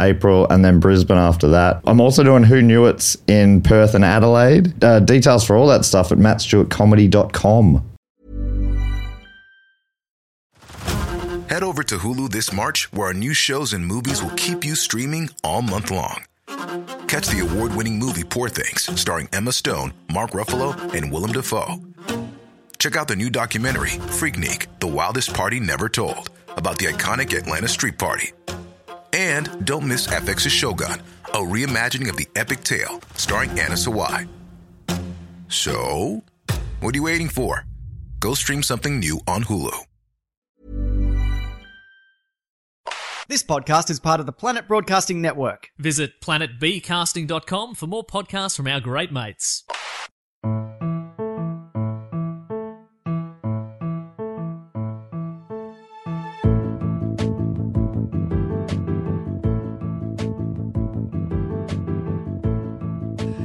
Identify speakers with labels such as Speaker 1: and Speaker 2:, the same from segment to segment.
Speaker 1: April, and then Brisbane after that. I'm also doing Who Knew It's in Perth and Adelaide. Uh, details for all that stuff at mattstewartcomedy.com.
Speaker 2: Head over to Hulu this March, where our new shows and movies will keep you streaming all month long. Catch the award winning movie Poor Things, starring Emma Stone, Mark Ruffalo, and Willem Dafoe. Check out the new documentary, Freaknik The Wildest Party Never Told, about the iconic Atlanta Street Party. And don't miss FX's Shogun, a reimagining of the epic tale, starring Anna Sawai. So, what are you waiting for? Go stream something new on Hulu.
Speaker 3: This podcast is part of the Planet Broadcasting Network.
Speaker 4: Visit planetbcasting.com for more podcasts from our great mates.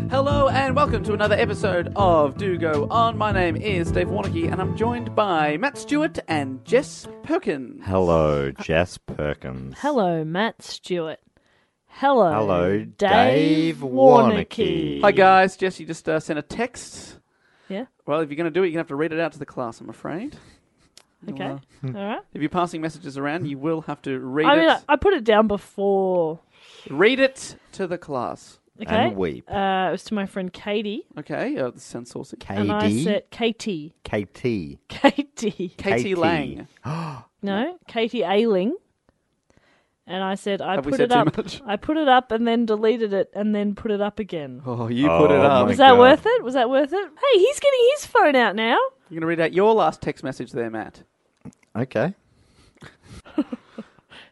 Speaker 5: Hello and welcome to another episode of Do Go On. My name is Dave Warnocky and I'm joined by Matt Stewart and Jess Perkins.
Speaker 1: Hello, Jess Perkins.
Speaker 6: Hello, Matt Stewart. Hello.
Speaker 1: Hello, Dave Warnocky.
Speaker 5: Hi guys, Jess, you just uh, sent a text.
Speaker 6: Yeah.
Speaker 5: Well, if you're going to do it, you're going to have to read it out to the class, I'm afraid.
Speaker 6: Okay. All right.
Speaker 5: If you're passing messages around, you will have to read
Speaker 6: I mean, uh,
Speaker 5: it.
Speaker 6: I, I put it down before.
Speaker 5: Read it to the class.
Speaker 6: Okay.
Speaker 1: And weep.
Speaker 6: Uh, it was to my friend Katie,
Speaker 5: Okay, uh, this sounds saucy.
Speaker 6: and I
Speaker 1: KD,
Speaker 6: said Katie,
Speaker 1: KT.
Speaker 6: Katie,
Speaker 5: Katie,
Speaker 1: Katie.
Speaker 5: Lang.
Speaker 6: no, Katie Ailing. And I said I
Speaker 5: Have we
Speaker 6: put it
Speaker 5: said
Speaker 6: up.
Speaker 5: too much?
Speaker 6: I put it up and then deleted it and then put it up again.
Speaker 5: Oh, you put it
Speaker 1: Oh my
Speaker 5: up.
Speaker 6: Was that
Speaker 1: God.
Speaker 6: worth it? Was that worth it? Hey, he's getting his phone out now.
Speaker 5: You're going to read out your last text message there, Matt.
Speaker 1: Okay.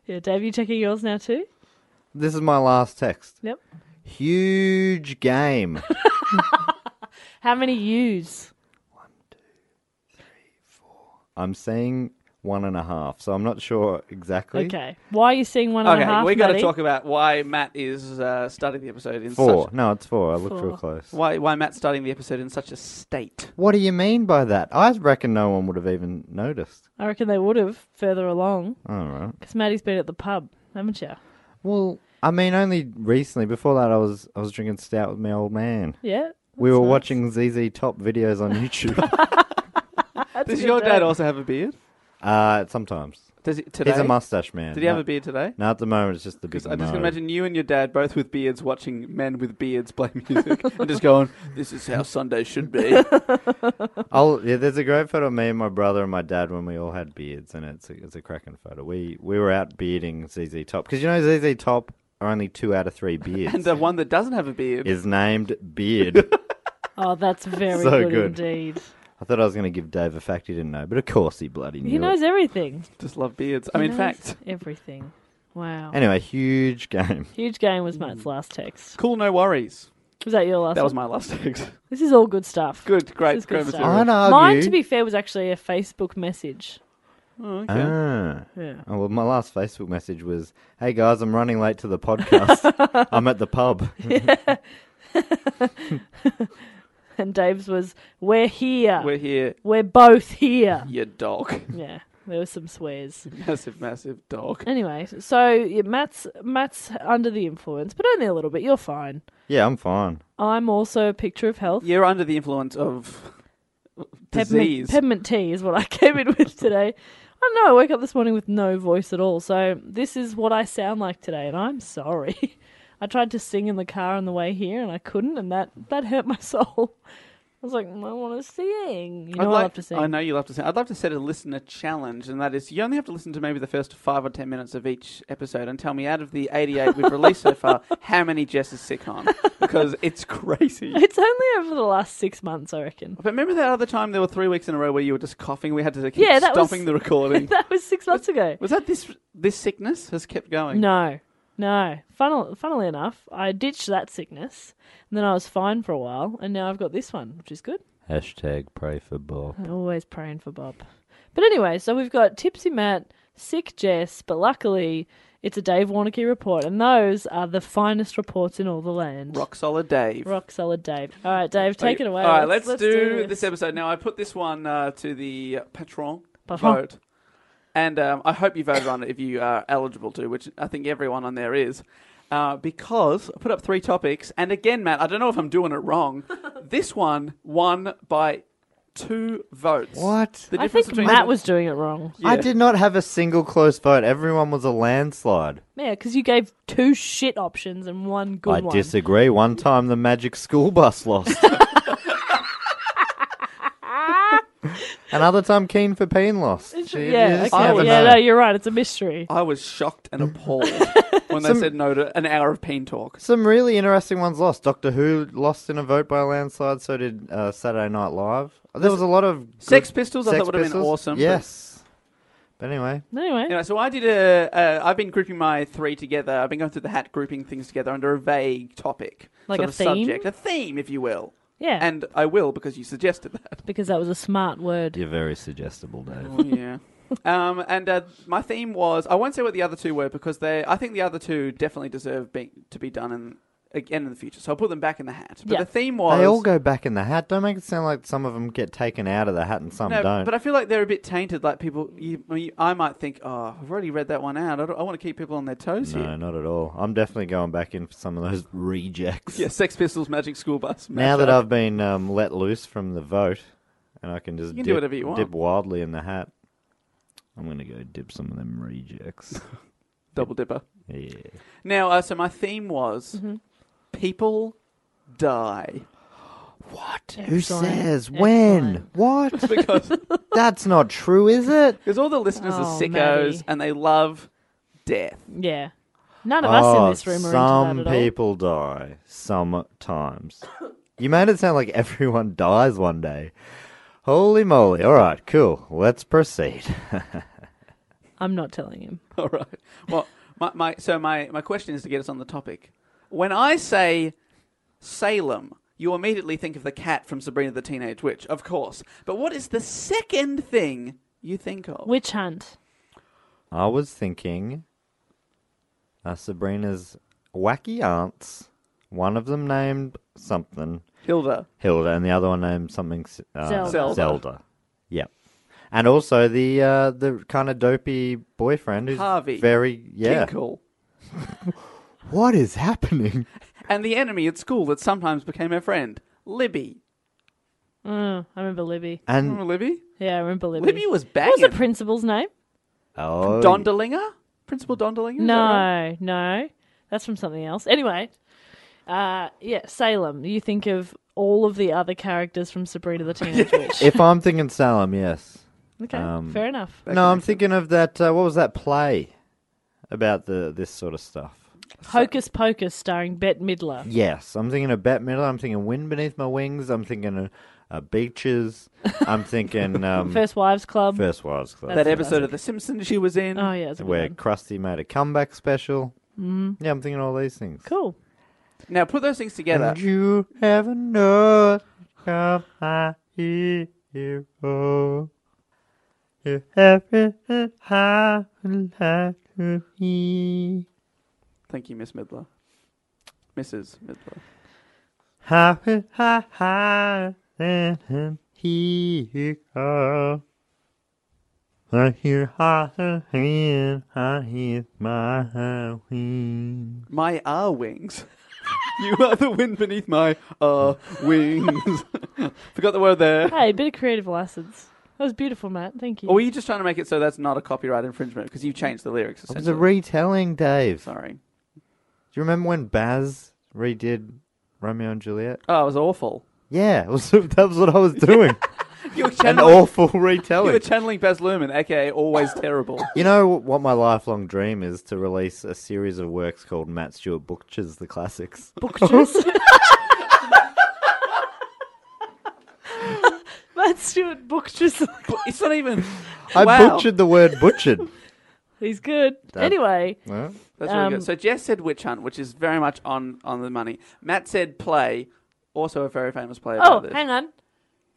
Speaker 6: Yeah, Dave, you checking yours now too?
Speaker 1: This is my last text.
Speaker 6: Yep.
Speaker 1: Huge game.
Speaker 6: How many U's?
Speaker 1: I'm saying one and a half, so I'm not sure exactly.
Speaker 6: Okay. Why are you seeing one and a
Speaker 5: Okay,
Speaker 6: half?
Speaker 5: we got to
Speaker 6: Maddie?
Speaker 5: talk about why Matt is uh, starting the episode in
Speaker 1: Four.
Speaker 5: such
Speaker 1: No, it's four. I looked real close.
Speaker 5: why why Matt's starting the episode in such a state.
Speaker 1: What do you mean by that? I reckon no one would have even noticed.
Speaker 6: I reckon they would have further along
Speaker 1: All right.
Speaker 6: because Maddie's been at the pub, haven't you?
Speaker 1: Well, I mean, only recently. Before that, I was I was drinking stout with my old man.
Speaker 6: Yeah.
Speaker 1: we were watching ZZ Top videos on YouTube.
Speaker 5: Does
Speaker 6: good
Speaker 5: your dad
Speaker 6: day.
Speaker 5: also have a beard?
Speaker 1: uh, sometimes
Speaker 5: Does he, today?
Speaker 1: he's a mustache man.
Speaker 5: Did he have
Speaker 1: No-
Speaker 5: a beard today?
Speaker 1: No, at the moment it's just the big.
Speaker 5: Because I just can
Speaker 1: no.
Speaker 5: imagine you and your dad both with beards watching men with beards play music and just going, "This is how Sunday should be."
Speaker 1: I'll, yeah, there's a great photo of me and my brother and my dad when we all had beards, and it's a, it's a cracking photo. We we were out bearding ZZ Top because you know ZZ Top are only two out of three beards.
Speaker 5: and the one that doesn't have a beard,
Speaker 1: is named Beard.
Speaker 6: Oh, that's very
Speaker 1: So
Speaker 6: good,
Speaker 1: good.
Speaker 6: indeed.
Speaker 1: I thought I was going to give Dave a fact he didn't know, but of course he bloody knew.
Speaker 6: He knows
Speaker 1: it.
Speaker 6: everything.
Speaker 5: just love beards. I mean,
Speaker 6: He knows
Speaker 5: fact,
Speaker 6: everything. Wow.
Speaker 1: Anyway, huge game.
Speaker 6: Huge game was Matt's last text.
Speaker 5: cool, no worries.
Speaker 6: Was that your last?
Speaker 5: That was
Speaker 6: one?
Speaker 5: my last text.
Speaker 6: This is all good stuff.
Speaker 5: Good, great,
Speaker 6: This is good
Speaker 5: great
Speaker 6: stuff.
Speaker 5: material.
Speaker 1: I'd argue.
Speaker 6: Mine, to be fair, was actually a Facebook message.
Speaker 5: Oh, okay.
Speaker 1: Ah.
Speaker 6: Yeah.
Speaker 1: Oh, well, my last Facebook message was, "Hey guys, I'm running late to the podcast. I'm at the pub."
Speaker 6: And Dave's was, "We're here.
Speaker 5: We're here,
Speaker 6: We're both here."
Speaker 5: you dog.
Speaker 6: yeah. There were some swears.
Speaker 5: massive, massive dog.
Speaker 6: Anyway, so yeah, Matt's Matt's under the influence, but only a little bit. You're fine.
Speaker 1: yeah, I'm fine.
Speaker 6: I'm also a picture of health.
Speaker 5: You're under the influence of
Speaker 6: Peppermint,
Speaker 5: disease.
Speaker 6: peppermint tea is what I came in with today. I don't know. I woke up this morning with no voice at all, so this is what I sound like today, and I'm sorry. I tried to sing in the car on the way here, and I couldn't, and that that hurt my soul. I was like, I want to sing. You know,
Speaker 5: I'd
Speaker 6: I
Speaker 5: like-
Speaker 6: love to sing.
Speaker 5: I know you love to sing. I'd love to set a listener challenge, and that is you only have to listen to maybe the first five or ten minutes of each episode and tell me out of the 88 we've released so far, how many Jess is sick on. Because it's crazy.
Speaker 6: It's only over the last six months, I reckon.
Speaker 5: But remember that other time there were three weeks in a row where you were just coughing? We had to keep
Speaker 6: Yeah, that was-
Speaker 5: stopping the recording.
Speaker 6: that was six months ago.
Speaker 5: was that this this sickness has kept going?
Speaker 6: No, No, funnil, funnily enough, I ditched that sickness, and then I was fine for a while, and now I've got this one, which is good.
Speaker 7: Hashtag pray for Bob.
Speaker 6: I'm always praying for Bob. But anyway, so we've got Tipsy Matt, Sick Jess, but luckily it's a Dave Warnocky report, and those are the finest reports in all the land.
Speaker 5: Rock solid Dave.
Speaker 6: Rock solid, Dave. All right, Dave, take it away.
Speaker 5: All right, let's, do,
Speaker 6: this.
Speaker 5: this episode. Now, I put this one uh, to the patron,
Speaker 6: Patron.
Speaker 5: vote. And um, I hope you voted on it if you are eligible to, which I think everyone on there is. Uh, because I put up three topics. And again, Matt, I don't know if I'm doing it wrong. this one won by two votes.
Speaker 7: What?
Speaker 5: The
Speaker 6: I
Speaker 5: difference
Speaker 6: think
Speaker 5: between
Speaker 6: Matt was doing it wrong.
Speaker 5: Yeah.
Speaker 7: I did not have a single close vote. Everyone was a landslide.
Speaker 6: Yeah, because you gave two shit options and one good
Speaker 7: I
Speaker 6: one.
Speaker 7: disagree. One time the magic school bus lost. Another time Keen for Peen lost. She
Speaker 6: yeah,
Speaker 7: just
Speaker 6: okay.
Speaker 7: never
Speaker 6: yeah,
Speaker 7: know.
Speaker 6: no, you're right. It's a mystery.
Speaker 5: I was shocked and appalled when they said no to an hour of peen talk.
Speaker 7: Some really interesting ones lost. Doctor Who lost in a vote by a landslide. So did uh, Saturday Night Live. There was a lot of good-
Speaker 5: Sex Pistols, I
Speaker 7: Sex
Speaker 5: thought would have been
Speaker 7: Pistols.
Speaker 5: awesome, but-
Speaker 7: Yes. But anyway,
Speaker 6: Anyway,
Speaker 5: Anyway, so I did a. Uh, I've been grouping my three together. I've been going through the hat, grouping things together under a vague topic,
Speaker 6: Like
Speaker 5: sort
Speaker 6: a
Speaker 5: of
Speaker 6: theme?
Speaker 5: subject, a theme, if you will.
Speaker 6: yeah,
Speaker 5: And I will because you suggested that.
Speaker 6: because that was a smart word.
Speaker 7: you're very suggestible, Dave.
Speaker 5: yeah. Um, and uh, my theme was I won't say what the other two were because they. I think the other two definitely deserve be, to be done in, again in the future. So I'll put them back in the hat. But
Speaker 6: Yeah.
Speaker 5: the theme was
Speaker 7: They all go back in the hat. Don't make it sound like some of them get taken out of the hat and some
Speaker 5: No,
Speaker 7: don't.
Speaker 5: but I feel like they're a bit tainted. Like people, you, I, mean, I might think, oh, I've already read that one out. I, don't- I want to keep people on their toes
Speaker 7: no,
Speaker 5: here.
Speaker 7: not at all. I'm definitely going back in for some of those rejects.
Speaker 5: Yeah, Sex Pistols, Magic School Bus.
Speaker 7: Now that
Speaker 5: mashup.
Speaker 7: I've been um, let loose from the vote, and I can just
Speaker 5: You can do
Speaker 7: dip,
Speaker 5: whatever you want.
Speaker 7: dip wildly in the hat, I'm going to go dip some of them rejects.
Speaker 5: double dipper.
Speaker 7: yeah.
Speaker 5: Now, uh, so my theme was
Speaker 6: Mm-hmm.
Speaker 5: people die
Speaker 7: What? Who
Speaker 6: Excellent.
Speaker 7: says? When?
Speaker 6: Excellent.
Speaker 7: What?
Speaker 5: because
Speaker 7: That's not true, is it?
Speaker 5: because all the listeners are
Speaker 6: Oh,
Speaker 5: sickos
Speaker 6: Maddie.
Speaker 5: and they love death.
Speaker 6: Yeah, none of us in this room are
Speaker 7: Ah, some
Speaker 6: into that at
Speaker 7: people die sometimes. you made it sound like everyone dies one day. Holy moly. All right, cool. Let's proceed.
Speaker 6: all. I'm not telling him.
Speaker 5: All right. Well, my, my so my my question is to get us on the topic. When I say Salem, you immediately think of the cat from Sabrina the Teenage Witch, of course. But what is the second thing you think of?
Speaker 6: Witch hunt.
Speaker 7: I was thinking uh, Sabrina's wacky aunts, one of them named something
Speaker 5: Hilda.
Speaker 7: Hilda, and the other one named something s- uh,
Speaker 6: Zelda.
Speaker 5: Zelda.
Speaker 7: Yep. And also the uh, the kind of dopey boyfriend who's
Speaker 5: Harvey.
Speaker 7: very yeah.
Speaker 5: Kinkle.
Speaker 7: What is happening?
Speaker 5: And the enemy at school that sometimes became her friend, Libby.
Speaker 6: Mm, I remember Libby.
Speaker 7: And
Speaker 5: Remember Libby?
Speaker 6: Yeah, I remember Libby.
Speaker 5: Libby was banging.
Speaker 6: What was the principal's name?
Speaker 7: oh,
Speaker 5: Don DeLinger? Principal Don DeLinger? Is that
Speaker 6: No,
Speaker 5: right?
Speaker 6: no, that's from something else. Anyway, uh, yeah, Salem. You think of all of the other characters from Sabrina the Teenage Witch.
Speaker 7: if I'm thinking Salem, yes.
Speaker 6: Okay,
Speaker 7: um,
Speaker 6: fair enough.
Speaker 7: no, I'm thinking of that. Uh, what was that play about the this sort of stuff?
Speaker 6: Hocus Pocus, starring Bette Midler.
Speaker 7: Yes, I'm thinking of Bat Middle. I'm thinking Wind Beneath My Wings. I'm thinking of uh, Beaches. I'm thinking um,
Speaker 6: First Wives Club.
Speaker 7: First Wives Club.
Speaker 5: that episode of The Simpsons she was in.
Speaker 6: Oh yeah, it's a good
Speaker 7: where
Speaker 6: one.
Speaker 7: Krusty made a comeback special. Mm. Yeah, I'm thinking all these things.
Speaker 6: Cool.
Speaker 5: Now put those things together.
Speaker 7: And you ever know of my hero? You everything I would like to be.
Speaker 5: Thank you, Miss Midler. Mrs. Midler.
Speaker 7: How would I hide him hero? I hear hotter hand, I hear my Halloween.
Speaker 5: My ah wings. you are the wind beneath my ah wings. Forgot the word there.
Speaker 6: Hey, a bit of creative license. That was beautiful, Matt. Thank you.
Speaker 5: Or were you just trying to make it so that's not a copyright infringement because you've changed the lyrics?
Speaker 7: It was a
Speaker 5: Essentially.
Speaker 7: retelling, Dave. Do
Speaker 5: Sorry.
Speaker 7: you remember when Baz redid Romeo and Juliet?
Speaker 5: Oh, it was awful.
Speaker 7: Yeah, it was, that was what I was doing.
Speaker 5: You were
Speaker 7: An
Speaker 5: channeling,
Speaker 7: awful
Speaker 5: you were
Speaker 7: retelling.
Speaker 5: channeling Baz Luhrmann, aka always terrible.
Speaker 7: You know what my lifelong dream is to release a series of works called Matt Stewart Bookchers, the classics.
Speaker 6: Bookchers. Matt Stewart Bookchers.
Speaker 5: But it's not even.
Speaker 7: I
Speaker 5: Wow.
Speaker 7: butchered the word butchered.
Speaker 6: He's good. Anyway,
Speaker 7: Huh?
Speaker 5: That's really
Speaker 6: Um,
Speaker 5: good. So Jess said Witch Hunt, which is very much on, on the money. Matt said Play, also a very famous play.
Speaker 6: Oh,
Speaker 5: about this.
Speaker 6: hang on.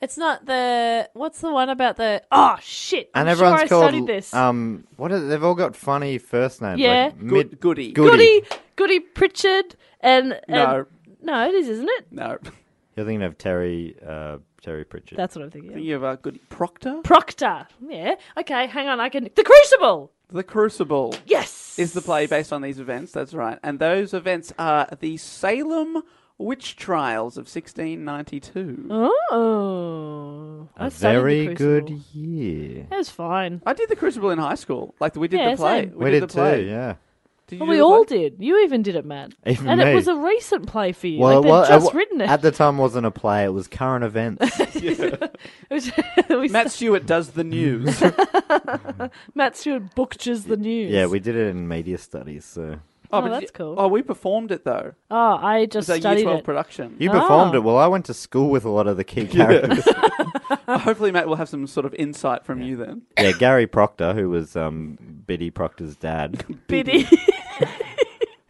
Speaker 6: It's not the what's the one about the oh shit. I'm
Speaker 7: And everyone's
Speaker 6: sure I
Speaker 7: called
Speaker 6: studied this.
Speaker 7: um. What are, they've all got funny first names.
Speaker 6: Yeah.
Speaker 7: Like
Speaker 5: Good,
Speaker 7: Mid-
Speaker 5: goody.
Speaker 7: Good-
Speaker 6: Goody, Goody Pritchard, and, and
Speaker 5: No.
Speaker 6: no, it is, isn't it?
Speaker 5: No,
Speaker 7: You're thinking of Terry. Uh, Terry Pritchard.
Speaker 6: That's what I'm thinking. of.
Speaker 5: thinking of uh, Goody Proctor.
Speaker 6: Proctor. Yeah. Okay, hang on. I can. The Crucible.
Speaker 5: The Crucible
Speaker 6: Yes.
Speaker 5: is the play based on these events. That's right, and those events are the Salem witch trials of 1692.
Speaker 6: Mm. Oh. I studied
Speaker 7: a
Speaker 6: The
Speaker 7: very
Speaker 6: Crucible.
Speaker 7: good year.
Speaker 6: It was fine.
Speaker 5: I did the Crucible in high school. Like we did
Speaker 6: Yeah,
Speaker 5: the play.
Speaker 6: same.
Speaker 7: We,
Speaker 5: did,
Speaker 7: did
Speaker 5: the
Speaker 7: too.
Speaker 5: play.
Speaker 7: Yeah.
Speaker 5: Did you
Speaker 6: Well,
Speaker 5: do
Speaker 6: we
Speaker 5: the play?
Speaker 6: all did. You even did it, Matt.
Speaker 7: Even
Speaker 6: and
Speaker 7: me.
Speaker 6: it was a recent play for you.
Speaker 7: Well,
Speaker 6: like, they'd
Speaker 7: well, at
Speaker 6: just
Speaker 7: wa-
Speaker 6: written it.
Speaker 7: at the time wasn't a play. It was current events.
Speaker 6: It was- we-
Speaker 5: Matt Stewart does the
Speaker 6: Oh,
Speaker 5: news.
Speaker 6: Matt Stewart bookchers the news.
Speaker 7: yeah, we did it in media studies. So
Speaker 6: Oh,
Speaker 5: but did
Speaker 6: that's
Speaker 5: you-
Speaker 6: cool.
Speaker 5: Oh, we performed it though.
Speaker 6: Oh, I just
Speaker 5: It's a Year
Speaker 6: studied
Speaker 5: 12
Speaker 6: it.
Speaker 5: production.
Speaker 7: you performed
Speaker 6: Ah.
Speaker 7: it. Well, I went to school with a lot of the key characters.
Speaker 5: Hopefully, Matt will have some sort of insight from you then.
Speaker 7: yeah, Gary Proctor, who was um, Biddy Proctor's dad.
Speaker 6: Biddy.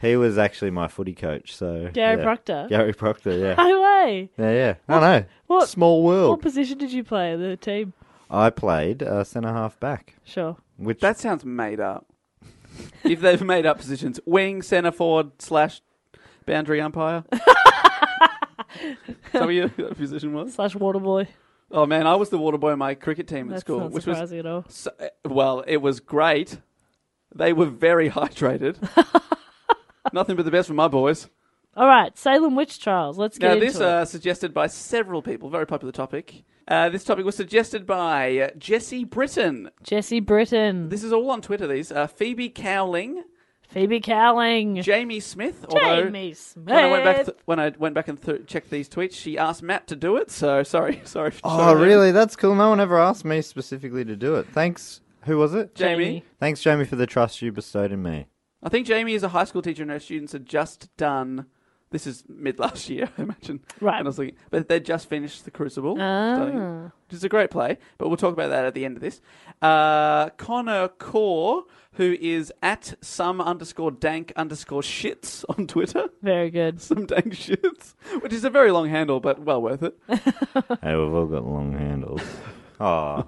Speaker 7: He was actually my footy coach, so
Speaker 6: Gary
Speaker 7: yeah.
Speaker 6: Proctor?
Speaker 7: Gary Proctor, yeah,
Speaker 6: No way.
Speaker 7: yeah, yeah. I know.
Speaker 6: what-
Speaker 7: Small
Speaker 6: What
Speaker 5: Oh.
Speaker 7: world.
Speaker 6: position did you play in the team?
Speaker 7: I played uh, centre half back,
Speaker 6: Sure.
Speaker 7: which
Speaker 5: That sounds made up. if they've made up positions, wing, centre forward, slash boundary umpire. Is that what your position was?
Speaker 6: Slash water boy.
Speaker 5: Oh man, I was the water boy in my cricket team at
Speaker 6: That's
Speaker 5: school,
Speaker 6: not
Speaker 5: which was
Speaker 6: surprising at all.
Speaker 5: so, well, it was great. They were very hydrated. Nothing but the best for my boys.
Speaker 6: All right, Salem witch trials. Let's get
Speaker 5: Now,
Speaker 6: into
Speaker 5: this
Speaker 6: it.
Speaker 5: uh, suggested by several people. Very popular topic. Uh, this topic was suggested by uh, Jesse Britton.
Speaker 6: Jesse Britton,
Speaker 5: This is all on Twitter. These uh, Phoebe Cowling,
Speaker 6: Phoebe Cowling,
Speaker 5: Jamie Smith. Although
Speaker 6: Jamie Smith.
Speaker 5: when I went back, th- when I went back and th- checked these tweets, she asked Matt to do it. So sorry, sorry.
Speaker 7: Oh,
Speaker 5: sorry,
Speaker 7: really? That's cool. No one ever asked me specifically to do it. Thanks. Who was it?
Speaker 5: Jamie.
Speaker 6: Jamie.
Speaker 7: Thanks, Jamie, for the trust you bestowed in me.
Speaker 5: I think Jamie is a high school teacher, and her students had just done. This is mid last year, I imagine.
Speaker 6: Right. Ah.
Speaker 5: And I was looking, but they just finished The Crucible, studying, which is a great play. But we'll talk about that at the end of this. Uh, Connor Core, who is at some underscore dank underscore shits on Twitter,
Speaker 6: Very good.
Speaker 5: some dank shits, which is a very long handle, but well worth it.
Speaker 7: Hey, we've all got long handles. Oh,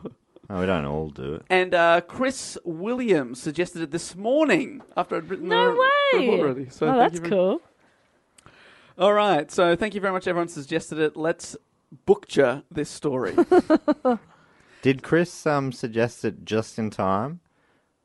Speaker 7: no, we don't all do it.
Speaker 5: And uh, Chris Williams suggested it this morning after I'd written
Speaker 6: No
Speaker 5: the
Speaker 6: way.
Speaker 5: report already. So
Speaker 6: oh,
Speaker 5: thank
Speaker 6: that's
Speaker 5: you very-
Speaker 6: cool.
Speaker 5: All right. So thank you very much. Everyone suggested it. Let's bookture this story.
Speaker 7: Did Chris um, suggest it just in time?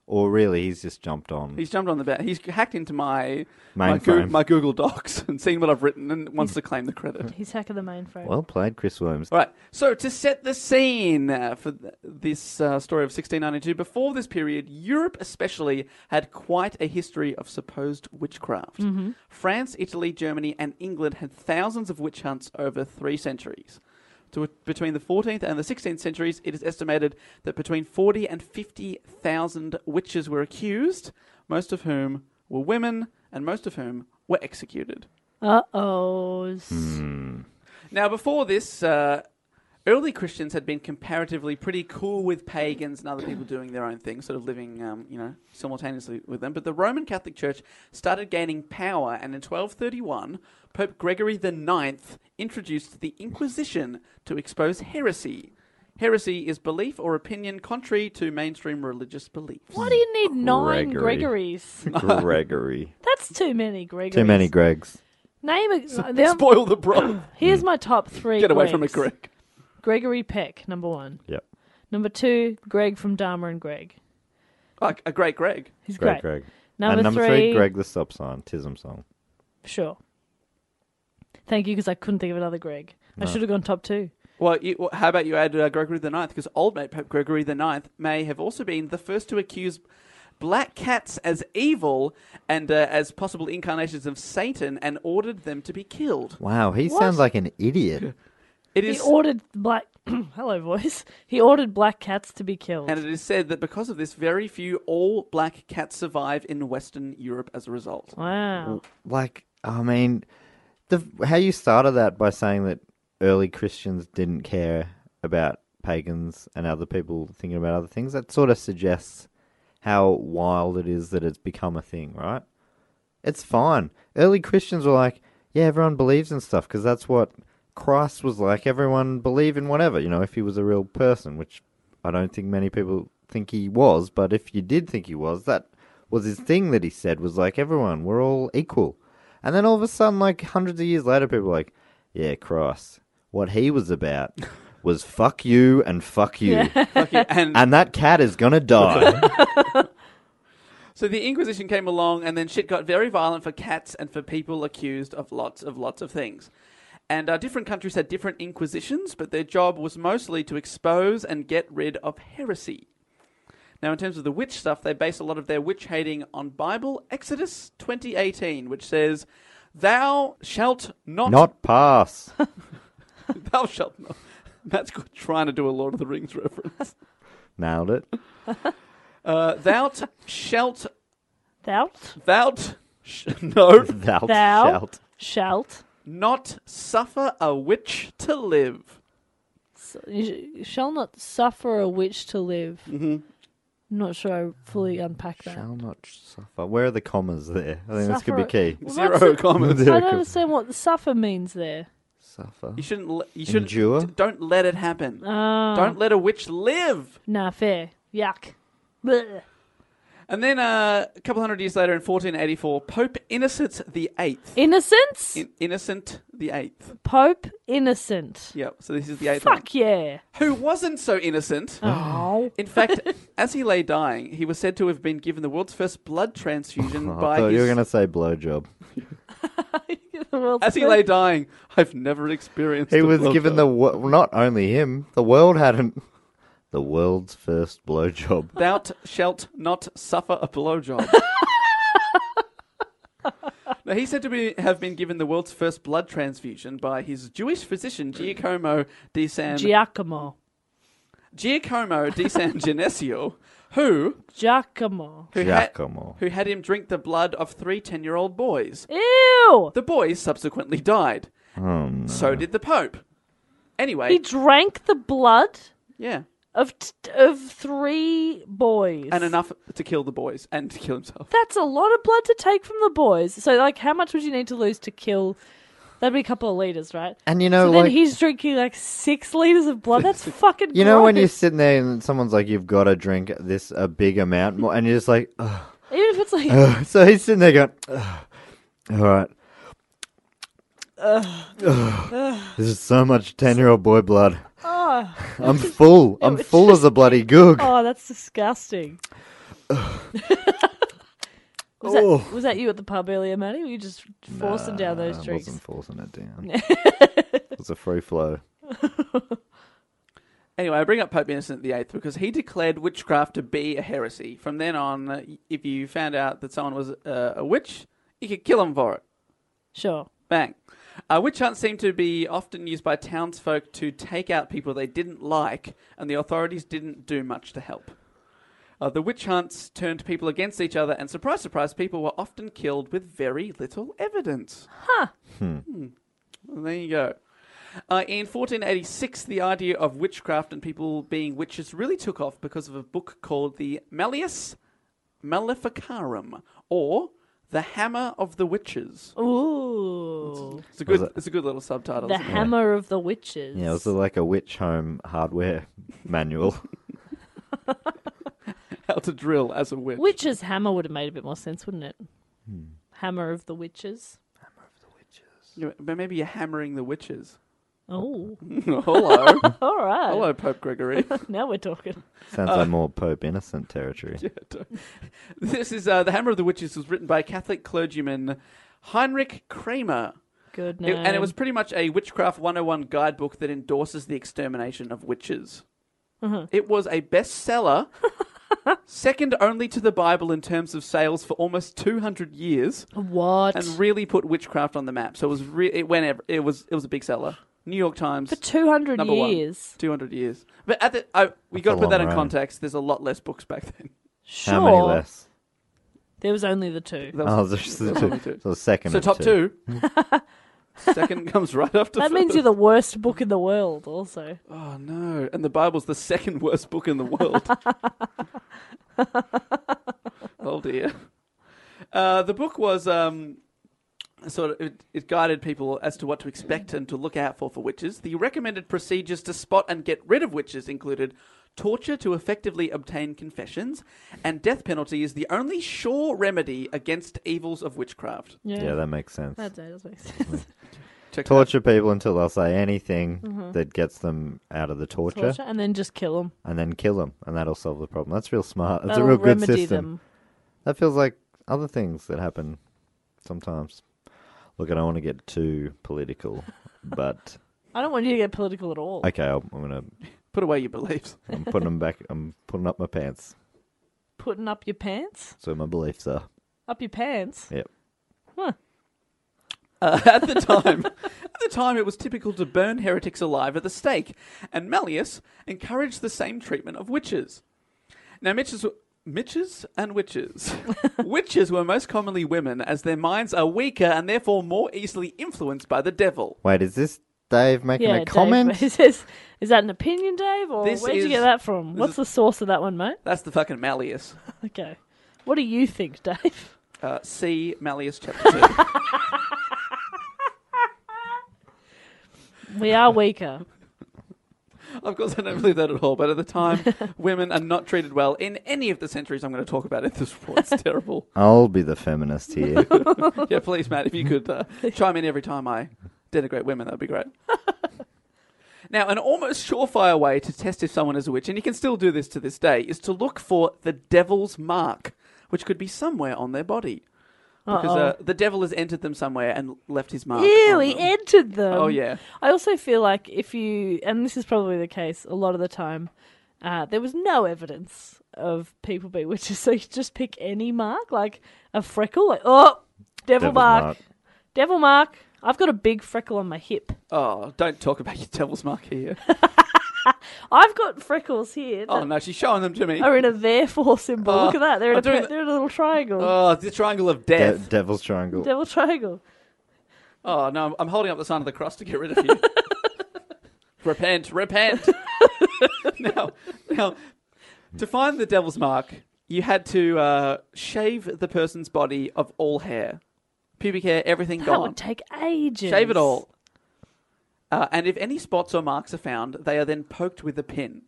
Speaker 7: Or really, he's just jumped on.
Speaker 5: he's jumped on the bat. He's hacked into my my, Goo-
Speaker 7: Mainframe.
Speaker 5: my Google Docs and seen what I've written and wants to claim the credit.
Speaker 6: He's hacking the mainframe.
Speaker 7: Well played, Chris Williams.
Speaker 5: All right. So to set the scene uh, for th- this uh, story of 1692, before this period, Europe especially had quite a history of supposed witchcraft. France, Italy, Germany, and England had thousands of witch hunts over three centuries. To, between the 14th and the 16th centuries, it is estimated that between 40 and 50,000 witches were accused, most of whom were women, and most of whom were executed.
Speaker 6: Uh oh.
Speaker 5: Now, before this, uh, early Christians had been comparatively pretty cool with pagans and other people doing their own thing, sort of living, um, you know, simultaneously with them. But the Roman Catholic Church started gaining power, and in 1231, Pope Gregory the Ninth introduced the Inquisition to expose heresy. Heresy is belief or opinion contrary to mainstream religious beliefs.
Speaker 6: Why do you need nine
Speaker 7: Gregory.
Speaker 6: Gregories?
Speaker 7: Gregory.
Speaker 6: That's too many Gregories.
Speaker 7: Too many Gregs.
Speaker 6: Name a. them-
Speaker 5: Spoil the bro.
Speaker 6: Here's my top three.
Speaker 5: hmm. Get away from it,
Speaker 6: Gregs.
Speaker 5: Greg.
Speaker 6: Gregory Peck, number one.
Speaker 7: Yep.
Speaker 6: Number two, Greg from Dharma and Greg.
Speaker 5: Oh, a great Greg.
Speaker 6: He's
Speaker 7: Greg,
Speaker 6: great.
Speaker 7: Greg.
Speaker 6: Number,
Speaker 7: and number three,
Speaker 6: three,
Speaker 7: Greg the Stop Sign, Tism song.
Speaker 6: Sure. Thank you, because I couldn't think of another Greg. I should have gone top two.
Speaker 5: Well, you, well, how about you add uh, Gregory the Ninth? Because old mate Pope Gregory the Ninth may have also been the first to accuse black cats as evil and uh, as possible incarnations of Satan, and ordered them to be killed.
Speaker 7: Wow, he sounds like an idiot.
Speaker 5: It
Speaker 6: He
Speaker 5: is,
Speaker 6: ordered black. Hello, voice. He ordered black cats to be killed.
Speaker 5: and it is said that because of this, very few all black cats survive in Western Europe as a result.
Speaker 6: wow.
Speaker 7: Like, I mean, the how you started that by saying that early Christians didn't care about pagans and other people thinking about other things. That sort of suggests how wild it is that it's become a thing, right? It's fine. Early Christians were like, yeah, everyone believes in stuff because that's what Christ was like. Everyone believed in whatever, you know, if he was a real person, which I don't think many people think he was, but if you did think he was, that was his thing that he said was like, everyone, we're all equal. And then all of a sudden, like hundreds of years later, people are like, yeah, Christ, what he was about was fuck you and fuck you.
Speaker 5: Fuck you. And
Speaker 7: And that cat is gonna die.
Speaker 5: So the Inquisition came along, and then shit got very violent for cats and for people accused of lots of lots of things. And uh, different countries had different inquisitions, but their job was mostly to expose and get rid of heresy. Now, in terms of the witch stuff, they base a lot of their witch hating on Bible Exodus 2018, which says, "Thou shalt not,
Speaker 7: Not pass.
Speaker 5: thou shalt not." That's good. Trying to do a Lord of the Rings reference.
Speaker 7: Nailed it.
Speaker 5: Uh, thou t- shalt
Speaker 6: Thou
Speaker 5: thou t- sh- no
Speaker 7: Thou,
Speaker 6: Thou.
Speaker 7: shalt.
Speaker 6: shalt.
Speaker 5: not suffer a witch to live.
Speaker 6: You sh- shall not suffer a witch to live. Mm-hmm. Not sure I fully unpack that.
Speaker 7: Shall not suffer. Where are the commas there? I think this could be
Speaker 6: Suffer-
Speaker 7: key.
Speaker 6: Well, that's
Speaker 5: Zero
Speaker 6: it.
Speaker 5: comments.
Speaker 6: I don't understand what the suffer means there.
Speaker 7: Suffer.
Speaker 5: You shouldn't. le- You shouldn't.
Speaker 7: Endure?
Speaker 5: d- Don't let it happen.
Speaker 6: Oh. Uh,
Speaker 5: Don't let a witch live.
Speaker 6: Nah, fair. Yuck. Blech.
Speaker 5: And then uh, a couple hundred years later, in 1484, Pope Innocent the Eighth.
Speaker 6: Innocence?
Speaker 5: In- Innocent the Eighth.
Speaker 6: Pope innocent.
Speaker 5: Yep. So this is the eighth one.
Speaker 6: Fuck yeah.
Speaker 5: Who wasn't so innocent?
Speaker 6: Oh.
Speaker 5: In fact, as he lay dying, he was said to have been given the world's first blood transfusion
Speaker 7: Oh, I
Speaker 5: by
Speaker 7: thought
Speaker 5: his.
Speaker 7: you were gonna say blowjob.
Speaker 5: As he lay dying, I've never experienced.
Speaker 7: He
Speaker 5: a
Speaker 7: was
Speaker 5: blood
Speaker 7: given
Speaker 5: job.
Speaker 7: the wo- not only him, the world hadn't. The world's first blowjob.
Speaker 5: Thou t- shalt not suffer a blowjob. now, he said to be, have been given the world's first blood transfusion by his Jewish physician, Giacomo di San,
Speaker 6: Giacomo.
Speaker 5: Giacomo di San Genesio, who,
Speaker 6: Giacomo.
Speaker 5: who, had,
Speaker 7: Giacomo.
Speaker 5: who had him drink the blood of three 10 year old boys.
Speaker 6: Ew!
Speaker 5: The boys subsequently died. So did the Pope. Anyway,
Speaker 6: He drank the blood
Speaker 5: yeah.
Speaker 6: of t- of three boys.
Speaker 5: And enough to kill the boys and to kill himself.
Speaker 6: That's a lot of blood to take from the boys. So, like, how much would you need to lose to kill? That'd be a couple of liters, right?
Speaker 7: And you know,
Speaker 6: so
Speaker 7: like-
Speaker 6: then he's drinking like six liters of blood. That's fucking.
Speaker 7: You know when you're
Speaker 6: gross.
Speaker 7: sitting there and someone's like, "You've got to drink this a big amount," more, and you're just like, "Ugh."
Speaker 6: even if it's like
Speaker 7: so he's sitting there going, "Ugh. "All right." Ugh. This is so much ten-year-old boy blood. I'm full. I'm full as a bloody goog.
Speaker 6: Oh, that's disgusting. was, that, was that you at the pub earlier, Maddie? Were you just forcing down those
Speaker 7: Oh. I
Speaker 6: drinks?
Speaker 7: wasn't forcing it down. it's a free flow.
Speaker 5: Anyway, I bring up Pope Innocent VIII because he declared witchcraft to be a heresy. From then on, uh, if you found out that someone was uh, a witch, you could kill them for it.
Speaker 6: Sure.
Speaker 5: Bang. Uh, witch hunts seem to be often used by townsfolk to take out people they didn't like, and the authorities didn't do much to help. Uh, the witch hunts turned people against each other, and surprise, surprise, people were often killed with very little evidence. Huh. Well, there you go. Uh, in 1486, the idea of witchcraft and people being witches really took off because of a book called the Malleus Maleficarum, or The Hammer of the Witches.
Speaker 6: Ooh,
Speaker 5: It's a good. It's a good little subtitle.
Speaker 6: the
Speaker 5: isn't it?
Speaker 6: hammer of the witches.
Speaker 7: Yeah, it was like a witch home hardware manual.
Speaker 5: How to drill as a witch.
Speaker 6: Witches hammer would have made a bit more sense, wouldn't it?
Speaker 7: Hmm.
Speaker 6: Hammer of the witches.
Speaker 5: You- But maybe you're hammering the witches.
Speaker 6: Oh,
Speaker 5: Hello,
Speaker 6: all right.
Speaker 5: hello, Pope Gregory.
Speaker 6: Now we're talking.
Speaker 7: Sounds
Speaker 5: Uh,
Speaker 7: like more Pope Innocent territory.
Speaker 5: this is uh, the Hammer of the Witches was written by Catholic clergyman Heinrich Kramer.
Speaker 6: Good
Speaker 5: It-
Speaker 6: name.
Speaker 5: and it was pretty much a Witchcraft 101 guidebook that endorses the extermination of witches. It was a bestseller, second only to the Bible in terms of sales for almost 200 years,
Speaker 6: what
Speaker 5: and really put witchcraft on the map. So it was re- it went ev- it was it was a big seller. New York Times
Speaker 6: for two hundred
Speaker 5: number
Speaker 6: years?
Speaker 5: one. Two hundred years. But at the, I, we got
Speaker 7: a
Speaker 5: to put that
Speaker 7: long
Speaker 5: in
Speaker 7: run.
Speaker 5: context. There's a lot less books back then.
Speaker 6: Sure.
Speaker 7: How many less?
Speaker 6: There was only the two.
Speaker 5: That was-
Speaker 7: Oh, there's the
Speaker 5: only
Speaker 7: two.
Speaker 5: two.
Speaker 7: So the second.
Speaker 5: so
Speaker 7: of
Speaker 5: top two. second comes right after.
Speaker 6: That means
Speaker 5: first.
Speaker 6: you're the worst book in the world. Also,
Speaker 5: Oh no! And the Bible's the second worst book in the world. oh dear. Uh, the book was um, sort of it, it guided people as to what to expect and to look out for for witches. The recommended procedures to spot and get rid of witches included torture to effectively obtain confessions, and death penalty is the only sure remedy against evils of witchcraft.
Speaker 6: Yeah,
Speaker 7: Yeah, that makes sense.
Speaker 6: that does make sense.
Speaker 5: Check that
Speaker 7: Torture people until they'll say anything that gets them out of the torture,
Speaker 6: Mm-hmm. Torture and then just kill them.
Speaker 7: and then kill them, and that'll solve the problem. That's real smart. That's
Speaker 6: That'll
Speaker 7: a real good
Speaker 6: remedy
Speaker 7: system.
Speaker 6: them.
Speaker 7: That feels like other things that happen sometimes. Look, I don't want to get too political, but
Speaker 6: I don't want you to get political at all.
Speaker 7: okay, I'll, I'm gonna.
Speaker 5: Put away your beliefs.
Speaker 7: I'm putting them back. I'm putting up my pants.
Speaker 6: Putting up your pants?
Speaker 7: So my beliefs are.
Speaker 6: Up your pants?
Speaker 7: Yep.
Speaker 6: Huh.
Speaker 5: Uh, at the time, at the time, it was typical to burn heretics alive at the stake, and Malleus encouraged the same treatment of witches. Now, Mitches, Mitches and witches, witches were most commonly women, as their minds are weaker and therefore more easily influenced by the devil.
Speaker 7: Wait, is this Dave making
Speaker 6: Yeah,
Speaker 7: a comment?
Speaker 6: Dave, is, this- is that an opinion, Dave? Or
Speaker 5: This
Speaker 6: where'd you
Speaker 5: is-
Speaker 6: get that from?
Speaker 5: this
Speaker 6: What's
Speaker 5: is-
Speaker 6: the source of that one, mate?
Speaker 5: That's the fucking Malleus.
Speaker 6: Okay. What do you think, Dave?
Speaker 5: Uh, see Malleus chapter two.
Speaker 6: We are weaker.
Speaker 5: of course, I don't believe that at all. But at the time, women are not treated well in any of the centuries I'm going to talk about in this report. It's terrible.
Speaker 7: I'll be the feminist here.
Speaker 5: yeah, please, Matt, if you could uh, chime in every time I denigrate women, that'd be great. now, an almost surefire way to test if someone is a witch, and you can still do this to this day, is to look for the devil's mark, which could be somewhere on their body. Because uh, the devil has entered them somewhere and left his mark.
Speaker 6: Ew,
Speaker 5: on
Speaker 6: he
Speaker 5: them.
Speaker 6: entered them.
Speaker 5: Oh, yeah.
Speaker 6: I also feel like if you, and this is probably the case a lot of the time, uh, there was no evidence of people being witches, so you just pick any mark, like a freckle, like, oh, devil
Speaker 7: Devil's
Speaker 6: mark.
Speaker 7: mark.
Speaker 6: Devil mark. I've got a big freckle on my hip.
Speaker 5: Oh, don't talk about your devil's mark here.
Speaker 6: I've got freckles here that
Speaker 5: Oh, no, she's showing them to me.
Speaker 6: are in a therefore symbol.
Speaker 5: Oh,
Speaker 6: Look at that. They're in,
Speaker 5: I'm
Speaker 6: a,
Speaker 5: doing
Speaker 6: pe-
Speaker 5: the-
Speaker 6: they're in a little triangle.
Speaker 5: Oh, the triangle of death.
Speaker 7: De- Devil's triangle.
Speaker 6: devil triangle.
Speaker 5: Oh no, I'm, I'm holding up the sign of the cross to get rid of you. repent, repent. now, now, to find the devil's mark, you had to uh, shave the person's body of all hair, pubic hair, everything
Speaker 6: That
Speaker 5: gone.
Speaker 6: would take ages.
Speaker 5: Shave it all. Uh, and if any spots or marks are found, they are then poked with a pin.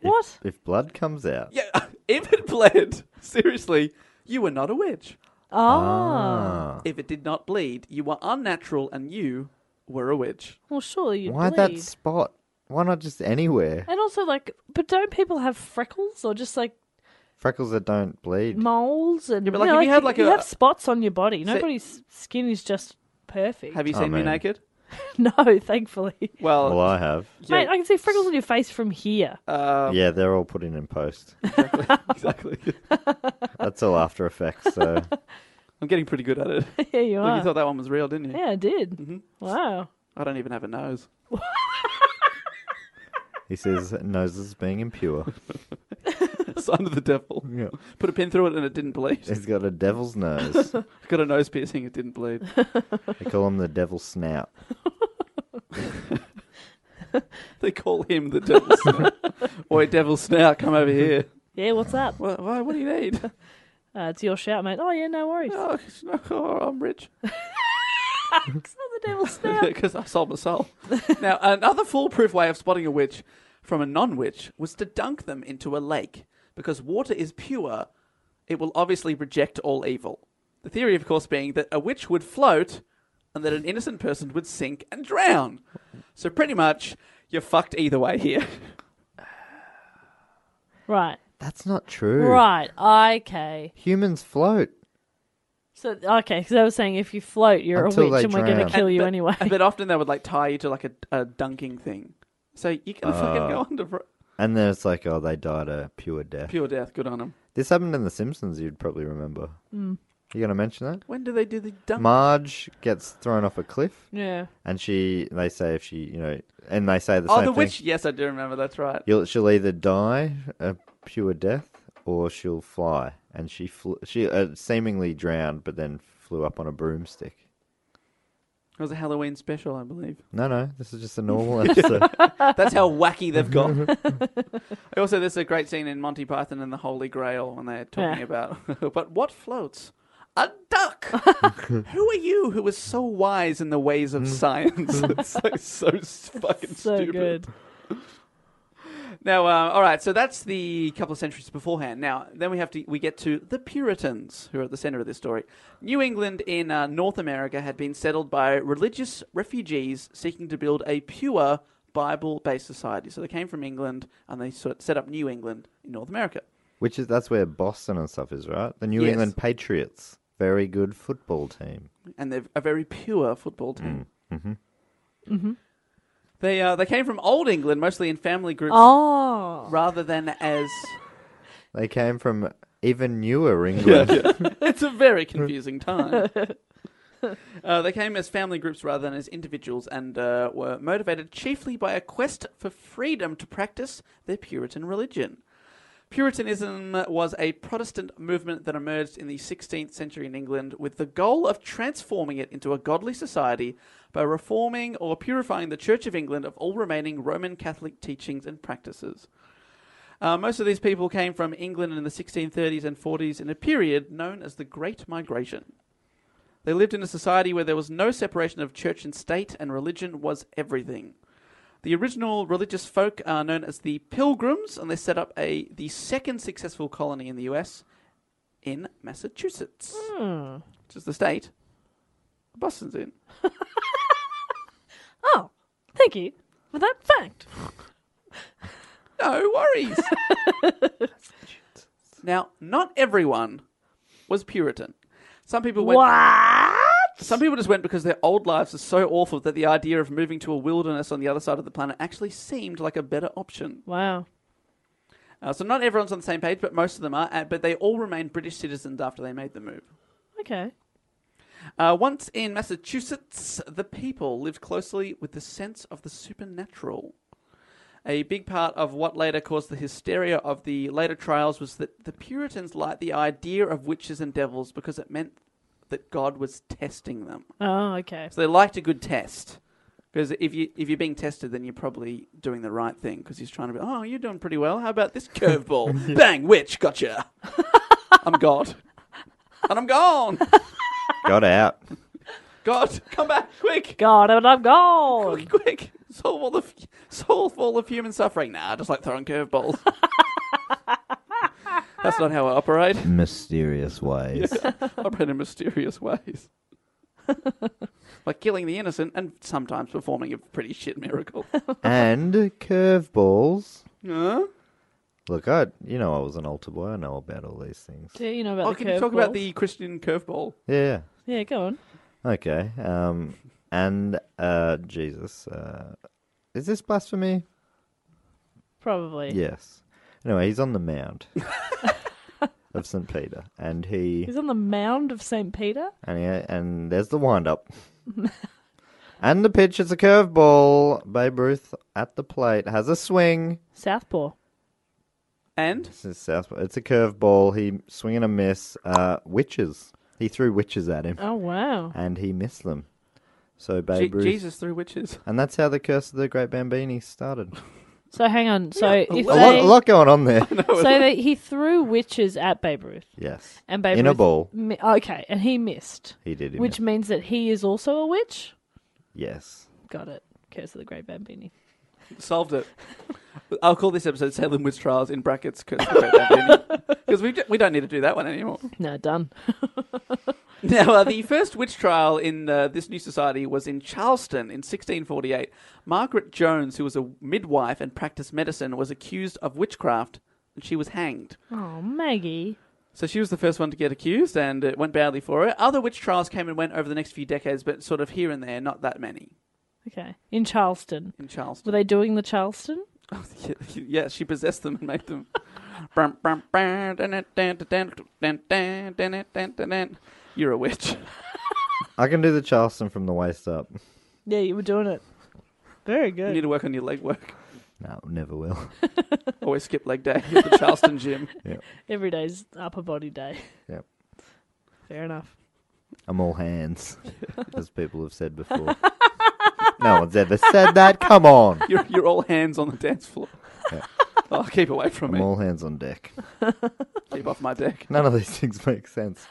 Speaker 6: What?
Speaker 7: If blood comes out,
Speaker 5: Yeah, if it bled, seriously, you were not a witch.
Speaker 6: Ah.
Speaker 5: If it did not bleed, you were unnatural and you were a witch.
Speaker 6: Well, surely you
Speaker 7: why
Speaker 6: bleed.
Speaker 7: that spot? Why not just anywhere?
Speaker 6: And also, like, but don't people have freckles or just like
Speaker 7: Freckles that don't bleed.
Speaker 6: moles and
Speaker 5: Yeah, but,
Speaker 6: you
Speaker 5: like,
Speaker 6: know,
Speaker 5: if you had, like,
Speaker 6: you
Speaker 5: a-
Speaker 6: have spots on your body. Nobody's skin is just perfect.
Speaker 5: Have you
Speaker 7: Oh,
Speaker 5: seen me
Speaker 7: man.
Speaker 5: naked?
Speaker 6: no, thankfully.
Speaker 7: Well, I have.
Speaker 5: Yeah.
Speaker 6: Mate, I can see freckles on your face from here.
Speaker 5: Um,
Speaker 7: yeah, they're all put in in post.
Speaker 5: exactly.
Speaker 7: That's all After Effects. So
Speaker 5: I'm getting pretty good at it. Look,
Speaker 6: Here you
Speaker 5: you
Speaker 6: are.
Speaker 5: thought Mm-hmm. that one was real, didn't you?
Speaker 6: Yeah, I did. Wow.
Speaker 5: I don't even have a nose.
Speaker 7: he says noses being impure.
Speaker 5: Sign of the devil.
Speaker 7: Yeah.
Speaker 5: Put a pin through it and it didn't bleed.
Speaker 7: He's got a devil's nose.
Speaker 5: Got a nose piercing, it didn't bleed.
Speaker 7: They call him the devil's snout.
Speaker 5: They call him the devil snout. Oi, devil snout, come over here.
Speaker 6: Yeah, what's up?
Speaker 5: What, what, what do you need?
Speaker 6: Uh, it's your shout, mate. Oh, yeah, no worries.
Speaker 5: oh, it's not- oh, I'm rich.
Speaker 6: It's not the devil's snout.
Speaker 5: Because I sold my soul. now, another foolproof way of spotting a witch from a non witch was to dunk them into a lake. Because water is pure, it will obviously reject all evil. The theory, of course, being that a witch would float and that an innocent person would sink and drown. So, pretty much, you're fucked either way here.
Speaker 6: right.
Speaker 7: That's not true.
Speaker 6: Right. Okay.
Speaker 7: Humans float.
Speaker 6: So, okay, because I was saying if you float, you're
Speaker 7: Until
Speaker 6: a witch
Speaker 7: they
Speaker 6: and we're going
Speaker 7: drown.
Speaker 6: to kill
Speaker 5: And-
Speaker 6: you
Speaker 5: but-
Speaker 6: anyway.
Speaker 5: But often they would like tie you to like a, a dunking thing. So, you're going to fucking go under for
Speaker 7: And then it's like, oh, they died a pure death.
Speaker 5: pure death. Good on them.
Speaker 7: This happened in The Simpsons, you'd probably remember.
Speaker 5: Hmm.
Speaker 7: You going to mention that?
Speaker 5: When do they do the dunk?
Speaker 7: Marge gets thrown off a cliff,
Speaker 6: yeah.
Speaker 7: and she, they say if she, you know, and they say the
Speaker 5: oh,
Speaker 7: same
Speaker 5: the
Speaker 7: thing.
Speaker 5: witch. Yes, I do remember. That's right.
Speaker 7: You'll, she'll either die a pure death, or she'll fly. And she flew, she uh, seemingly drowned, but then flew up on a broomstick.
Speaker 5: It was a Halloween special, I believe.
Speaker 7: No, no, this is just a normal episode.
Speaker 5: That's how wacky they've got. also, there's a great scene in Monty Python and the Holy Grail when they're talking
Speaker 6: Yeah.
Speaker 5: about, but what floats? a duck. who are you who is so wise in the ways of science? it's like so s- fucking
Speaker 6: So
Speaker 5: stupid.
Speaker 6: good.
Speaker 5: Now, uh, all right, so that's the couple of centuries beforehand. Now, then we have to we get to the Puritans, who are at the center of this story. New England in uh, North America had been settled by religious refugees seeking to build a pure Bible-based society. So they came from England and they sort of set up New England in North America.
Speaker 7: Which is that's where Boston and stuff is, right? The New
Speaker 5: Yes.
Speaker 7: England Patriots, very good football team.
Speaker 5: and they're a very pure football team. Mm-hmm. Mm-hmm. They uh, they came from old England, mostly in family groups,
Speaker 6: Oh.
Speaker 5: rather than as.
Speaker 7: They came from even newer England.
Speaker 5: it's a very confusing time. Uh, they came as family groups rather than as individuals, and uh, were motivated chiefly by a quest for freedom to practice their Puritan religion. Puritanism was a Protestant movement that emerged in the 16th century in England with the goal of transforming it into a godly society by reforming or purifying the Church of England of all remaining Roman Catholic teachings and practices. Uh, most of these people came from England in the 1630s and 40s in a period known as the Great Migration. They lived in a society where there was no separation of church and state, and religion was everything. The original religious folk are known as the Pilgrims, and they set up a the second successful colony in the U.S. in Massachusetts, which is the state Boston's in.
Speaker 6: Oh. Thank you for that fact.
Speaker 5: No worries. now, not everyone was Puritan. Some people went.
Speaker 6: What?
Speaker 5: Some people just went because their old lives are so awful that the idea of moving to a wilderness on the other side of the planet actually seemed like a better option.
Speaker 6: Wow.
Speaker 5: Uh, so not everyone's on the same page, but most of them are. Uh, but they all remained British citizens after they made the move.
Speaker 6: Okay.
Speaker 5: Uh, once in Massachusetts, the people lived closely with the sense of the supernatural. A big part of what later caused the hysteria of the later trials was that the Puritans liked the idea of witches and devils because it meant that God was testing them.
Speaker 6: Oh, okay.
Speaker 5: So they liked a good test. Because if you if you're being tested, then you're probably doing the right thing. Because he's trying to be, oh, you're doing pretty well. How about this curveball? Bang, witch, gotcha. I'm God, and I'm gone.
Speaker 7: Got out.
Speaker 5: God, come back quick,
Speaker 6: God, and I'm gone.
Speaker 5: quick, quick. Solve all the f- solve all of human suffering. Nah, I just like throwing curveballs. That's not how I operate.
Speaker 7: Mysterious ways.
Speaker 5: operate in mysterious ways. like killing the innocent and sometimes performing a pretty shit miracle.
Speaker 7: and curveballs.
Speaker 5: Huh?
Speaker 7: Look, I you know I was an altar boy. I know about all these things.
Speaker 6: Do you know about
Speaker 5: Oh,
Speaker 6: the
Speaker 5: can you talk about
Speaker 6: curveballs?
Speaker 5: the Christian curveball?
Speaker 7: Yeah.
Speaker 6: Yeah, go on.
Speaker 7: Okay. Um, and uh, Jesus, uh, is this blasphemy?
Speaker 6: Probably.
Speaker 7: Yes. Anyway, he's on the mound of St. Peter, and he
Speaker 6: He's on the mound of St. Peter.
Speaker 7: and he, and there's the wind up. and the pitch is a curveball. Babe Ruth at the plate has a swing.
Speaker 6: Southpaw.
Speaker 5: And
Speaker 7: This is South. It's a curveball. He swing and a miss. Uh, witches. He threw witches at him,
Speaker 6: Oh, wow.
Speaker 7: and he missed them. So
Speaker 5: Je-
Speaker 7: Babe Ruth,
Speaker 5: Jesus through witches.
Speaker 7: and that's how the curse of the Great Bambini started.
Speaker 6: So hang on. So
Speaker 5: Yeah,
Speaker 6: if
Speaker 7: a, lot,
Speaker 6: they,
Speaker 7: a lot going on there.
Speaker 6: so that he threw witches at Babe Ruth,
Speaker 7: Yes.
Speaker 6: and Babe
Speaker 7: In
Speaker 6: Ruth
Speaker 7: a ball.
Speaker 6: mi- oh, okay, and he missed,
Speaker 7: He did. He
Speaker 6: which
Speaker 7: missed.
Speaker 6: means that he is also a witch.
Speaker 7: Yes.
Speaker 6: Got it. Curse of the Great Bambini.
Speaker 5: Solved it. I'll call this episode Salem Witch Trials in brackets because we, d- we don't need to do that one anymore.
Speaker 6: No, done.
Speaker 5: Now, uh, the first witch trial in uh, this new society was in Charleston in 1648. Margaret Jones, who was a midwife and practiced medicine, was accused of witchcraft and she was hanged.
Speaker 6: Oh, Maggie.
Speaker 5: So she was the first one to get accused and it went badly for her. Other witch trials came and went over the next few decades, but sort of here and there, not that many
Speaker 6: Okay, in Charleston,
Speaker 5: in Charleston.
Speaker 6: were they doing the Charleston?
Speaker 5: yeah, she possessed them and made them. Brum, brum, brum, dun, dun, dun, dun, dun, dun, dun, dun, dun, dun, dun. You're a witch.
Speaker 7: I can do the Charleston from the waist up.
Speaker 6: Yeah, you were doing it. Very
Speaker 5: You
Speaker 6: good.
Speaker 5: need to work on your leg work.
Speaker 7: No, never will.
Speaker 5: Always skip leg day at the Charleston gym.
Speaker 6: Every day's upper body day.
Speaker 7: Yep.
Speaker 6: Fair enough.
Speaker 7: I'm all hands, as people have said before. no one's ever said that. Come on.
Speaker 5: You're, you're all hands on the dance floor.
Speaker 7: Yeah.
Speaker 5: Oh, keep away from
Speaker 7: I'm
Speaker 5: me.
Speaker 7: all hands on deck.
Speaker 5: Keep off my deck.
Speaker 7: None of these things make sense.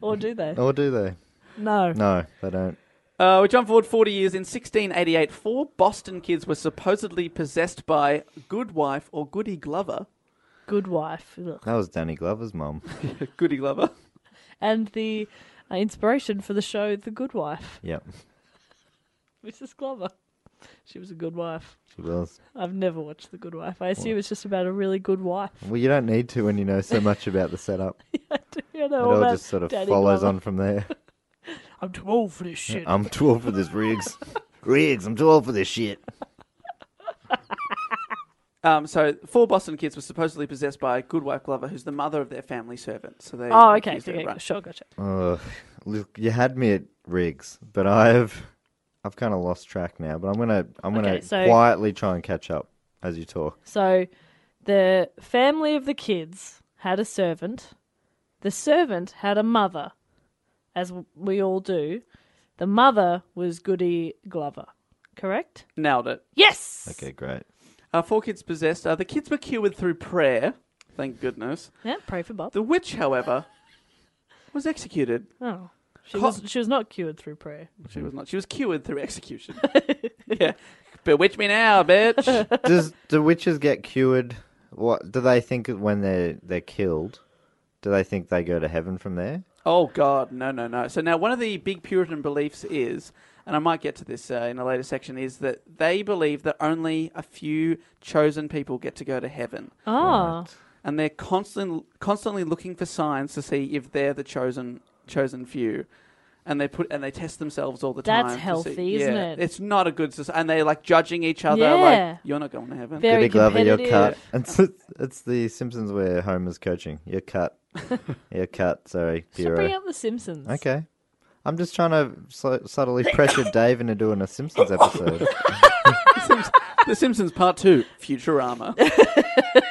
Speaker 6: Or do they?
Speaker 7: Or do they?
Speaker 6: No.
Speaker 7: No, they don't.
Speaker 5: Uh, we jump forward 40 years. In 1688, four Boston kids were supposedly possessed by Good Wife or Goody Glover.
Speaker 6: Good wife. Ugh.
Speaker 7: That was Danny Glover's mum.
Speaker 5: Goody Glover.
Speaker 6: And the uh, inspiration for the show The Good Wife,
Speaker 7: Yep,
Speaker 6: Mrs. Glover. She was a good wife.
Speaker 7: she was.
Speaker 6: I've never watched The Good Wife. I assume it's just about a really good wife.
Speaker 7: Well, you don't need to when you know so much about the setup. It
Speaker 6: I do- I know all
Speaker 7: all
Speaker 6: that
Speaker 7: just sort of
Speaker 6: Danny
Speaker 7: follows
Speaker 6: Glover.
Speaker 7: on from there.
Speaker 6: I'm too old for this shit.
Speaker 7: I'm too old for this, Riggs. Riggs, I'm too old for this shit.
Speaker 5: Um, so, four Boston kids were supposedly possessed by Good Wife Glover, who's the mother of their family servant. So they
Speaker 6: oh, okay.
Speaker 5: accused her,
Speaker 6: okay
Speaker 5: right.
Speaker 6: Sure, gotcha.
Speaker 7: Ugh. Look, you had me at Riggs, but I've I've kind of lost track now. But I'm gonna I'm gonna
Speaker 6: Okay, so-
Speaker 7: quietly try and catch up as you talk.
Speaker 6: So the family of the kids had a servant. The servant had a mother, as w- we all do. The mother was Goody Glover, correct?
Speaker 5: Nailed it.
Speaker 6: Yes.
Speaker 7: Okay, great.
Speaker 5: Uh, four kids possessed. Uh, the kids were cured through prayer. Thank goodness.
Speaker 6: Yeah, pray for Bob.
Speaker 5: The witch, however, was executed.
Speaker 6: Oh, she
Speaker 5: Co-
Speaker 6: was she was not cured through prayer.
Speaker 5: She was not. She was cured through execution. yeah. Bewitch me now, bitch.
Speaker 7: Does do witches get cured? What do they think when they're they're killed? Do they think they go to heaven from there?
Speaker 5: Oh God, no, no, no. So now one of the big Puritan beliefs is, and I might get to this uh, in a later section, is that they believe that only a few chosen people get to go to heaven,
Speaker 6: Ah,
Speaker 5: and they're constantly constantly looking for signs to see if they're the chosen chosen few. And they put and they test themselves all the time.
Speaker 6: That's
Speaker 5: to see-
Speaker 6: healthy, isn't
Speaker 5: yeah,
Speaker 6: it?
Speaker 5: It's not a good society, and they're like judging each other.
Speaker 6: Yeah.
Speaker 5: Like you're not going to heaven.
Speaker 6: very
Speaker 7: Goody Glover, you're
Speaker 6: competitive.
Speaker 7: cut. It's, it's the Simpsons where Homer's coaching. You're cut. you're cut. Sorry,
Speaker 6: Should bring
Speaker 7: Bureau.
Speaker 6: out the Simpsons.
Speaker 7: Okay. I'm just trying to sl- subtly pressure Dave into doing a Simpsons episode.
Speaker 5: the Simpsons Part Two, Futurama.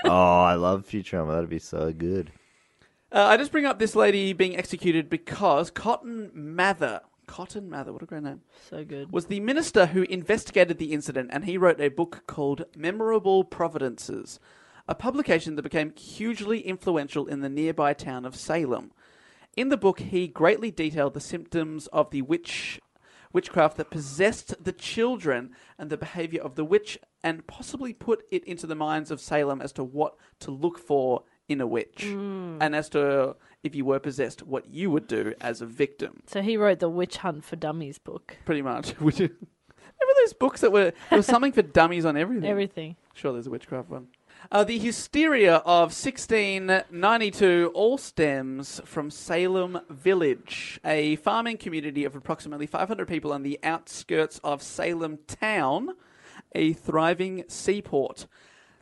Speaker 7: oh, I love Futurama. That'd be so good.
Speaker 5: Uh, I just bring up this lady being executed because Cotton Mather, Cotton Mather, what a great name,
Speaker 6: So good.
Speaker 5: was the minister who investigated the incident and he wrote a book called Memorable Providences, a publication that became hugely influential in the nearby town of Salem. In the book, he greatly detailed the symptoms of the witch witchcraft that possessed the children and the behavior of the witch and possibly put it into the minds of Salem as to what to look for in a witch
Speaker 6: Mm.
Speaker 5: and as to if you were possessed what you would do as a victim
Speaker 6: So he wrote the Witch Hunt for Dummies book.
Speaker 5: pretty much which is- remember those books that were there was something for dummies on
Speaker 7: Hmm.
Speaker 5: everything
Speaker 6: Everything.
Speaker 5: Sure, there's a witchcraft one. Uh, the hysteria of 1692 all stems from Salem Village, a farming community of approximately 500 people on the outskirts of Salem Town, a thriving seaport.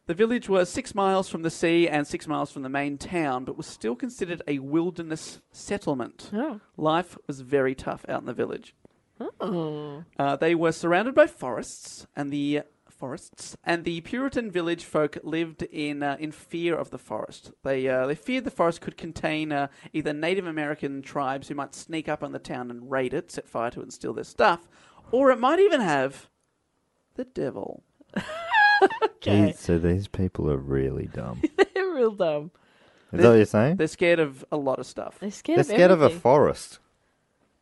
Speaker 5: The village was six miles from the sea and six miles from the main town, but was still considered a wilderness settlement.
Speaker 6: Oh.
Speaker 5: Life was very tough out in the village. Uh, they were surrounded by forests, and the forests and the Puritan village folk lived in uh, in fear of the forest. They uh, they feared the forest could contain uh, either Native American tribes who might sneak up on the town and raid it, set fire to it, and steal their stuff, or it might even have the devil.
Speaker 6: Okay.
Speaker 7: These- so these people are really dumb. Is
Speaker 6: They're real dumb.
Speaker 7: that what you're saying?
Speaker 5: They're scared of a lot of stuff.
Speaker 6: They're scared
Speaker 7: They're
Speaker 6: of
Speaker 7: scared of a
Speaker 6: everything.
Speaker 7: forest.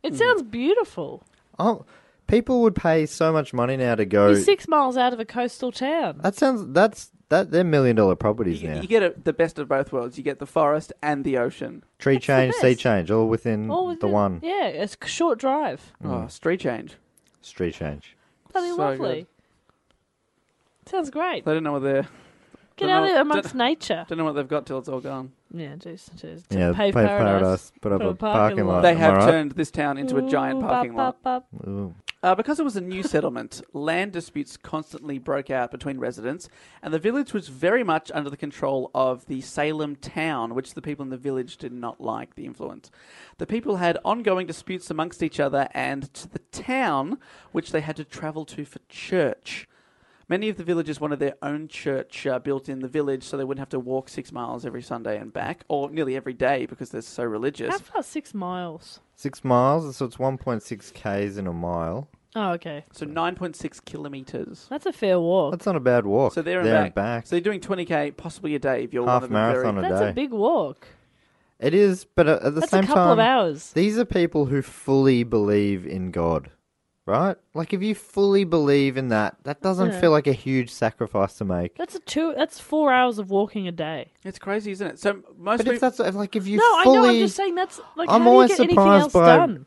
Speaker 6: it sounds beautiful.
Speaker 7: Oh, people would pay so much money now to go.
Speaker 6: You're six miles out of a coastal town.
Speaker 7: That sounds. That's that. They're million dollar properties
Speaker 5: You,
Speaker 7: now.
Speaker 5: you get a, the best of both worlds. You get the forest and the ocean.
Speaker 7: Tree
Speaker 6: That's the
Speaker 7: change, sea
Speaker 6: best.
Speaker 7: change, all within
Speaker 6: All
Speaker 7: the
Speaker 6: within-
Speaker 7: one
Speaker 6: Oh, Yeah, it's a short drive.
Speaker 7: Mm.
Speaker 5: Oh, street change.
Speaker 7: street change.
Speaker 6: Bloody
Speaker 5: So
Speaker 6: lovely. Sounds great.
Speaker 5: They don't know what they're
Speaker 6: Get
Speaker 5: don't
Speaker 6: out
Speaker 5: know-
Speaker 6: there amongst
Speaker 5: don't-
Speaker 6: nature.
Speaker 5: don't know what they've got till it's all gone.
Speaker 6: Yeah, jeez, jeez.
Speaker 7: Yeah,
Speaker 6: pave
Speaker 7: pave
Speaker 6: paradise.
Speaker 7: paradise, put up
Speaker 6: Put
Speaker 7: a parking lot.
Speaker 5: They
Speaker 7: Uh, Am I
Speaker 5: have
Speaker 7: right?
Speaker 5: turned this town into a giant
Speaker 6: Ooh,
Speaker 5: parking
Speaker 6: bop,
Speaker 5: lot.
Speaker 6: bop, bop.
Speaker 7: Ooh.
Speaker 5: Uh, because it was a new settlement, land disputes constantly broke out between residents, and the village was very much under the control of the Salem town, which the people in the village did not like the influence. The people had ongoing disputes amongst each other and to the town, which they had to travel to for church. Many of the villagers wanted their own church uh, built in the village so they wouldn't have to walk six miles every Sunday and back, or nearly every day because they're so religious.
Speaker 6: How far? Six miles.
Speaker 7: Six miles, so it's 1.6 k's in a mile.
Speaker 6: Oh, okay.
Speaker 5: So 9.6 kilometres.
Speaker 6: That's a fair walk.
Speaker 7: That's not a bad walk.
Speaker 5: So there and
Speaker 7: there
Speaker 5: back. So you're doing 20k possibly a day if you're one
Speaker 7: Half
Speaker 5: of the very-
Speaker 7: marathon a
Speaker 6: That's
Speaker 7: day.
Speaker 6: a big walk.
Speaker 7: It is, but at at the
Speaker 6: That's a
Speaker 7: same
Speaker 6: couple
Speaker 7: time,
Speaker 6: of hours.
Speaker 7: these are people who fully believe in God, right? Like, if you fully believe in that, that doesn't
Speaker 6: Yeah.
Speaker 7: feel like a huge sacrifice to make.
Speaker 6: That's a two. That's four hours of walking a day.
Speaker 5: It's crazy, isn't it? So most
Speaker 7: But
Speaker 5: people.
Speaker 7: if that's if, like if you
Speaker 6: no,
Speaker 7: fully
Speaker 6: I know. I'm just saying that's like.
Speaker 7: I'm
Speaker 6: how
Speaker 7: always
Speaker 6: do you get anything
Speaker 7: surprised
Speaker 6: else
Speaker 7: by-
Speaker 6: done?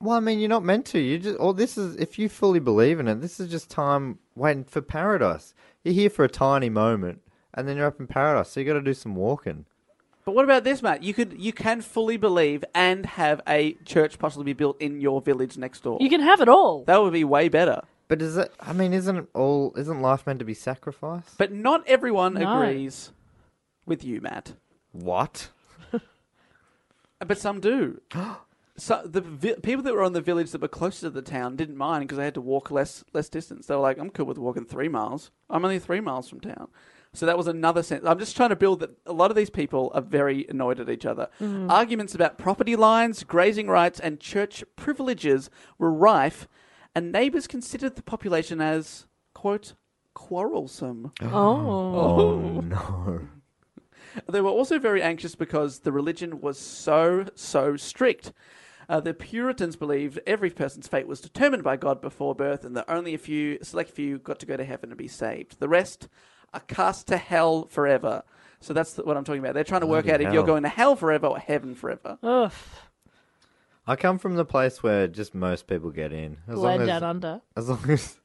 Speaker 7: Well, I mean, you're not meant to. You just, or this is, if you fully believe in it, this is just time waiting for paradise. You're here for a tiny moment, and then you're up in paradise. So you got to do some walking.
Speaker 5: But what about this, Matt? You could you can fully believe and have a church possibly be built in your village next door.
Speaker 6: You can have it all.
Speaker 5: that would be way better.
Speaker 7: But is it? I mean, isn't it all? Isn't life meant to be sacrifice?
Speaker 5: But not everyone
Speaker 6: No.
Speaker 5: agrees with you, Matt.
Speaker 7: What?
Speaker 5: But some do. So the vi- people that were on the village that were closer to the town didn't mind because they had to walk less less distance. They were like, "I'm cool with walking three miles. I'm only three miles from town." So that was another sense. I'm just trying to build that. A lot of these people are very annoyed at each other. Arguments about property lines, grazing rights, and church privileges were rife, and neighbours considered the population as quote quarrelsome.
Speaker 6: Oh.
Speaker 7: Oh no!
Speaker 5: They were also very anxious because the religion was so, so strict. Uh, the Puritans believed every person's fate was determined by God before birth, and that only a few, select few, got to go to heaven and be saved. The rest are cast to hell forever. So that's what I'm talking about. They're trying to work out
Speaker 7: Bloody
Speaker 5: if you're
Speaker 7: hell.
Speaker 5: going to hell forever or heaven forever.
Speaker 6: Ugh.
Speaker 7: I come from the place where just most people get in. As long
Speaker 6: Land
Speaker 7: as,
Speaker 6: down under.
Speaker 7: as long as.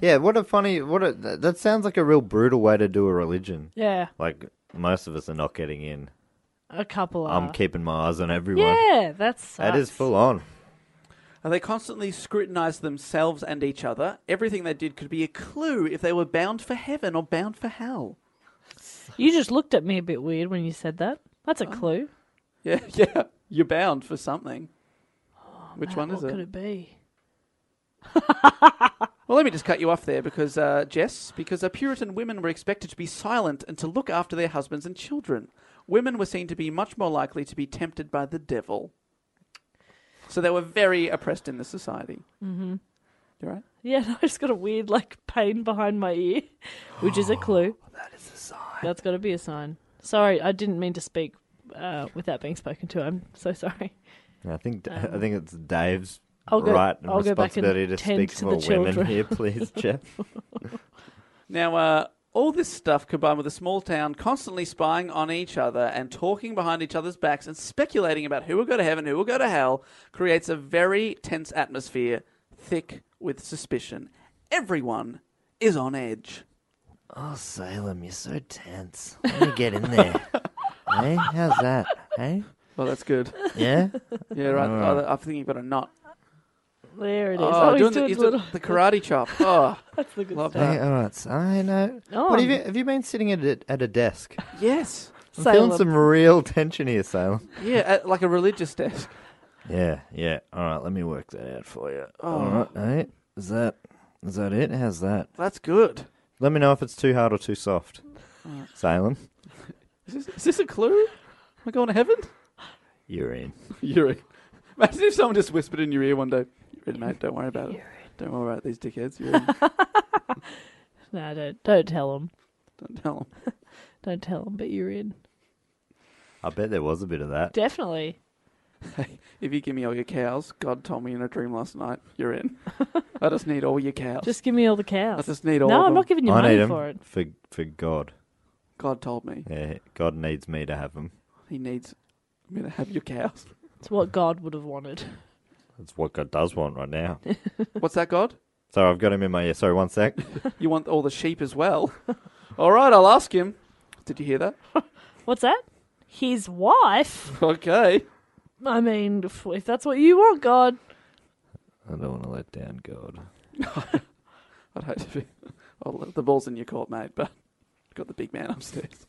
Speaker 7: Yeah, what a funny. What a that that sounds like a real brutal way to do a religion.
Speaker 6: Yeah.
Speaker 7: Like most of us are not getting in.
Speaker 6: A couple.
Speaker 7: I'm
Speaker 6: are.
Speaker 7: keeping my eyes on everyone.
Speaker 6: Yeah, that's
Speaker 7: That is full on.
Speaker 5: And they constantly scrutinized themselves and each other. Everything they did could be a clue if they were bound for heaven or bound for hell.
Speaker 6: You just looked at me a bit weird when you said that. That's
Speaker 5: Oh.
Speaker 6: a clue.
Speaker 5: Yeah, yeah. You're bound for something. Which one is
Speaker 6: Oh, what
Speaker 5: it?
Speaker 6: could it be?
Speaker 5: Well, let me just cut you off there because, uh, Jess, because uh, Puritan women were expected to be silent and to look after their husbands and children. Women were seen to be much more likely to be tempted by the devil. So they were very oppressed in the society. Mm-hmm. You right?
Speaker 6: Yeah, no, I just got a weird like pain behind my ear, which is a clue.
Speaker 5: Oh,
Speaker 6: that is a sign. That's got to be a sign. Sorry, I didn't mean to speak uh, without being spoken to. I'm so sorry.
Speaker 7: Yeah, I think I think it's Dave's
Speaker 6: Um, I'll go-
Speaker 7: right and
Speaker 6: I'll go back and
Speaker 7: responsibility to
Speaker 6: tend
Speaker 7: speak
Speaker 6: to
Speaker 7: for
Speaker 6: the
Speaker 7: women
Speaker 6: children.
Speaker 7: here, please, Jeff.
Speaker 5: Now, uh, all this stuff combined with a small town constantly spying on each other and talking behind each other's backs and speculating about who will go to heaven, who will go to hell, creates a very tense atmosphere thick with suspicion. Everyone is on edge.
Speaker 7: oh, Salem, you're so tense. Let me get in there. hey, how's that? Hey,
Speaker 5: Well, that's good.
Speaker 7: yeah.
Speaker 5: Yeah, right. Oh, I think you've got a knot.
Speaker 6: There it is.
Speaker 5: Oh,
Speaker 6: he's doing
Speaker 5: doing the, he's
Speaker 6: his
Speaker 5: doing
Speaker 6: little.
Speaker 5: the karate chop. Oh,
Speaker 6: That's the good
Speaker 5: love
Speaker 6: stuff.
Speaker 7: Hey,
Speaker 5: that.
Speaker 7: all right. So I know.
Speaker 6: Oh,
Speaker 7: What have you,
Speaker 6: I'm-
Speaker 7: have you been sitting at a, at a desk?
Speaker 5: Yes.
Speaker 7: I'm
Speaker 6: Salem.
Speaker 7: feeling some real tension here, Salem.
Speaker 5: Yeah, at, like a religious desk.
Speaker 7: Yeah, yeah. All right, let me work that out for you.
Speaker 6: Oh.
Speaker 7: All right, hey, is that is that it? How's that?
Speaker 5: That's good.
Speaker 7: Let me know if it's too hard or too soft, Salem.
Speaker 5: Is this, is this a clue? Am I going to heaven?
Speaker 7: You're in.
Speaker 5: You're in. Imagine if someone just whispered in your ear one day, You're in, mate. Don't worry about it. Don't worry about these dickheads. You're in.
Speaker 6: No, don't don't tell him.
Speaker 5: Don't tell them.
Speaker 6: Don't tell him. But you're in.
Speaker 7: I bet there was a bit of that.
Speaker 6: Definitely.
Speaker 5: Hey, if you give me all your cows, God told me in a dream last night, you're in. I just need all your cows.
Speaker 6: Just give me all the cows.
Speaker 5: I just need all
Speaker 6: no,
Speaker 5: of
Speaker 6: I'm
Speaker 5: them.
Speaker 6: not giving you
Speaker 7: I
Speaker 6: money
Speaker 7: need 'em
Speaker 6: for it.
Speaker 7: for for God.
Speaker 5: God told me
Speaker 7: Yeah, God needs me to have them.
Speaker 5: he needs me to have your cows.
Speaker 6: It's what God would have wanted.
Speaker 7: That's what God does want right now.
Speaker 5: What's that, God?
Speaker 7: Sorry, I've got him in my ear. Sorry, one sec.
Speaker 5: You want all the sheep as well? all right, I'll ask him. Did you hear that?
Speaker 6: What's that? His wife.
Speaker 5: Okay.
Speaker 6: I mean, if, if that's what you want, God.
Speaker 7: I don't want to let down God.
Speaker 5: I'd hate to be. Well, the ball's in your court, mate, but got the big man upstairs.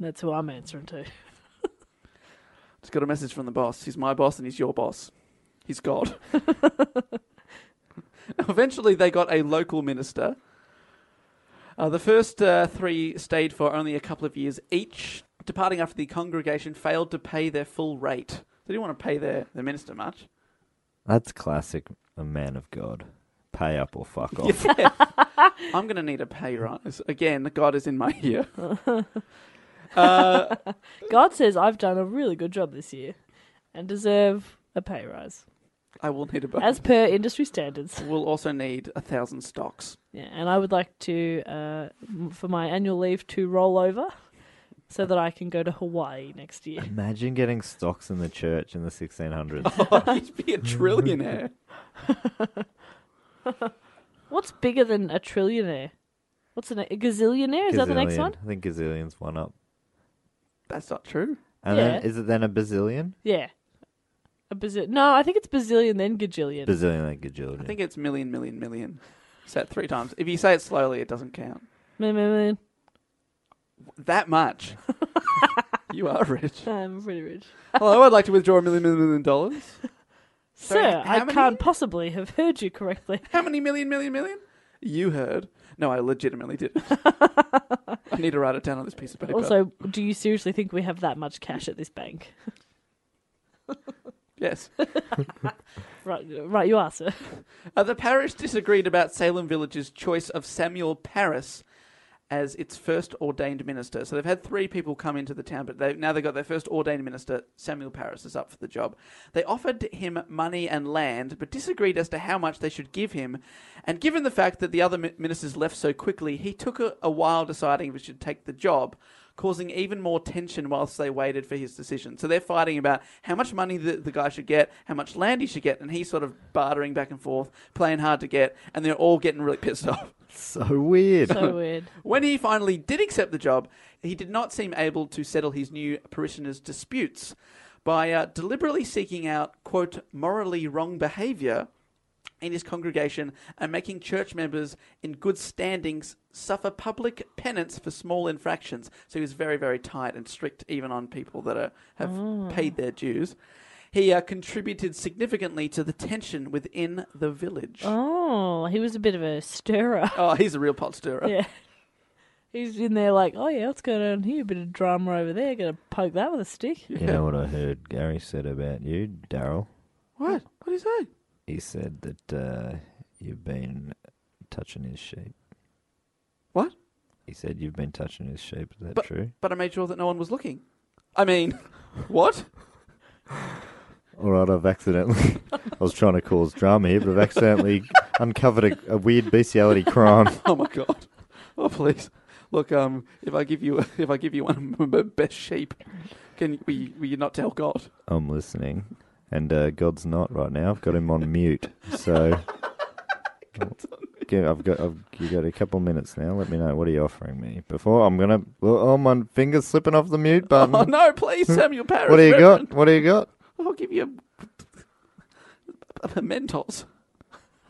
Speaker 6: That's who I'm answering to.
Speaker 5: Just got a message from the boss. He's my boss and he's your boss. He's God. Eventually, they got a local minister. Uh, the first uh, three stayed for only a couple of years each, departing after the congregation failed to pay their full rate. They didn't want to pay their, their minister much.
Speaker 7: That's classic. A man of God. Pay up or fuck off.
Speaker 5: I'm going to need a pay rise. Again, God is in my ear. Uh,
Speaker 6: God says I've done a really good job this year and deserve a pay rise
Speaker 5: I will need a bonus.
Speaker 6: as per industry standards.
Speaker 5: we'll also need a thousand stocks.
Speaker 6: Yeah, and I would like to, uh, m- for my annual leave, to roll over so that I can go to Hawaii next year.
Speaker 7: Imagine getting stocks in the church in the 1600s.
Speaker 6: Oh,
Speaker 5: He'd be a trillionaire.
Speaker 6: What's bigger than a trillionaire? What's an, a gazillionaire? Is that the next
Speaker 7: Gazillion.
Speaker 6: one?
Speaker 7: I think gazillion's one up.
Speaker 5: That's not true.
Speaker 7: And then
Speaker 6: Yeah.
Speaker 7: is it then a bazillion?
Speaker 6: Yeah. A bazillion. No, I think it's bazillion then gajillion.
Speaker 7: Bazillion like gajillion.
Speaker 5: I think it's million, million, million. Set three times. If you say it slowly, it doesn't count.
Speaker 6: Mm, mm, mm.
Speaker 5: That much. you are rich.
Speaker 6: I'm pretty rich.
Speaker 5: Hello, I'd like to withdraw a million, million, million dollars.
Speaker 6: Sir,
Speaker 5: how
Speaker 6: I
Speaker 5: many?
Speaker 6: can't possibly have heard you correctly.
Speaker 5: How many million, million, million? You heard. No, I legitimately didn't. I need to write it down on this piece of paper.
Speaker 6: Also, do you seriously think we have that much cash at this bank?
Speaker 5: yes.
Speaker 6: Right, right you are, sir.
Speaker 5: Uh, the parish disagreed about Salem Village's choice of Samuel Paris as its first ordained minister. So they've had three people come into the town, but they now they've got their first ordained minister. Samuel Paris is up for the job. They offered him money and land, but disagreed as to how much they should give him. And given the fact that the other mi- ministers left so quickly, he took a, a while deciding if he should take the job. Causing even more tension whilst they waited for his decision. So they're fighting about how much money the, the guy should get, how much land he should get, and he's sort of bartering back and forth, playing hard to get, and they're all getting really pissed off.
Speaker 7: so weird.
Speaker 6: So weird.
Speaker 5: When he finally did accept the job, he did not seem able to settle his new parishioners' disputes by uh, deliberately seeking out, quote, morally wrong behaviour in his congregation and making church members in good standings suffer public penance for small infractions. So he was very, very tight and strict, even on people that are, have paid their dues. He uh, contributed significantly to the tension within the village. Oh,
Speaker 6: Oh, he was a bit of a stirrer.
Speaker 5: he's a real pot stirrer.
Speaker 6: Yeah. He's in there like, oh yeah, what's going on here? bit of drama over there. Gonna poke that with a stick.
Speaker 7: You know what I heard Gary said about you, Daryl?
Speaker 5: What? What do you say?
Speaker 7: He said that uh, you've been touching his sheep.
Speaker 5: What?
Speaker 7: He said you've been touching his sheep. Is that
Speaker 5: But-
Speaker 7: true?
Speaker 5: but I made sure that no one was looking. I mean, what?
Speaker 7: All right, I've accidentally. I was trying to cause drama here, but I've accidentally uncovered a, a weird bestiality crime.
Speaker 5: Oh my god! Oh please, look. Um, if I give you, if I give you one of my best sheep, can will you, will you not tell God?
Speaker 7: I'm listening, and uh, God's not right now. I've got him on mute, so. Yeah, I've got. I've, you got a couple minutes now. Let me know what are you offering me before I'm gonna. well, Oh, my finger's slipping off the mute button.
Speaker 5: Oh no, please, Samuel Paris.
Speaker 7: Mm-hmm. what do you
Speaker 5: Reverend.
Speaker 7: got? What do you got?
Speaker 5: I'll give you a, a Mentos.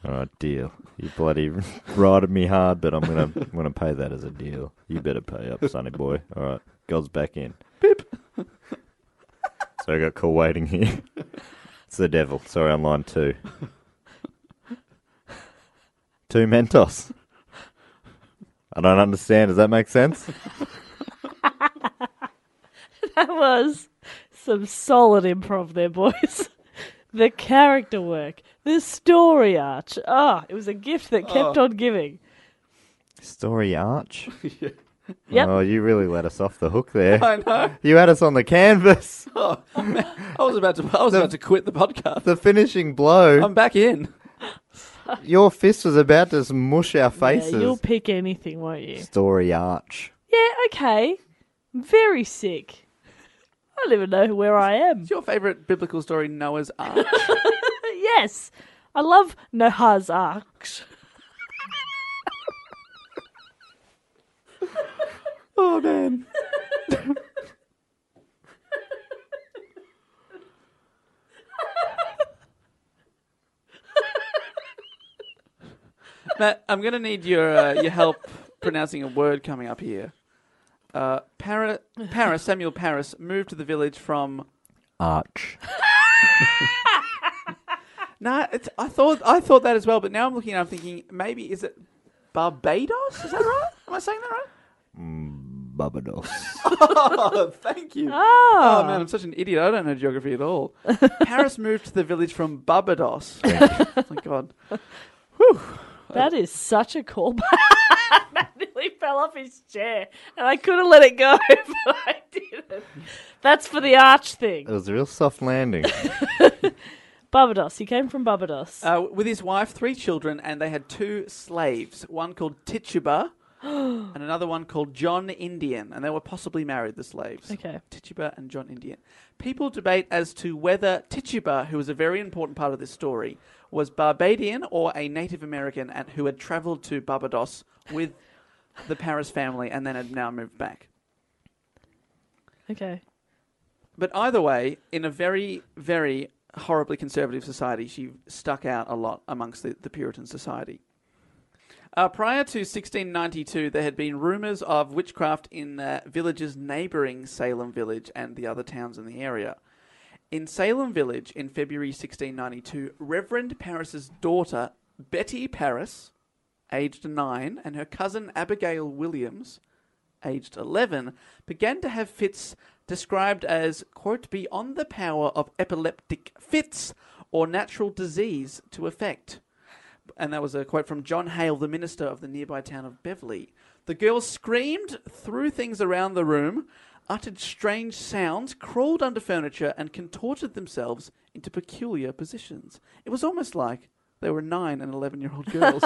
Speaker 7: Oh, deal. You bloody rided me hard, but I'm gonna I'm gonna pay that as a deal. You better pay up, sonny boy. All right, God's back in. Pip. so I got call waiting here. It's the devil. Sorry, I'm line two. Two Mentos. I don't understand. Does that make sense?
Speaker 6: That was some solid improv there, boys. the character work, the story arch. Ah, it was a gift that kept on giving.
Speaker 7: Story arch.
Speaker 6: Yep.
Speaker 7: Oh, you really let us off the hook there.
Speaker 5: I know.
Speaker 7: You had us on the canvas.
Speaker 5: I was about to, I was about to quit the podcast.
Speaker 7: The finishing blow.
Speaker 5: I'm back in.
Speaker 7: Your fist was about to mush our faces.
Speaker 6: Yeah, you'll pick anything, won't you?
Speaker 7: Story arch.
Speaker 6: Yeah, okay. Very sick. I don't even know where I am.
Speaker 5: Is your favourite biblical story Noah's Ark?
Speaker 6: Yes, I love Noah's Ark.
Speaker 5: oh man. Matt, I'm going to need your uh, your help pronouncing a word coming up here. Uh, Para, Paris, Samuel Paris, moved to the village from.
Speaker 7: Arch.
Speaker 5: No, it's, I thought I thought that as well, but now I'm looking and I'm thinking maybe is it Barbados? Is that right? Am I saying that right?
Speaker 7: Barbados.
Speaker 5: Oh, thank you. Oh. man, I'm such an idiot. I don't know geography at all. Paris moved to the village from Barbados. oh my god. Whew.
Speaker 6: That is such a callback. Matt nearly fell off his chair, and I could have let it go, but I didn't. That's for the arch
Speaker 7: It
Speaker 6: thing.
Speaker 7: was a real soft landing.
Speaker 6: Barbados. He came from Barbados.
Speaker 5: Uh, with his wife, three children, and they had two slaves, one called Tituba and another one called John Indian, and they were possibly married, the slaves.
Speaker 6: Okay.
Speaker 5: Tituba and John Indian. People debate as to whether Tituba, who was a very important part of this story, was Barbadian or a Native American and who had traveled to Barbados with the Paris family and then had now moved back.
Speaker 6: okay.
Speaker 5: But either way, in a very, very horribly conservative society, she stuck out a lot amongst the, the Puritan society. Uh, prior to 1692, there had been rumours of witchcraft in uh, villages neighbouring Salem Village and the other towns in the area. In Salem Village in February 1692, Reverend Paris's daughter, Betty Paris, aged nine, and her cousin Abigail Williams, aged 11, began to have fits described as, quote, beyond the power of epileptic fits or natural disease to affect. And that was a quote from John Hale, the minister of the nearby town of Beverley. The girl screamed, threw things around the room, uttered strange sounds, crawled under furniture, and contorted themselves into peculiar positions. It was almost like they were nine and 11 year old girls.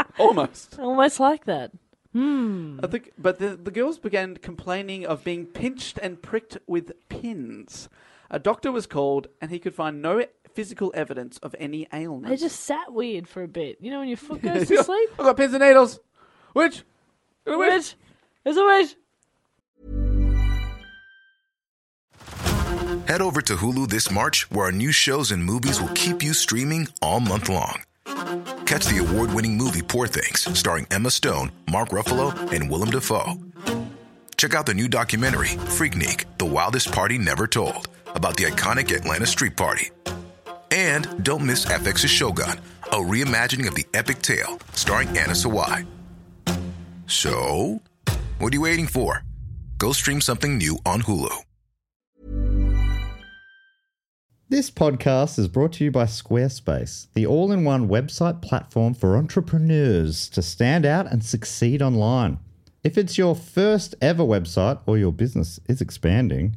Speaker 5: almost.
Speaker 6: Almost like that.
Speaker 5: I think, but the, the girls began complaining of being pinched and pricked with pins. A doctor was called, and he could find no physical evidence of any ailment.
Speaker 6: They just sat weird for a bit. You know when your foot goes to sleep?
Speaker 5: I've got pins and needles. Which? Which?
Speaker 6: Witch. There's a witch.
Speaker 2: Head over to Hulu this March, where our new shows and movies will keep you streaming all month long. Catch the award winning movie Poor Things, starring Emma Stone, Mark Ruffalo, and Willem Dafoe. Check out the new documentary, Freaknik The Wildest Party Never Told, about the iconic Atlanta Street Party. And don't miss FX's Shogun, a reimagining of the epic tale, starring Anna Sawai. So, what are you waiting for? Go stream something new on Hulu.
Speaker 1: This podcast is brought to you by Squarespace, the all in one website platform for entrepreneurs to stand out and succeed online. If it's your first ever website or your business is expanding,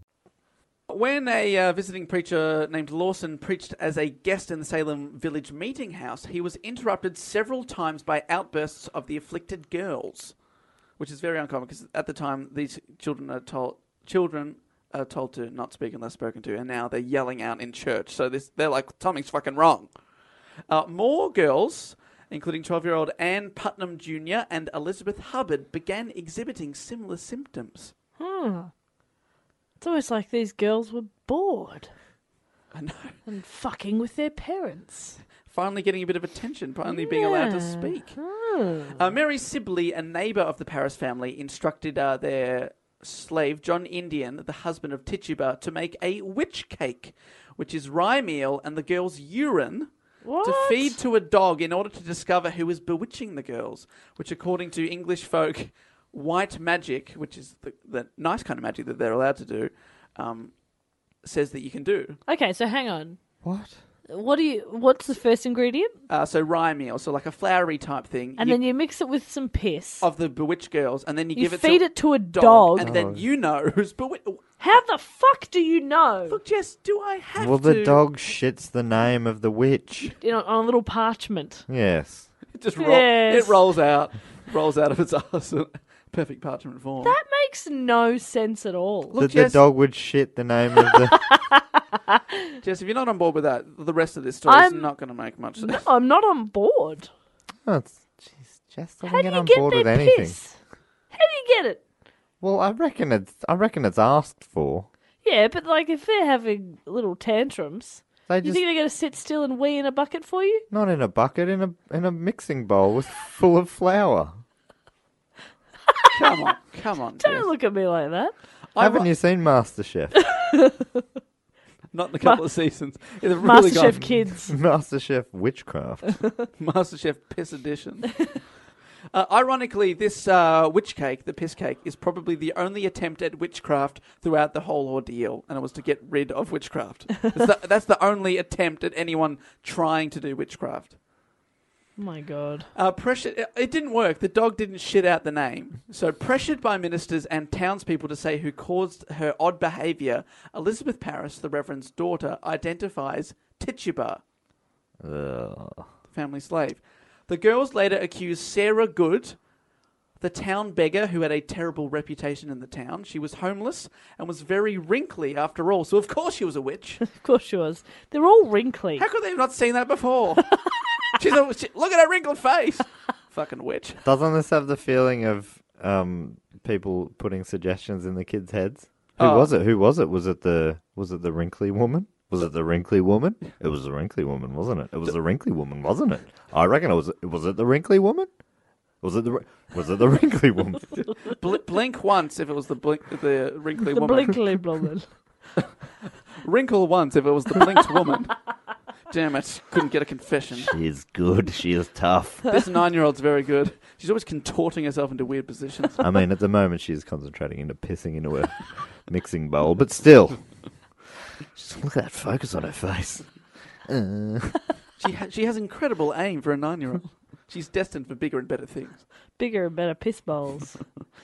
Speaker 5: When a uh, visiting preacher named Lawson preached as a guest in the Salem Village meeting house, he was interrupted several times by outbursts of the afflicted girls, which is very uncommon because at the time these children are told children are told to not speak unless spoken to, and now they're yelling out in church. So this they're like something's fucking wrong. Uh, more girls, including 12 year old Anne Putnam Jr. and Elizabeth Hubbard, began exhibiting similar symptoms.
Speaker 6: It's almost like these girls were bored
Speaker 5: I know.
Speaker 6: and fucking with their parents.
Speaker 5: finally getting a bit of attention, finally being allowed to
Speaker 6: Yeah. Hmm.
Speaker 5: speak. Uh, Mary Sibley, a neighbour of the Paris family, instructed uh, their slave, John Indian, the husband of Tituba, to make a witch cake, which is rye meal and the girl's urine to
Speaker 6: What?
Speaker 5: feed to a dog in order to discover who is bewitching the girls, which, according to English folk, white magic, which is the, the nice kind of magic that they're allowed to do, um, says that you can do.
Speaker 6: Okay, so hang on.
Speaker 7: What?
Speaker 6: What do you? What's the first ingredient?
Speaker 5: Uh, so rye meal, so like a floury type thing.
Speaker 6: And
Speaker 5: you-
Speaker 6: then you mix it with some piss.
Speaker 5: of the bewitched girls, and then you,
Speaker 6: You
Speaker 5: give it
Speaker 6: feed
Speaker 5: to
Speaker 6: it to a dog.
Speaker 5: and
Speaker 7: Oh.
Speaker 5: then you know who's bewitched.
Speaker 6: How the fuck do you know?
Speaker 5: Look, Jess, do I have
Speaker 7: Well,
Speaker 5: to?
Speaker 7: the dog shits the name of the witch.
Speaker 6: You know, on a little parchment.
Speaker 7: Yes.
Speaker 5: It just roll,
Speaker 6: Yes.
Speaker 5: it rolls out, rolls out of its ass. in Perfect parchment form.
Speaker 6: That makes no sense at all.
Speaker 5: Look,
Speaker 7: that the
Speaker 5: Jess-
Speaker 7: dog would shit the name of the.
Speaker 5: Jess, if you're not on board with that, the rest of this story is
Speaker 6: I'm-
Speaker 5: not going to make much sense.
Speaker 6: No, I'm not on board.
Speaker 7: Oh, it's- jeez, Jess doesn't
Speaker 6: How do
Speaker 7: get
Speaker 6: you
Speaker 7: on
Speaker 6: get
Speaker 7: board
Speaker 6: their
Speaker 7: with anything.
Speaker 6: piss? How do you get it?
Speaker 7: Well, I reckon it's. I reckon it's asked for.
Speaker 6: Yeah, but like if they're having little tantrums,
Speaker 7: They
Speaker 6: you
Speaker 7: just
Speaker 6: think they're going to sit still and wee in a bucket for you?
Speaker 7: not in a bucket, in a in a mixing bowl with full of flour.
Speaker 5: come on, come on.
Speaker 6: Don't
Speaker 5: Jess.
Speaker 6: look at me like that.
Speaker 7: Haven't you seen MasterChef?
Speaker 5: Not in a couple of seasons. It really
Speaker 6: MasterChef
Speaker 5: got-
Speaker 6: Kids.
Speaker 7: MasterChef Witchcraft.
Speaker 5: MasterChef Piss Edition. Uh, ironically, this uh, witch cake, the piss cake, is probably the only attempt at witchcraft throughout the whole ordeal, and it was to get rid of witchcraft. It's the, that's the only attempt at anyone trying to do witchcraft.
Speaker 6: my god.
Speaker 5: Uh, pressure. it- It didn't work. The dog didn't shit out the name. So pressured by ministers and townspeople to say who caused her odd behaviour, Elizabeth Paris, the Reverend's daughter, identifies Tituba,
Speaker 7: Ugh.
Speaker 5: the family slave. The girls later accuse Sarah Good, the town beggar who had a terrible reputation in the town. She was homeless and was very wrinkly after all. So of course she was a witch.
Speaker 6: Of course she was. They're all wrinkly.
Speaker 5: How could they have not seen that before? She's a, she, look at her wrinkled face. Fucking witch.
Speaker 7: Doesn't this have the feeling of um, people putting suggestions in the kids' heads? Who
Speaker 5: Oh.
Speaker 7: was it? Who was it? Was it the was it the wrinkly woman? Was it the wrinkly woman? It was the wrinkly woman, wasn't it? It was the wrinkly woman, wasn't it? I reckon it was. Was it the wrinkly woman? Was it the wri- was it the wrinkly woman?
Speaker 5: Bl- blink once if it was the blink, the wrinkly
Speaker 6: the
Speaker 5: woman.
Speaker 6: blinkly blobblin.
Speaker 5: Wrinkle once if it was the blinked woman. Damn it! Couldn't get a confession.
Speaker 7: she is good. She is tough.
Speaker 5: This nine-year-old's very good. She's always contorting herself into weird positions.
Speaker 7: I mean, at the moment, she is concentrating into pissing into a mixing bowl, but still, just look at that focus on her face. Uh.
Speaker 5: She ha- she has incredible aim for a nine-year-old. She's destined for bigger and better things.
Speaker 6: Bigger and better piss bowls.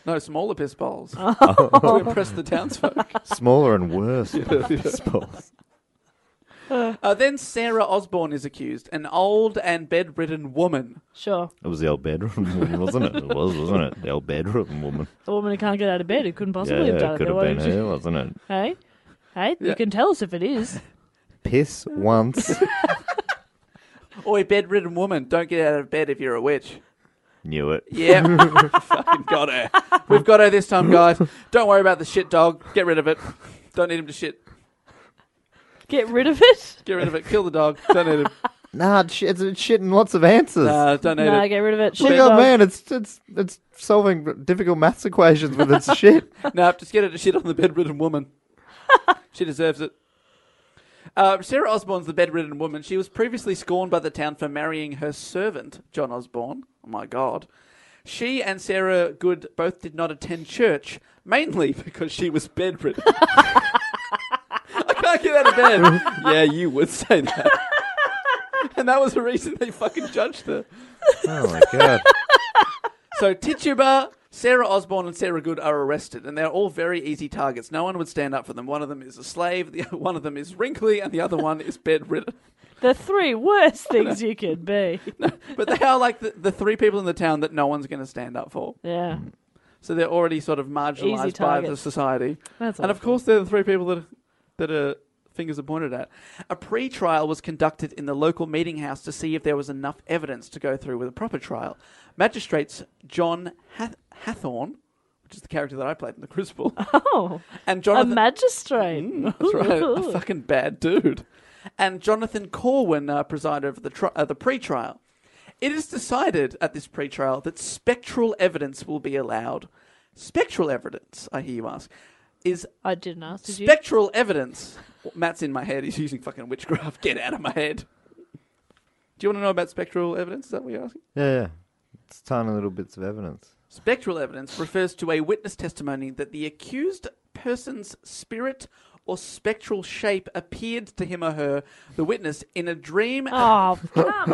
Speaker 5: No, smaller piss bowls to impress the townsfolk.
Speaker 7: smaller and worse. piss balls.
Speaker 5: Uh, then Sarah Osborne is accused, an old and bedridden woman.
Speaker 6: Sure.
Speaker 7: It was the old bedroom woman, wasn't it? It was, wasn't it? The old bedroom woman.
Speaker 6: The woman who can't get out of bed who couldn't possibly
Speaker 7: yeah,
Speaker 6: have done
Speaker 7: it
Speaker 6: it. then
Speaker 7: could have
Speaker 6: why
Speaker 7: been
Speaker 6: didn't
Speaker 7: her, wasn't it?
Speaker 6: she- Hey? Hey?
Speaker 5: Yeah.
Speaker 6: You can tell us if it is.
Speaker 7: Piss once.
Speaker 5: Oi, bedridden woman, don't get out of bed if you're a witch.
Speaker 7: Knew it.
Speaker 5: Yeah, fucking got her. We've got her this time, guys. Don't worry about the shit dog. Get rid of it. Don't need him to shit.
Speaker 6: Get rid of it?
Speaker 5: Get rid of it. Kill the dog. Don't need him.
Speaker 7: Nah, it's, it's shitting lots of answers.
Speaker 5: Nah, don't need
Speaker 6: No,
Speaker 5: it.
Speaker 6: get rid of it. Shit
Speaker 7: Look at
Speaker 6: dog.
Speaker 7: man, it's it's it's solving difficult maths equations with its shit.
Speaker 5: Nah, just get her to shit on the bedridden woman. she deserves it. Uh, Sarah Osborne's the bedridden woman. She was previously scorned by the town for marrying her servant, John Osborne. Oh my god. She and Sarah Good both did not attend church, mainly because she was bedridden. I can't get out of bed. yeah, you would say that. and that was the reason they fucking judged her.
Speaker 7: Oh my god.
Speaker 5: So Tituba, Sarah Osborne, and Sarah Good are arrested, and they're all very easy targets. No one would stand up for them. One of them is a slave, the one of them is wrinkly, and the other one is bedridden.
Speaker 6: The three worst things you could be.
Speaker 5: But they are like the, the three people in the town that no one's going to stand up for.
Speaker 6: Yeah.
Speaker 5: So they're already sort of marginalised by the
Speaker 6: targets.
Speaker 5: society.
Speaker 6: That's
Speaker 5: and of
Speaker 6: awful.
Speaker 5: course, they're the three people that that are fingers are pointed at. A pre-trial was conducted in the local meeting house to see if there was enough evidence to go through with a proper trial. Magistrates John Hath- Hathorne, which is the character that I played in the Crucible,
Speaker 8: Hmm.
Speaker 6: Oh,
Speaker 5: and
Speaker 6: a
Speaker 5: Jonathan.
Speaker 6: magistrate.
Speaker 5: Mm, that's right, a fucking bad dude. And Jonathan Corwin uh, presided over the tri- uh, the pre-trial. It is decided at this pre-trial that spectral evidence will be allowed. Spectral evidence, I hear you ask, is
Speaker 6: I didn't ask. Did you?
Speaker 5: spectral evidence. Matt's in my head. He's using fucking witchcraft. Get out of my head. Do you want to know about spectral evidence? Is that what you're asking?
Speaker 7: Yeah, yeah. It's tiny little bits of evidence.
Speaker 5: Spectral evidence refers to a witness testimony that the accused person's spirit or spectral shape appeared to him or her, the witness, in a dream
Speaker 6: Oh, come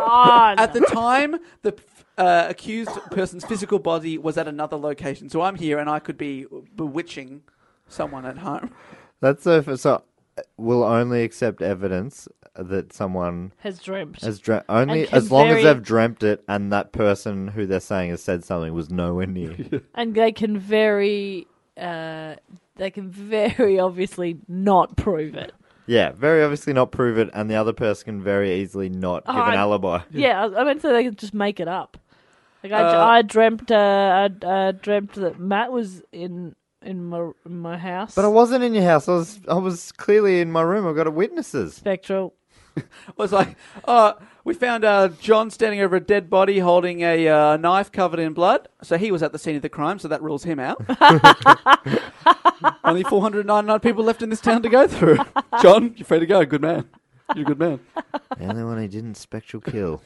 Speaker 6: on.
Speaker 5: At the time, the uh, accused person's physical body was at another location. So I'm here and I could be bewitching someone at home.
Speaker 7: That's so. f- So uh, we'll only accept evidence that someone
Speaker 6: Has dreamt.
Speaker 7: has dreamt only
Speaker 6: And can
Speaker 7: as long
Speaker 6: vary-
Speaker 7: as they've dreamt it, and that person who they're saying has said something was nowhere near.
Speaker 6: and they can very, uh, they can very obviously not prove it.
Speaker 7: yeah, very obviously not prove it, and the other person can very easily not give an
Speaker 6: Oh, I-
Speaker 7: alibi.
Speaker 6: Yeah, I, I meant to say they could just make it up. Like I,
Speaker 5: Uh,
Speaker 6: I dreamt, uh, I, I dreamt that Matt was in in my in my house.
Speaker 7: But I wasn't in your house. I was I was clearly in my room. I've got witnesses.
Speaker 6: spectral.
Speaker 5: I was like, oh, we found uh, John standing over a dead body holding a uh, knife covered in blood. So he was at the scene of the crime, so that rules him out. Only 499 people left in this town to go through. John, you're free to go. Good man. You're a good man.
Speaker 7: the only one who didn't spectral kill.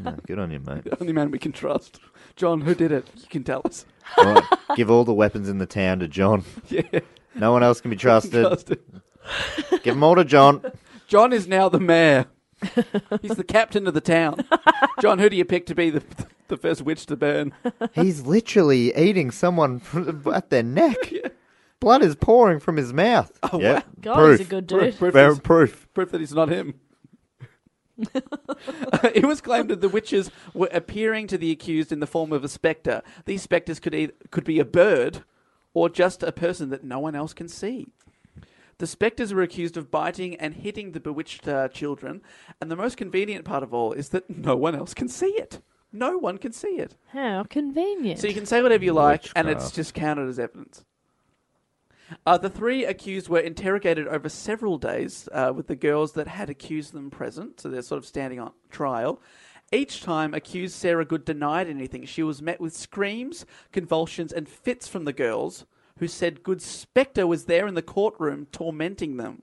Speaker 7: No, good on you, mate.
Speaker 5: Only man we can trust. John, who did it? You can tell us.
Speaker 7: All right, give all the weapons in the town to John.
Speaker 5: Yeah.
Speaker 7: No one else can be trusted.
Speaker 5: Trust it.
Speaker 7: Give them all to John.
Speaker 5: John is now the mayor. He's the captain of the town. John, who do you pick to be the the first witch to burn?
Speaker 7: He's literally eating someone at their neck. Blood is pouring from his mouth. Oh, yeah.
Speaker 6: God,
Speaker 7: proof.
Speaker 6: he's a good dude.
Speaker 5: Proof, proof,
Speaker 7: Very
Speaker 5: is-
Speaker 7: proof.
Speaker 5: proof that he's not him. it was claimed that the witches were appearing to the accused in the form of a spectre. These spectres could either, could be a bird or just a person that no one else can see. The spectres were accused of biting and hitting the bewitched uh, children, and the most convenient part of all is that no one else can see it. No one can see it.
Speaker 6: How convenient.
Speaker 5: So you can say whatever you like, and it's
Speaker 7: Witchcraft.
Speaker 5: just counted as evidence. Uh, the three accused were interrogated over several days uh, with the girls that had accused them present, so they're sort of standing on trial. Each time, accused Sarah Good denied anything. She was met with screams, convulsions, and fits from the girls, who said Good's spectre was there in the courtroom tormenting them.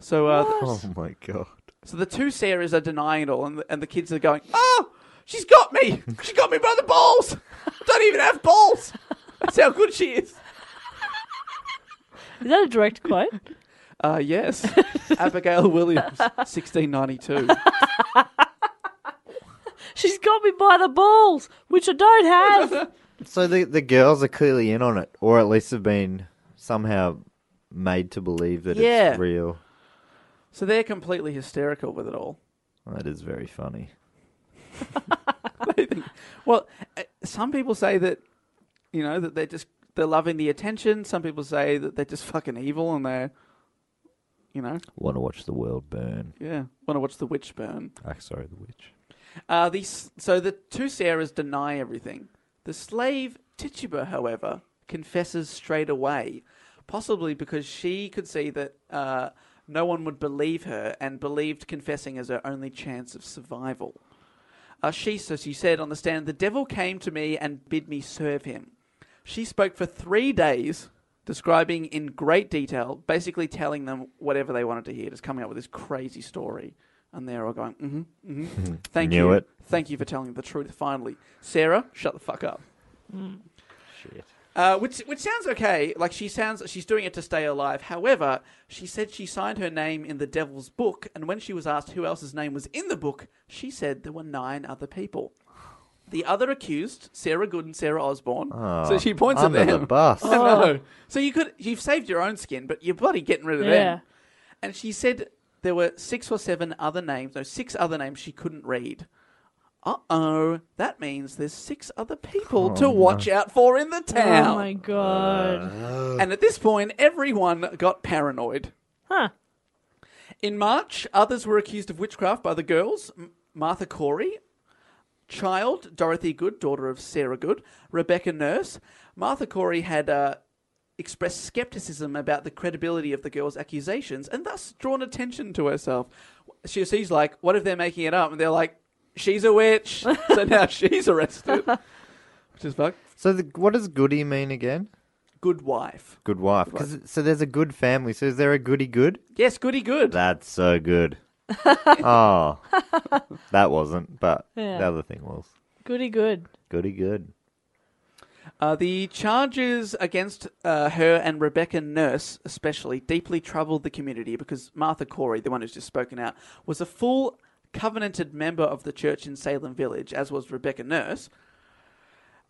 Speaker 5: So, uh,
Speaker 7: Oh, my God.
Speaker 5: so the two Sarahs are denying it all, and the, and the kids are going, "Oh, she's got me! She got me by the balls! I don't even have balls! That's how good she is."
Speaker 6: Is that a direct quote?
Speaker 5: Uh, yes, Abigail Williams, sixteen ninety-two.
Speaker 6: She's got me by the balls, which I don't have.
Speaker 7: So the, the girls are clearly in on it, or at least have been somehow made to believe that
Speaker 5: Yeah.
Speaker 7: it's real.
Speaker 5: So they're completely hysterical with it all.
Speaker 7: That is very funny.
Speaker 5: They think- well, uh, some people say that, you know, that they're just they're loving the attention. Some people say that they're just fucking evil and they're, you know,
Speaker 7: Want to watch the world burn.
Speaker 5: yeah, want to watch the witch burn.
Speaker 7: Ah, sorry, the witch.
Speaker 5: Uh, the, s- so the two Sarahs deny everything. The slave Tituba, however, confesses straight away, possibly because she could see that uh, no one would believe her and believed confessing as her only chance of survival. Uh, she, so she said on the stand, the devil came to me and bid me serve him. She spoke for three days, describing in great detail, basically telling them whatever they wanted to hear, just coming up with this crazy story. And they're all going, mm hmm, mm-hmm. Thank
Speaker 7: Knew
Speaker 5: you.
Speaker 7: it.
Speaker 5: Thank you for telling the truth finally. Sarah, shut the fuck up. Uh, which which sounds okay. Like she sounds she's doing it to stay alive. However, she said she signed her name in the devil's book, and when she was asked who else's name was in the book, she said there were nine other people. The other accused, Sarah Good and Sarah Osborne. so she points at
Speaker 7: Under
Speaker 5: them. Oh.
Speaker 7: the bus.
Speaker 5: I know. So you could you've saved your own skin, but you're bloody getting rid of
Speaker 6: Yeah.
Speaker 5: them. And she said there were six or seven other names, no, six other names she couldn't read. Uh oh, that means there's six other people to watch out for in the town.
Speaker 6: Oh my
Speaker 7: Uh.
Speaker 6: god.
Speaker 5: And at this point, everyone got paranoid.
Speaker 6: Huh.
Speaker 5: In March, others were accused of witchcraft by the girls M- Martha Corey, child Dorothy Good, daughter of Sarah Good, Rebecca Nurse. Martha Corey had uh, expressed skepticism about the credibility of the girls' accusations and thus drawn attention to herself. She, she's like, What if they're making it up? And they're like, She's a witch. so now she's arrested. Which is fucked.
Speaker 7: So the, what does goody mean again?
Speaker 5: Good wife.
Speaker 7: Good wife. 'Cause- so there's a good family. So is there a goody good?
Speaker 5: Yes, goody good.
Speaker 7: That's so good. oh, that wasn't, but
Speaker 6: Yeah.
Speaker 7: the other thing was.
Speaker 6: Goody good.
Speaker 7: Goody good.
Speaker 5: Uh, the charges against uh, her and Rebecca Nurse, especially, deeply troubled the community because Martha Corey, the one who's just spoken out, was a full covenanted member of the church in Salem Village, as was Rebecca Nurse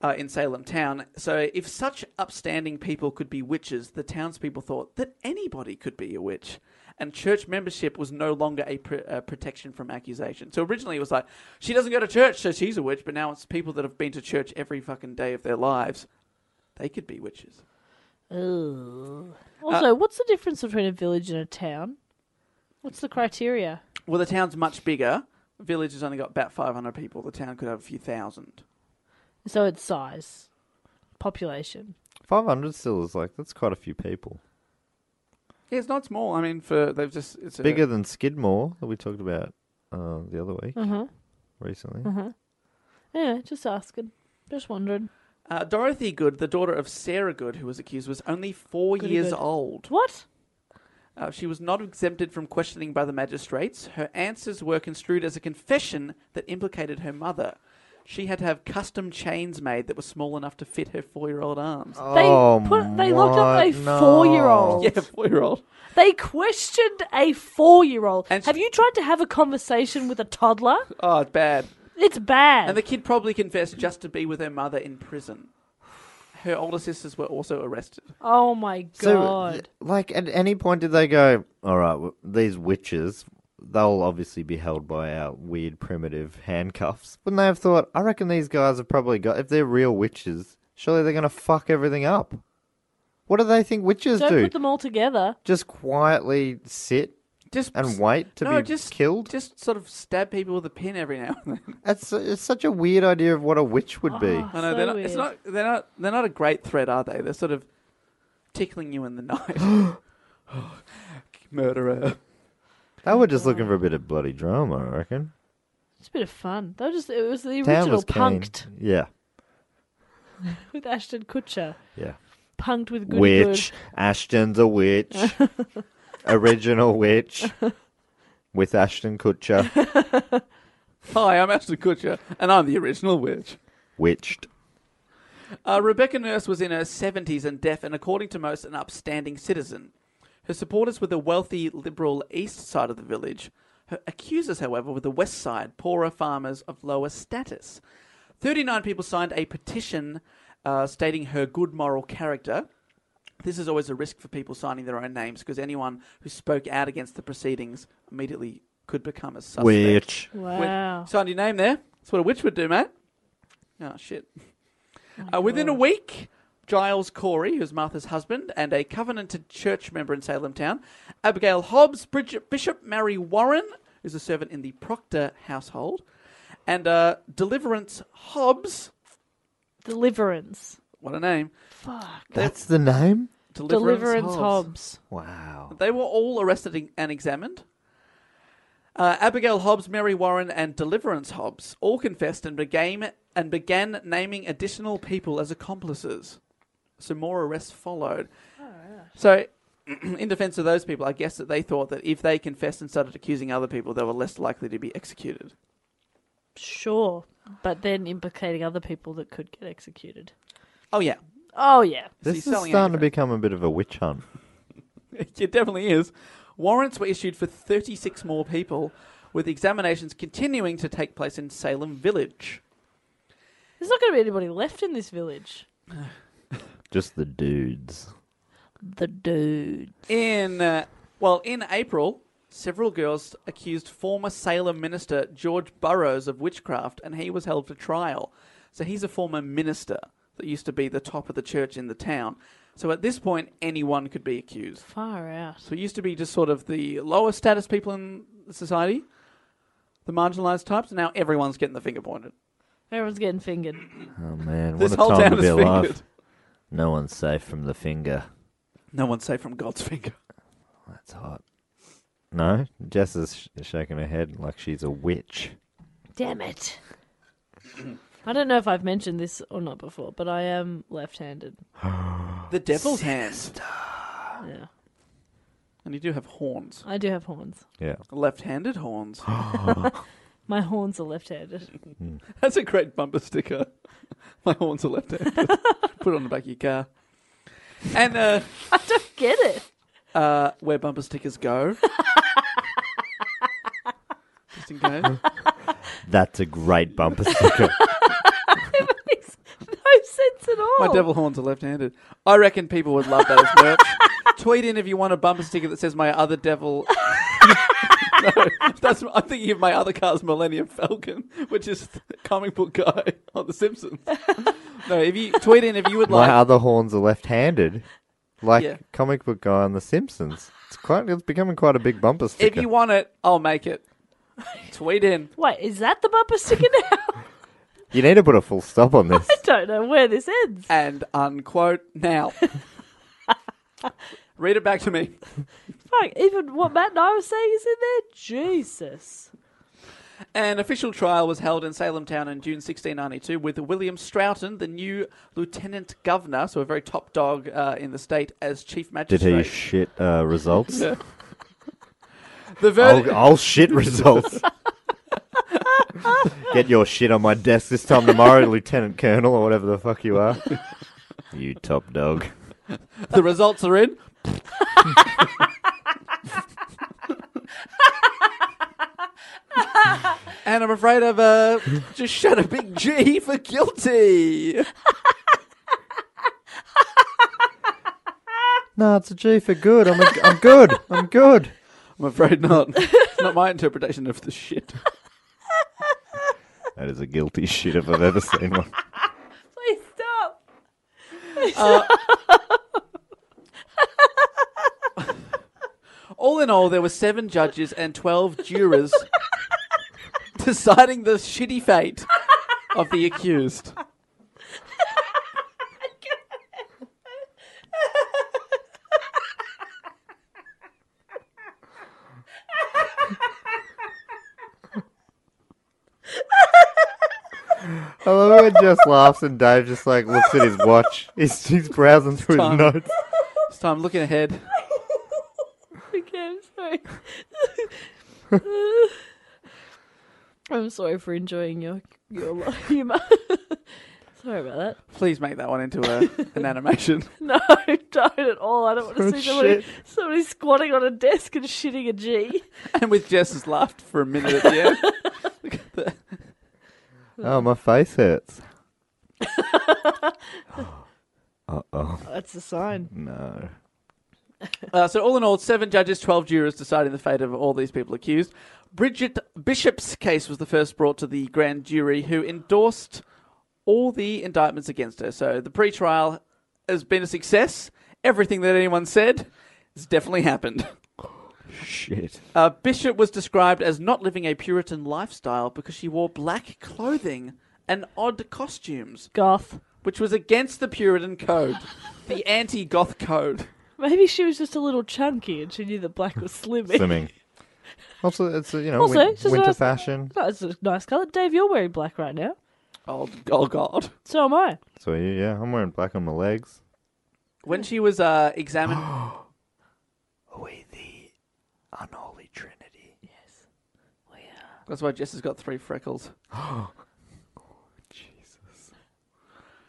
Speaker 5: uh, in Salem town. So, if such upstanding people could be witches, the townspeople thought that anybody could be a witch. And church membership was no longer a, pr- uh protection from accusation. So originally it was like, she doesn't go to church, so she's a witch. But now it's people that have been to church every fucking day of their lives. They could be witches.
Speaker 6: Ugh.
Speaker 7: Uh,
Speaker 6: Also, what's the difference between a village and a town? What's the criteria?
Speaker 5: Well, the town's much bigger. The village has only got about 500 people. The town could have a few thousand.
Speaker 6: So it's size, population.
Speaker 7: 500 still is like, that's quite a few people.
Speaker 5: Yeah, it's not small. I mean, for they've just it's a-
Speaker 7: Bigger than Skidmore that we talked about uh, the other week recently.
Speaker 6: Mm-hmm. Yeah, just asking. Just wondering.
Speaker 5: Uh, Dorothy Good, the daughter of Sarah Good, who was accused, was only four
Speaker 6: Goody
Speaker 5: years
Speaker 6: good.
Speaker 5: old.
Speaker 6: What?
Speaker 5: Uh, she was not exempted from questioning by the magistrates. Her answers were construed as a confession that implicated her mother. She had to have custom chains made that were small enough to fit her four year old arms.
Speaker 6: They put they locked up a
Speaker 7: what? Oh, No.
Speaker 6: four-year-old.
Speaker 5: Yeah, four year old.
Speaker 6: They questioned a four-year-old.
Speaker 5: And
Speaker 6: Have
Speaker 5: she-
Speaker 6: you tried to have a conversation with a toddler?
Speaker 5: Oh, it's bad.
Speaker 6: It's bad.
Speaker 5: And the kid probably confessed just to be with her mother in prison. Her older sisters were also arrested.
Speaker 6: oh my
Speaker 7: So,
Speaker 6: god.
Speaker 7: th- like, at any point did they go, all right, w these witches, they'll obviously be held by our weird primitive handcuffs. Wouldn't they have thought, I reckon these guys have probably got, if they're real witches, surely they're going to fuck everything up. What do they think witches
Speaker 6: Don't
Speaker 7: do?
Speaker 6: put them all together.
Speaker 7: Just quietly sit
Speaker 5: Just
Speaker 7: and wait to
Speaker 5: no,
Speaker 7: be
Speaker 5: just
Speaker 7: killed?
Speaker 5: Just sort of stab people with a pin every now and then.
Speaker 7: That's it's such a weird idea of what a witch would be.
Speaker 6: Ah.
Speaker 5: I know
Speaker 6: So
Speaker 5: they're not, it's
Speaker 6: weird.
Speaker 5: not. They're not. They're not a great threat, are they? They're sort of tickling you in the night. Murderer.
Speaker 7: They were just looking for a bit of bloody drama, I reckon.
Speaker 6: It's a bit of fun. They were just it was the
Speaker 7: Town
Speaker 6: original
Speaker 7: was keen.
Speaker 6: punked
Speaker 7: Yeah,
Speaker 6: with Ashton Kutcher.
Speaker 7: yeah.
Speaker 6: Punked with good
Speaker 7: witch. Ashton's a witch. Original witch. With Ashton Kutcher.
Speaker 5: Hi, I'm Ashton Kutcher, and I'm the original witch.
Speaker 7: Witched.
Speaker 5: Uh, Rebecca Nurse was in her 70s and deaf, and according to most, an upstanding citizen. Her supporters were the wealthy, liberal east side of the village. Her accusers, however, were the west side, poorer farmers of lower status. 39 people signed a petition uh, stating her good moral character. This is always a risk for people signing their own names because anyone who spoke out against the proceedings immediately could become a suspect.
Speaker 7: Witch.
Speaker 6: Good.
Speaker 5: With-
Speaker 6: Wow.
Speaker 5: Signed your name there. That's what a witch would do, mate. Oh, shit. uh, within a week, Giles Corey, who's Martha's husband and a covenanted church member in Salem Town, Abigail Hobbs, Bridget, Bishop Mary Warren, who's a servant in the Proctor household, and uh, Deliverance Hobbs.
Speaker 6: Deliverance.
Speaker 5: What a name.
Speaker 7: That's the name?
Speaker 5: Deliverance,
Speaker 6: Deliverance
Speaker 5: Hobbs.
Speaker 6: Hobbs.
Speaker 7: Wow.
Speaker 5: They were all arrested and examined. Uh, Abigail Hobbs, Mary Warren, and Deliverance Hobbs all confessed and began and began naming additional people as accomplices. So more arrests followed. So, in defence of those people, I guess that they thought that if they confessed and started accusing other people, they were less likely to be executed.
Speaker 6: Sure. But then implicating other people that could get executed.
Speaker 5: Oh yeah,
Speaker 6: Oh yeah.
Speaker 5: So
Speaker 7: This
Speaker 5: he's
Speaker 7: is
Speaker 5: selling
Speaker 7: starting to
Speaker 5: anchor.
Speaker 7: become a bit of a witch hunt.
Speaker 5: it definitely is. Warrants were issued for 36 more people, with examinations continuing to take place in Salem Village.
Speaker 6: There's not gonna be anybody left in this village.
Speaker 7: Just the dudes.
Speaker 6: The dude.
Speaker 5: In uh, well, in April, several girls accused former Salem minister George Burrows of witchcraft, and he was held for trial. So he's a former minister that used to be the top of the church in the town. So at this point, anyone could be accused.
Speaker 6: Far out.
Speaker 5: So it used to be just sort of the lower status people in society, the marginalised types. Now everyone's getting the finger pointed.
Speaker 6: Everyone's getting fingered.
Speaker 7: Oh man,
Speaker 5: This
Speaker 7: what
Speaker 5: whole
Speaker 7: a time
Speaker 5: town
Speaker 7: to
Speaker 5: is
Speaker 7: be alive.
Speaker 5: fingered.
Speaker 7: No one's safe from the finger.
Speaker 5: No one's safe from God's finger.
Speaker 7: That's hot. No, Jess is sh- shaking her head like she's a witch.
Speaker 6: Damn it. I don't know if I've mentioned this or not before, but I am left handed.
Speaker 5: The devil's hands.
Speaker 6: Yeah.
Speaker 5: I And you do have horns,
Speaker 6: I do have horns.
Speaker 7: Yeah.
Speaker 5: left-handed horns.
Speaker 6: My horns are left-handed.
Speaker 5: That's a great bumper sticker. My horns are left-handed. Put it on the back of your car. And uh,
Speaker 6: I don't get it.
Speaker 5: uh, where bumper stickers go. Just in case.
Speaker 7: That's a great bumper sticker.
Speaker 6: Makes no sense at all.
Speaker 5: My devil horns are left-handed. I reckon people would love that as merch. Tweet in if you want a bumper sticker that says "My other devil." no, that's. I'm thinking of my other car's Millennium Falcon, which is the comic book guy on The Simpsons. No, if you tweet in if you would
Speaker 7: My
Speaker 5: like.
Speaker 7: other horns are left-handed, like
Speaker 5: Yeah.
Speaker 7: comic book guy on The Simpsons. It's quite. It's becoming quite a big bumper
Speaker 5: If
Speaker 7: sticker.
Speaker 5: you want it, I'll make it. Tweet in.
Speaker 6: Wait, is that the bumper sticker now?
Speaker 7: you need to put a full stop on this.
Speaker 6: I don't know where this ends.
Speaker 5: and unquote now. Read it back to me.
Speaker 6: Fuck, even what Matt and I were saying is in there. Jesus.
Speaker 5: An official trial was held in Salem Town in June 1692 with William Stroughton, the new lieutenant governor, so a very top dog uh, in the state, as chief
Speaker 7: Did
Speaker 5: magistrate.
Speaker 7: he shit uh, results?
Speaker 5: the verdict.
Speaker 7: I'll, I'll shit results. Get your shit on my desk this time tomorrow, Lieutenant Colonel, or whatever the fuck you are. you top dog.
Speaker 5: The results are in. and I'm afraid I've uh, just shut a big G for guilty.
Speaker 7: No, it's a G for good. I'm, a, I'm good. I'm good.
Speaker 5: I'm afraid not. It's not my interpretation of the shit.
Speaker 7: That is a guilty shit if I've ever seen one.
Speaker 6: Please stop.
Speaker 5: All in all, there were seven judges and 12 jurors deciding the shitty fate of the accused.
Speaker 7: I love it when Jess laughs and Dave just like looks at his watch. He's, he's browsing through
Speaker 5: time.
Speaker 7: his notes.
Speaker 5: This time, looking ahead.
Speaker 6: Okay, I'm sorry. I'm sorry for enjoying your your li- humor. sorry about that.
Speaker 5: Please make that one into a, an animation.
Speaker 6: No, don't at all. I don't want to see somebody,
Speaker 7: Oh, Shit.
Speaker 6: somebody squatting on a desk and shitting a G.
Speaker 5: And with Jess's laughed for a minute at the end. Look at that.
Speaker 7: Oh, my face hurts. uh oh.
Speaker 6: That's a sign.
Speaker 7: No.
Speaker 5: Uh, so, all in all, seven judges, 12 jurors deciding the fate of all these people accused. Bridget Bishop's case was the first brought to the grand jury, who endorsed all the indictments against her. So, the pre trial has been a success. Everything that anyone said has definitely happened.
Speaker 7: Shit.
Speaker 5: Uh, Bishop was described as not living a Puritan lifestyle because she wore black clothing and odd costumes,
Speaker 6: Goth.
Speaker 5: which was against the Puritan code, the anti goth code.
Speaker 6: Maybe she was just a little chunky and she knew that black was slimming.
Speaker 7: Swimming. Also, it's, uh, you know,
Speaker 6: Also,
Speaker 7: win-
Speaker 6: it's just
Speaker 7: winter
Speaker 6: nice-
Speaker 7: fashion.
Speaker 6: That's a nice colour. Dave, you're wearing black right now.
Speaker 5: Oh, oh God.
Speaker 6: So am I.
Speaker 7: So, yeah, yeah, I'm wearing black on my legs.
Speaker 5: When she was uh, examined
Speaker 7: Are we the unholy trinity?
Speaker 5: That's why Jess has got three freckles. Oh,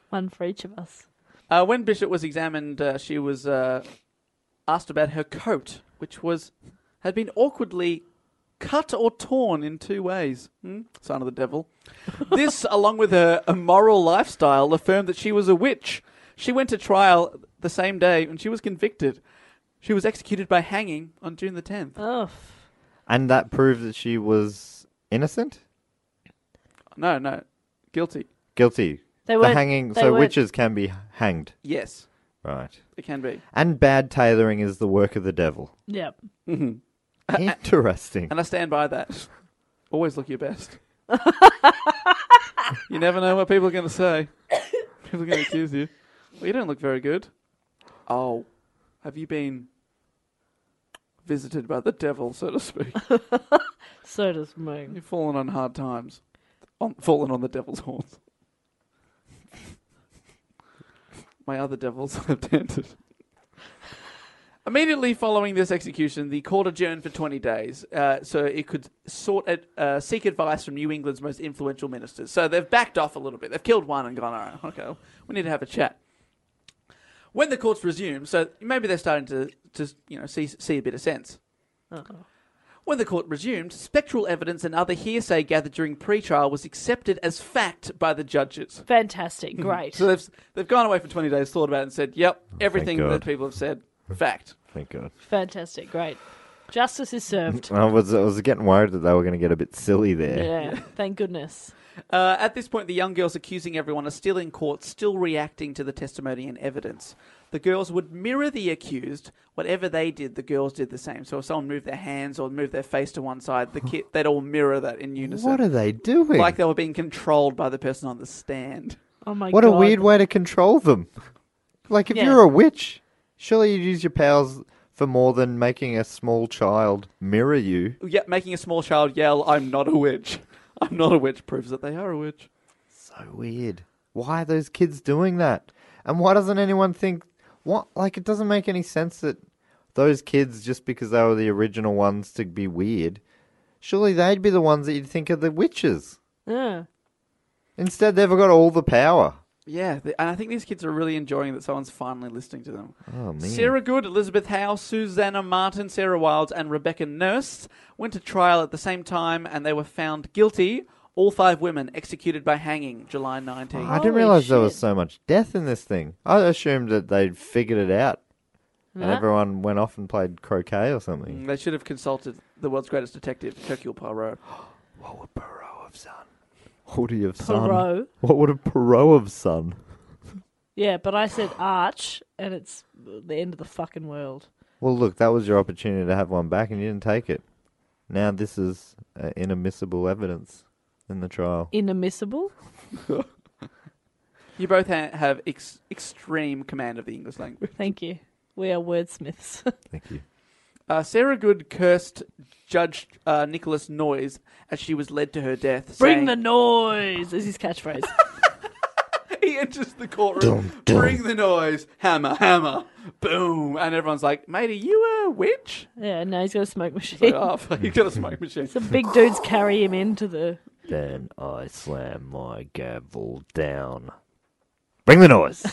Speaker 6: One for each of us.
Speaker 5: Uh, when Bishop was examined, uh, she was uh, asked about her coat, which was had been awkwardly cut or torn in two ways. Hmm? Sign of the devil. this, along with her immoral lifestyle, affirmed that she was a witch. She went to trial the same day, and she was convicted. She was executed by hanging on June the tenth.
Speaker 6: Oh,
Speaker 7: And that proved that she was innocent?
Speaker 5: No, no, guilty.
Speaker 7: Guilty.
Speaker 6: They
Speaker 7: the
Speaker 6: weren't-
Speaker 7: hanging.
Speaker 6: they
Speaker 7: So,
Speaker 6: weren't-
Speaker 7: witches can be hanged.
Speaker 5: Yes,
Speaker 7: Right.
Speaker 5: it can be.
Speaker 7: And bad tailoring is the work of the devil.
Speaker 6: yep.
Speaker 7: Interesting.
Speaker 5: And I stand by that. Always look your best. you never know what people are going to say. People are going to accuse you. Well, you don't look very good. Oh, have you been visited by the devil, so to speak?
Speaker 6: So does Moon.
Speaker 5: You've fallen on hard times. On, fallen on the devil's horns. My other devils have tented. Immediately following this execution, the court adjourned for 20 days uh, so it could sort ad, uh, seek advice from New England's most influential ministers. So they've backed off a little bit. They've killed one and gone, all right, okay, we need to have a chat. When the courts resume, so maybe they're starting to, to you know, see, see a bit of sense. When the court resumed, spectral evidence and other hearsay gathered during pretrial was accepted as fact by the judges.
Speaker 6: Fantastic. Great.
Speaker 5: So they've, they've gone away for 20 days, thought about it, and said, yep, everything that
Speaker 7: God.
Speaker 5: people have said, fact.
Speaker 7: Thank God.
Speaker 6: Fantastic. Great. Justice is served.
Speaker 7: I was I was getting worried that they were going to get a bit silly there.
Speaker 6: Yeah. Thank goodness.
Speaker 5: Uh, at this point, the young girls accusing everyone are still in court, still reacting to the testimony and evidence. The girls would mirror the accused. Whatever they did, the girls did the same. So if someone moved their hands or moved their face to one side, the kid, they'd all mirror that in unison.
Speaker 7: What are they doing?
Speaker 5: Like they were being controlled by the person on the stand.
Speaker 6: Oh my
Speaker 7: what
Speaker 6: god.
Speaker 7: a weird way to control them. Like if
Speaker 6: Yeah.
Speaker 7: you're a witch, surely you'd use your powers for more than making a small child mirror you.
Speaker 5: Yeah, making a small child yell, I'm not a witch. I'm not a witch proves that they are a witch.
Speaker 7: So weird. Why are those kids doing that? And why doesn't anyone think what like it doesn't make any sense that those kids just because they were the original ones to be weird, surely they'd be the ones that you'd think are the witches.
Speaker 6: Yeah.
Speaker 7: Instead they've got all the power.
Speaker 5: Yeah, th- and I think these kids are really enjoying that someone's finally listening to them.
Speaker 7: Oh man.
Speaker 5: Sarah Good, Elizabeth Howe, Susanna Martin, Sarah Wilds, and Rebecca Nurse went to trial at the same time, and they were found guilty. All five women executed by hanging, July 19.
Speaker 7: I didn't
Speaker 6: Holy
Speaker 7: realize there was
Speaker 6: shit.
Speaker 7: so much death in this thing. I assumed that they'd figured it out and
Speaker 6: Nah.
Speaker 7: everyone went off and played croquet or something.
Speaker 5: They should have consulted the world's greatest detective, Hercule Poirot.
Speaker 7: What would Perot have done? What would he have done?
Speaker 6: Perot.
Speaker 7: What would a Perot have done?
Speaker 6: Yeah, but I said arch, and it's the end of the fucking world.
Speaker 7: Well, look, that was your opportunity to have one back and you didn't take it. Now this is uh, inadmissible evidence in the trial.
Speaker 6: Inadmissible.
Speaker 5: You both ha- have ex- extreme command of the English language.
Speaker 6: Thank you. We are wordsmiths.
Speaker 7: Thank you.
Speaker 5: Uh, Sarah Good cursed Judge uh, Nicholas Noyes as she was led to her death.
Speaker 6: Bring the
Speaker 5: saying-
Speaker 6: noise is his catchphrase.
Speaker 5: He enters the courtroom. Bring the noise. Hammer, hammer. Boom. And everyone's like, mate, are you a witch?
Speaker 6: yeah, no, he's got a smoke machine.
Speaker 5: Like, oh, fuck, you got a smoke machine.
Speaker 6: The big dudes carry him into the.
Speaker 7: Then I slam my gavel down. Bring the noise.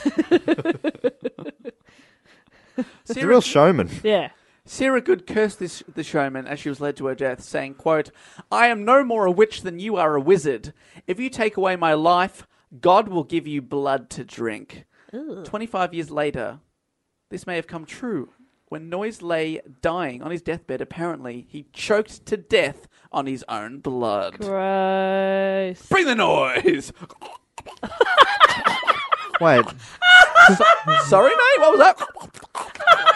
Speaker 7: He's a
Speaker 5: Sarah,
Speaker 7: real showman.
Speaker 6: Yeah.
Speaker 5: Sarah Good cursed this, the showman as she was led to her death, saying, quote, I am no more a witch than you are a wizard. If you take away my life, God will give you blood to drink. 25 years later, this may have come true. When Noyes lay dying on his deathbed, apparently, he choked to death on his own blood.
Speaker 6: Gross.
Speaker 5: Bring the noise!
Speaker 7: Wait,
Speaker 5: Sorry, mate. What was that?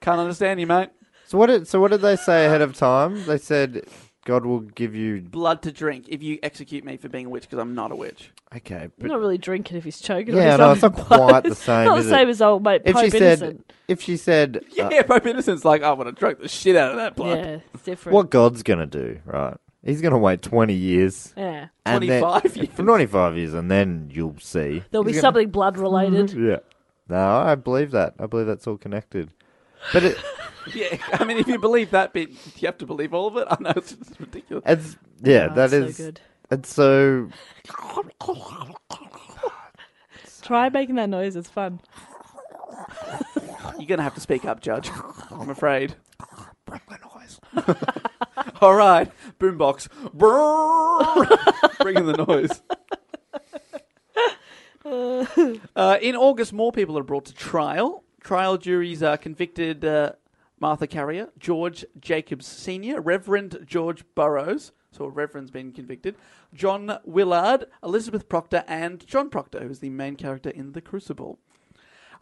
Speaker 5: Can't understand you, mate.
Speaker 7: So what did so what did they say ahead of time? They said God will give you
Speaker 5: Blood to drink if you execute me for being a witch because I'm not a witch.
Speaker 7: okay,
Speaker 6: I'm
Speaker 7: but
Speaker 6: not really drinking if he's choking.
Speaker 7: Yeah,
Speaker 6: on his
Speaker 7: no,
Speaker 6: own
Speaker 7: it's not
Speaker 6: blood.
Speaker 7: quite the
Speaker 6: It's
Speaker 7: same,
Speaker 6: Not
Speaker 7: is
Speaker 6: the
Speaker 7: it?
Speaker 6: same as old mate
Speaker 7: if
Speaker 6: Pope
Speaker 7: she said
Speaker 6: Innocent.
Speaker 7: if she said uh,
Speaker 5: Yeah, Pope Innocent's like, I would have drunk the shit out of that blood.
Speaker 6: yeah, it's different.
Speaker 7: what God's gonna do, right? He's gonna wait twenty years,
Speaker 6: Yeah,
Speaker 7: and then-
Speaker 5: 25 years.
Speaker 7: for twenty five years, and then you'll see.
Speaker 6: there'll be something blood related.
Speaker 7: Yeah, no, I believe that. I believe that's all connected. But it,
Speaker 5: Yeah, I mean, if you believe that bit, you have to believe all of it. I know it's, it's ridiculous.
Speaker 7: it's yeah,
Speaker 6: Oh,
Speaker 7: that
Speaker 6: so
Speaker 7: is
Speaker 6: good.
Speaker 7: it's so
Speaker 6: Try making that noise. It's fun.
Speaker 5: You're gonna have to speak up, Judge. I'm afraid. Bring the noise. All right, boombox. Brrrr. Bring in the noise. Uh, in August, more people are brought to trial. Trial juries uh, convicted uh, Martha Carrier, George Jacobs Sr., Reverend George Burrows. So a reverend's been convicted. John Willard, Elizabeth Proctor, and John Proctor, who's the main character in The Crucible.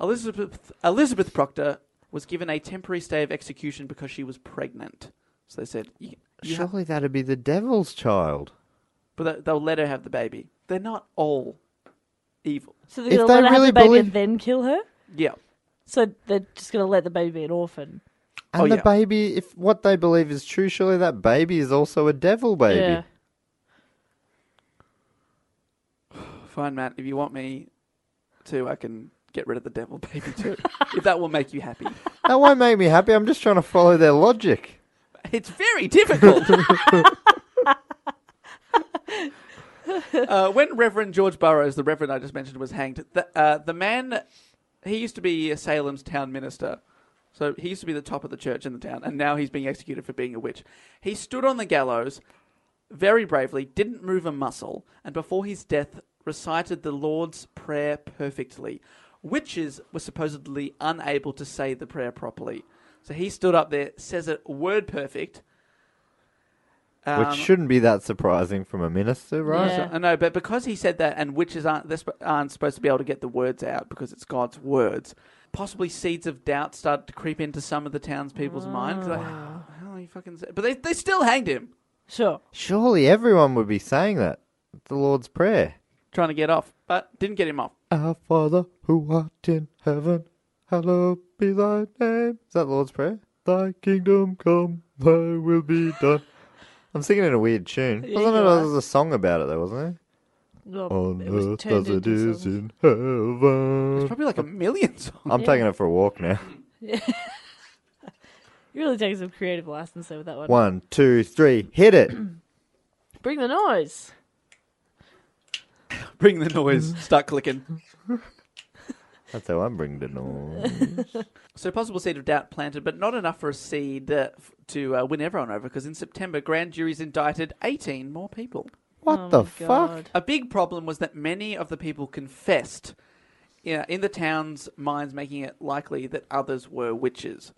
Speaker 5: Elizabeth Elizabeth Proctor was given a temporary stay of execution because she was pregnant. So they said, you, you have-
Speaker 7: surely that'd be the devil's child.
Speaker 5: but they- they'll let her have the baby. They're not all evil.
Speaker 6: So
Speaker 7: If
Speaker 6: they're
Speaker 7: they
Speaker 6: gonna let her have
Speaker 7: really
Speaker 6: the baby
Speaker 7: believe-
Speaker 6: and then kill her.
Speaker 5: Yeah,
Speaker 6: So they're just gonna let the baby be an orphan.
Speaker 7: And
Speaker 5: Oh,
Speaker 7: the
Speaker 5: yeah.
Speaker 7: baby, if what they believe is true, surely that baby is also a devil baby.
Speaker 6: Yeah.
Speaker 5: fine, Matt. If you want me to, I can get rid of the devil baby too. if that will make you happy.
Speaker 7: That won't make me happy. I'm just trying to follow their logic.
Speaker 5: It's very difficult. uh, when Reverend George Burrows, the Reverend I just mentioned, was hanged, the, uh, the man, he used to be Salem's town minister. So he used to be the top of the church in the town, and now he's being executed for being a witch. He stood on the gallows very bravely, didn't move a muscle, and before his death recited the Lord's Prayer perfectly. Witches were supposedly unable to say the prayer properly. So he stood up there, says it word perfect. Um,
Speaker 6: Um,
Speaker 7: Which shouldn't be that surprising from a minister, right?
Speaker 8: Yeah.
Speaker 5: I know, but because he said that, and witches aren't they're sp- aren't supposed to be able to get the words out because it's God's words. Possibly seeds of doubt started to creep into some of the townspeople's minds. Like, how are you fucking? Say-? But they they still hanged him,
Speaker 6: Sure.
Speaker 7: Surely everyone would be saying that. The Lord's Prayer.
Speaker 5: trying to get off, but didn't get him off.
Speaker 7: Our Father who art in heaven, hallowed be thy name. Is that the Lord's Prayer? Thy kingdom come, thy will be done. I'm singing in a weird tune.
Speaker 6: Yeah,
Speaker 7: wasn't it?
Speaker 6: you
Speaker 7: There
Speaker 6: are.
Speaker 7: was a song about it, though, wasn't
Speaker 6: Well,
Speaker 7: there? On
Speaker 6: it was
Speaker 7: earth
Speaker 6: turned
Speaker 7: as it
Speaker 6: into
Speaker 7: is
Speaker 6: something.
Speaker 7: in heaven.
Speaker 5: It's probably like a million songs.
Speaker 7: I'm taking it for a walk now.
Speaker 6: You really take some creative license there with that one.
Speaker 7: One, two, three, hit it.
Speaker 6: Bring the noise.
Speaker 5: Bring the noise. Start clicking.
Speaker 7: That's how I'm bringing it on.
Speaker 5: So possible seed of doubt planted, but not enough for a seed uh, f- to uh, win everyone over. Because in September, grand juries indicted 18 more people.
Speaker 7: What
Speaker 6: Oh
Speaker 7: the
Speaker 6: my
Speaker 7: fuck?
Speaker 6: God.
Speaker 5: A big problem was that many of the people confessed, you know, in the town's minds, making it likely that others were witches.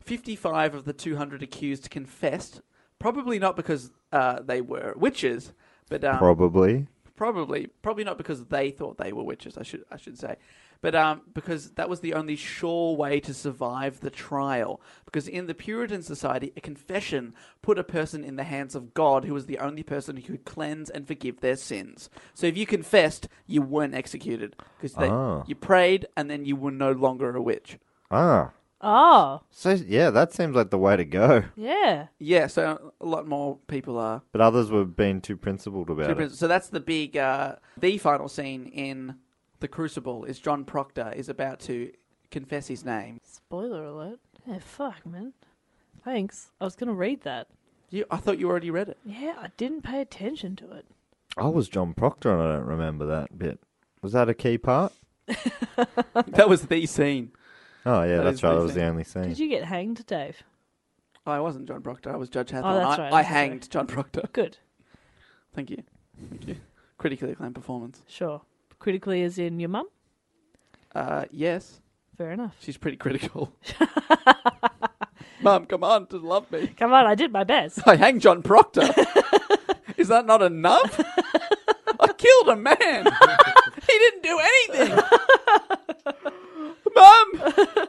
Speaker 5: 55 of the 200 accused confessed, probably not because uh, they were witches, but um,
Speaker 7: Probably.
Speaker 5: probably probably not because they thought they were witches. I should I should say, but um, because that was the only sure way to survive the trial. Because in the Puritan society, a confession put a person in the hands of God, who was the only person who could cleanse and forgive their sins. So if you confessed, you weren't executed because
Speaker 7: Ah.
Speaker 5: you prayed and then you were no longer a witch.
Speaker 7: Ah.
Speaker 6: Oh,
Speaker 7: So, yeah, that seems like the way to go.
Speaker 6: yeah.
Speaker 5: Yeah, so a lot more people are
Speaker 7: But others were being too principled about
Speaker 5: Two
Speaker 7: it.
Speaker 5: prisons. So that's the big, uh, the final scene in The Crucible is John Proctor is about to confess his name.
Speaker 6: Spoiler alert. Yeah, fuck, man. Thanks. I was gonna read that.
Speaker 5: You, I thought you already read it.
Speaker 6: Yeah, I didn't pay attention to it.
Speaker 7: I was John Proctor, and I don't remember that bit. Was that a key part?
Speaker 5: That was the scene.
Speaker 7: Oh yeah,
Speaker 5: That
Speaker 7: that's
Speaker 5: is
Speaker 7: right.
Speaker 5: the
Speaker 7: That was the
Speaker 5: thing.
Speaker 7: only scene.
Speaker 6: Did you get hanged, Dave?
Speaker 5: Oh, I wasn't John Proctor. I was Judge Hathorne.
Speaker 6: Oh, that's
Speaker 5: I,
Speaker 6: right,
Speaker 5: I
Speaker 6: that's
Speaker 5: hanged John Proctor.
Speaker 6: Good.
Speaker 5: Thank you. Thank you. Critically acclaimed performance.
Speaker 6: Sure. Critically, as in your mum.
Speaker 5: Uh, yes,
Speaker 6: Fair enough.
Speaker 5: she's pretty critical. Mum, come on, just love me.
Speaker 6: Come on, I did my best.
Speaker 5: I hanged John Proctor. is that not enough? I killed a man. he didn't do anything. Mum!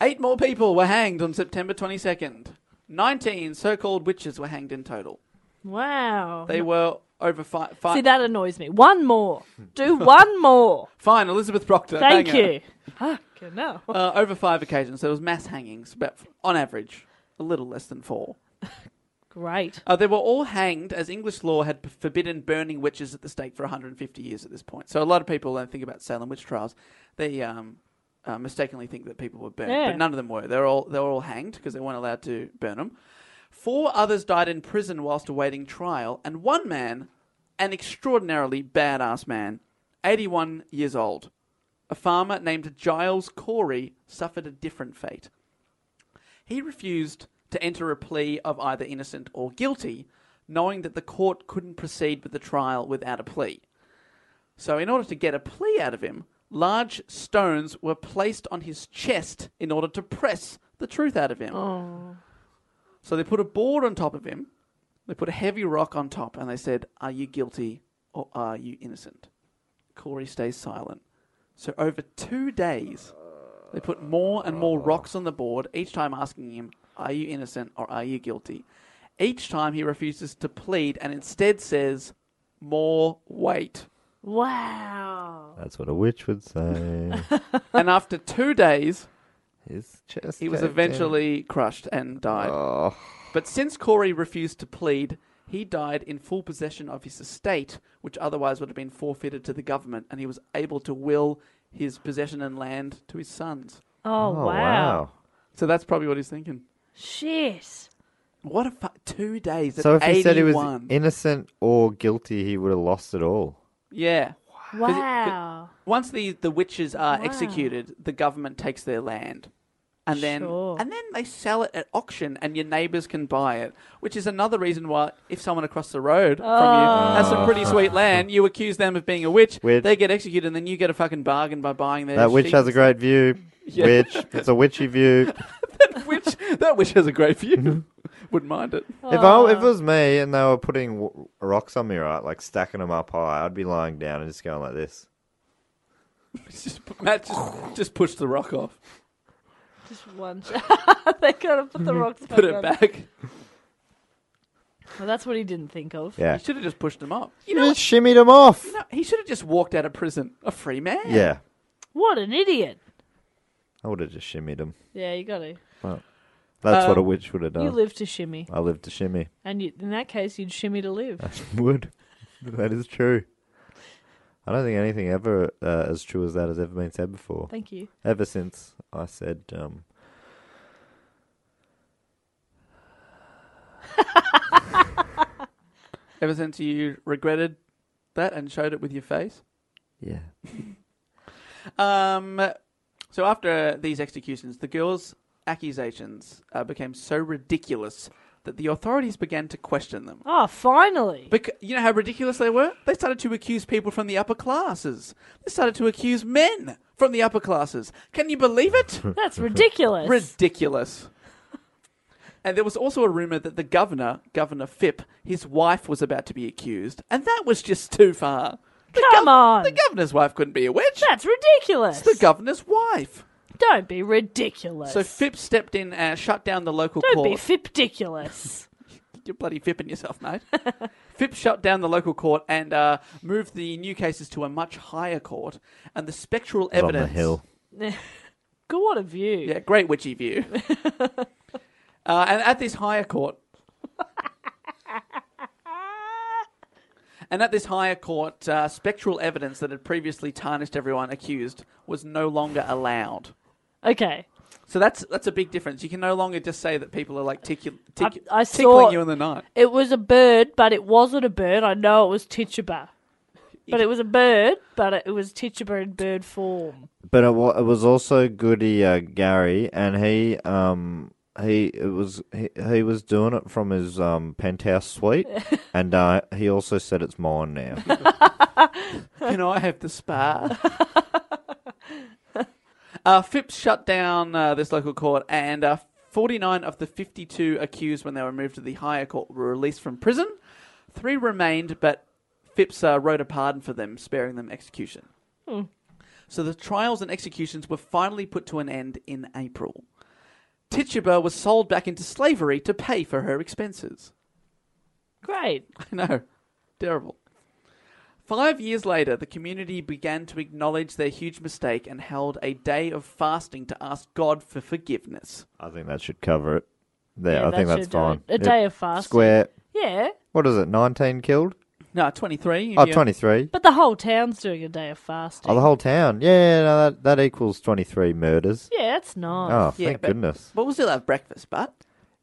Speaker 5: Eight more people were hanged on September 22nd. 19 so called witches were hanged in total.
Speaker 6: Wow.
Speaker 5: They were over five. Fi-
Speaker 6: Oh, See, that annoys me. One more. Do one more.
Speaker 5: Fine, Elizabeth Proctor.
Speaker 6: Thank
Speaker 5: hang her.
Speaker 6: you. Fucking no.
Speaker 5: Uh, over five occasions, there was mass hangings, but on average, a little less than four.
Speaker 6: Great.
Speaker 5: Uh, they were all hanged as English law had p- forbidden burning witches at the stake for 150 years at this point. So a lot of people, when they think about Salem witch trials, they um, uh, mistakenly think that people were burned,
Speaker 6: Yeah.
Speaker 5: but none of them were. They were all they were all hanged because they weren't allowed to burn them. Four others died in prison whilst awaiting trial, and one man, an extraordinarily badass man, 81 years old, a farmer named Giles Corey, suffered a different fate. He refused to enter a plea of either innocent or guilty, knowing that the court couldn't proceed with the trial without a plea. So, in order to get a plea out of him, large stones were placed on his chest in order to press the truth out of him. So, they put a board on top of him, they put a heavy rock on top, and they said, Are you guilty or are you innocent? Corey stays silent. So, over two days, they put more and more rocks on the board, each time asking him, Are you innocent or are you guilty? Each time he refuses to plead and instead says, More weight.
Speaker 6: Wow.
Speaker 7: That's what a witch would say.
Speaker 5: and after two days,
Speaker 7: His chest.
Speaker 5: he was
Speaker 7: caved in.
Speaker 5: eventually crushed and died. But since Corey refused to plead, He died in full possession of his estate, which otherwise would have been forfeited to the government, and he was able to will his possession and land to his sons.
Speaker 6: Oh, wow.
Speaker 5: So that's probably what he's thinking.
Speaker 6: Shit.
Speaker 5: What a fu- two days. That's
Speaker 7: So if he said he was
Speaker 5: 81.
Speaker 7: innocent or guilty, he would have lost it all.
Speaker 5: yeah.
Speaker 6: Wow.
Speaker 5: Once the, the witches are executed, the government takes their land. And then
Speaker 6: Sure.
Speaker 5: and then they sell it at auction and your neighbours can buy it. Which is another reason why if someone across the road from
Speaker 6: Oh.
Speaker 5: you has some pretty sweet land, you accuse them of being a witch,
Speaker 7: Witch.
Speaker 5: they get executed and then you get a fucking bargain by buying their
Speaker 7: That witch
Speaker 5: sheep.
Speaker 7: has a great view. Witch. It's a witchy view.
Speaker 5: witch that witch has a great view. Wouldn't mind it.
Speaker 7: If, I,
Speaker 5: Oh.
Speaker 7: if it was me and they were putting w- rocks on me, right, like stacking them up high, I'd be lying down and just going like this.
Speaker 5: Just, Matt just, just push the rock off.
Speaker 6: Just one shot. they gotta put the rocks back
Speaker 5: Put it
Speaker 6: on.
Speaker 5: back.
Speaker 6: Well, that's what he didn't think of.
Speaker 7: Yeah.
Speaker 5: He should have just pushed him up.
Speaker 7: You just shimmied them off.
Speaker 5: No, he should have just walked out of prison. A free man.
Speaker 7: Yeah.
Speaker 6: What an idiot.
Speaker 7: I would have just shimmied them.
Speaker 6: Yeah, you gotta.
Speaker 7: That's
Speaker 5: Um,
Speaker 7: what a witch would have
Speaker 6: You
Speaker 7: done.
Speaker 6: live to shimmy.
Speaker 7: I live to shimmy.
Speaker 6: And you, in that case, you'd shimmy to live.
Speaker 7: Would. that is true. I don't think anything ever uh, as true as that has ever been said before.
Speaker 6: Thank you.
Speaker 7: Ever since I said, um,
Speaker 5: Ever since you regretted that and showed it with your face.
Speaker 7: yeah.
Speaker 5: Um, so after these executions, the girl's accusations uh, became so ridiculous that the authorities began to question them.
Speaker 6: Oh, finally.
Speaker 5: Bec- you know how ridiculous they were? They started to accuse people from the upper classes. They started to accuse men from the upper classes. Can you believe it?
Speaker 6: That's ridiculous.
Speaker 5: Ridiculous. And there was also a rumor that the governor, Governor Phipp, his wife was about to be accused, and that was just too far. The
Speaker 6: Come on.
Speaker 5: The governor's wife couldn't be a witch.
Speaker 6: That's ridiculous.
Speaker 5: It's the governor's wife.
Speaker 6: Don't be ridiculous.
Speaker 5: So Phipp stepped in and shut down the local
Speaker 6: Don't
Speaker 5: court.
Speaker 6: be ridiculous.
Speaker 5: You're bloody fipping yourself, mate. Phipp shut down the local court and uh, moved the new cases to a much higher court, and the spectral
Speaker 7: Up On
Speaker 5: evidence.
Speaker 7: the hill.
Speaker 6: Good what a view.
Speaker 5: Yeah, great witchy view. uh, and at this higher court, and at this higher court, uh, spectral evidence that had previously tarnished everyone accused was no longer allowed.
Speaker 6: Okay.
Speaker 5: So that's that's a big difference. You can no longer just say that people are like tickle, tick,
Speaker 6: I
Speaker 5: tickling
Speaker 6: saw-
Speaker 5: you in the night.
Speaker 6: It was a bird, but it wasn't a bird. I know it was Tituba. But it was a bird, but it was Tituba in bird form.
Speaker 7: But it, wa- it was also Goody uh, Gary, and he um he it was he, he was doing it from his um penthouse suite, and uh, he also said it's mine now.
Speaker 5: Can I have the spa? uh, Phipps shut down uh, this local court, and uh, 49 of the 52 accused when they were moved to the higher court were released from prison. Three remained, but Phipps uh, wrote a pardon for them, sparing them execution. So the trials and executions were finally put to an end in April. Tituba was sold back into slavery to pay for her expenses.
Speaker 6: Great.
Speaker 5: I know. Terrible. Five years later, the community began to acknowledge their huge mistake and held a day of fasting to ask God for forgiveness.
Speaker 7: I think that should cover it. There,
Speaker 6: Yeah,
Speaker 7: I think
Speaker 6: that
Speaker 7: that's
Speaker 6: should do it.
Speaker 7: fine.
Speaker 6: A day of fasting.
Speaker 7: Square.
Speaker 6: Yeah.
Speaker 7: What is it? Nineteen killed?
Speaker 5: No, 23.
Speaker 7: Oh,
Speaker 5: yeah.
Speaker 7: 23.
Speaker 6: But the whole town's doing a day of fasting.
Speaker 7: Oh, the whole town. Yeah, yeah no, that that equals twenty three murders.
Speaker 6: yeah, that's nice.
Speaker 7: Oh,
Speaker 5: Yeah,
Speaker 7: thank
Speaker 5: but-
Speaker 7: goodness.
Speaker 5: But we'll still have breakfast, but.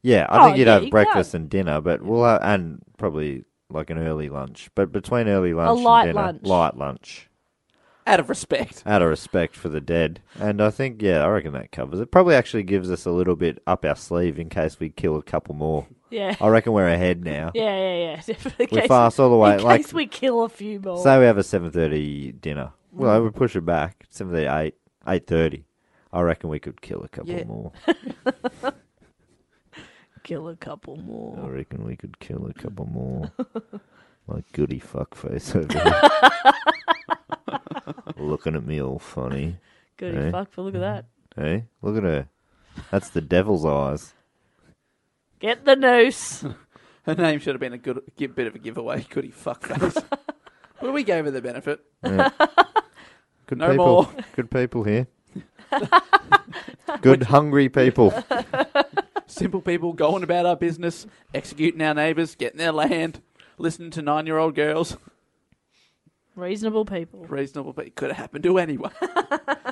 Speaker 7: Yeah, I
Speaker 6: Oh,
Speaker 7: think you'd
Speaker 6: yeah,
Speaker 7: have
Speaker 6: you
Speaker 7: breakfast
Speaker 6: can.
Speaker 7: and dinner, but we'll have, and probably like an early lunch. But between early lunch
Speaker 6: light
Speaker 7: and dinner,
Speaker 6: lunch.
Speaker 7: light lunch,
Speaker 5: Out of respect.
Speaker 7: out of respect for the dead. And I think, yeah, I reckon that covers it. Probably actually gives us a little bit up our sleeve in case we kill a couple more.
Speaker 6: Yeah.
Speaker 7: I reckon we're ahead now.
Speaker 6: Yeah, yeah, yeah. Definitely.
Speaker 7: We fast all the way,
Speaker 6: In
Speaker 7: like-
Speaker 6: case we kill a few more. Mm.
Speaker 7: Say we have a seven thirty dinner. Well, I would push it back seven thirty eight eight thirty. I reckon we could kill a couple
Speaker 5: Yeah.
Speaker 7: more.
Speaker 6: kill a couple more.
Speaker 7: I reckon we could kill a couple more. My goody fuckface over here. Looking at me all funny.
Speaker 6: Goody
Speaker 7: Eh?
Speaker 6: fuck, but look at that.
Speaker 7: Hey, look at her. That's the devil's eyes.
Speaker 6: Get the noose.
Speaker 5: Her name should have been a good give, bit of a giveaway. Goody fuckface. but we gave her the benefit.
Speaker 7: Good
Speaker 5: No
Speaker 7: people.
Speaker 5: more.
Speaker 7: Good people here. Good hungry people.
Speaker 5: simple people going about our business, executing our neighbours, getting their land, listening to nine-year-old girls.
Speaker 6: Reasonable people.
Speaker 5: Reasonable, but it could have happened to anyone.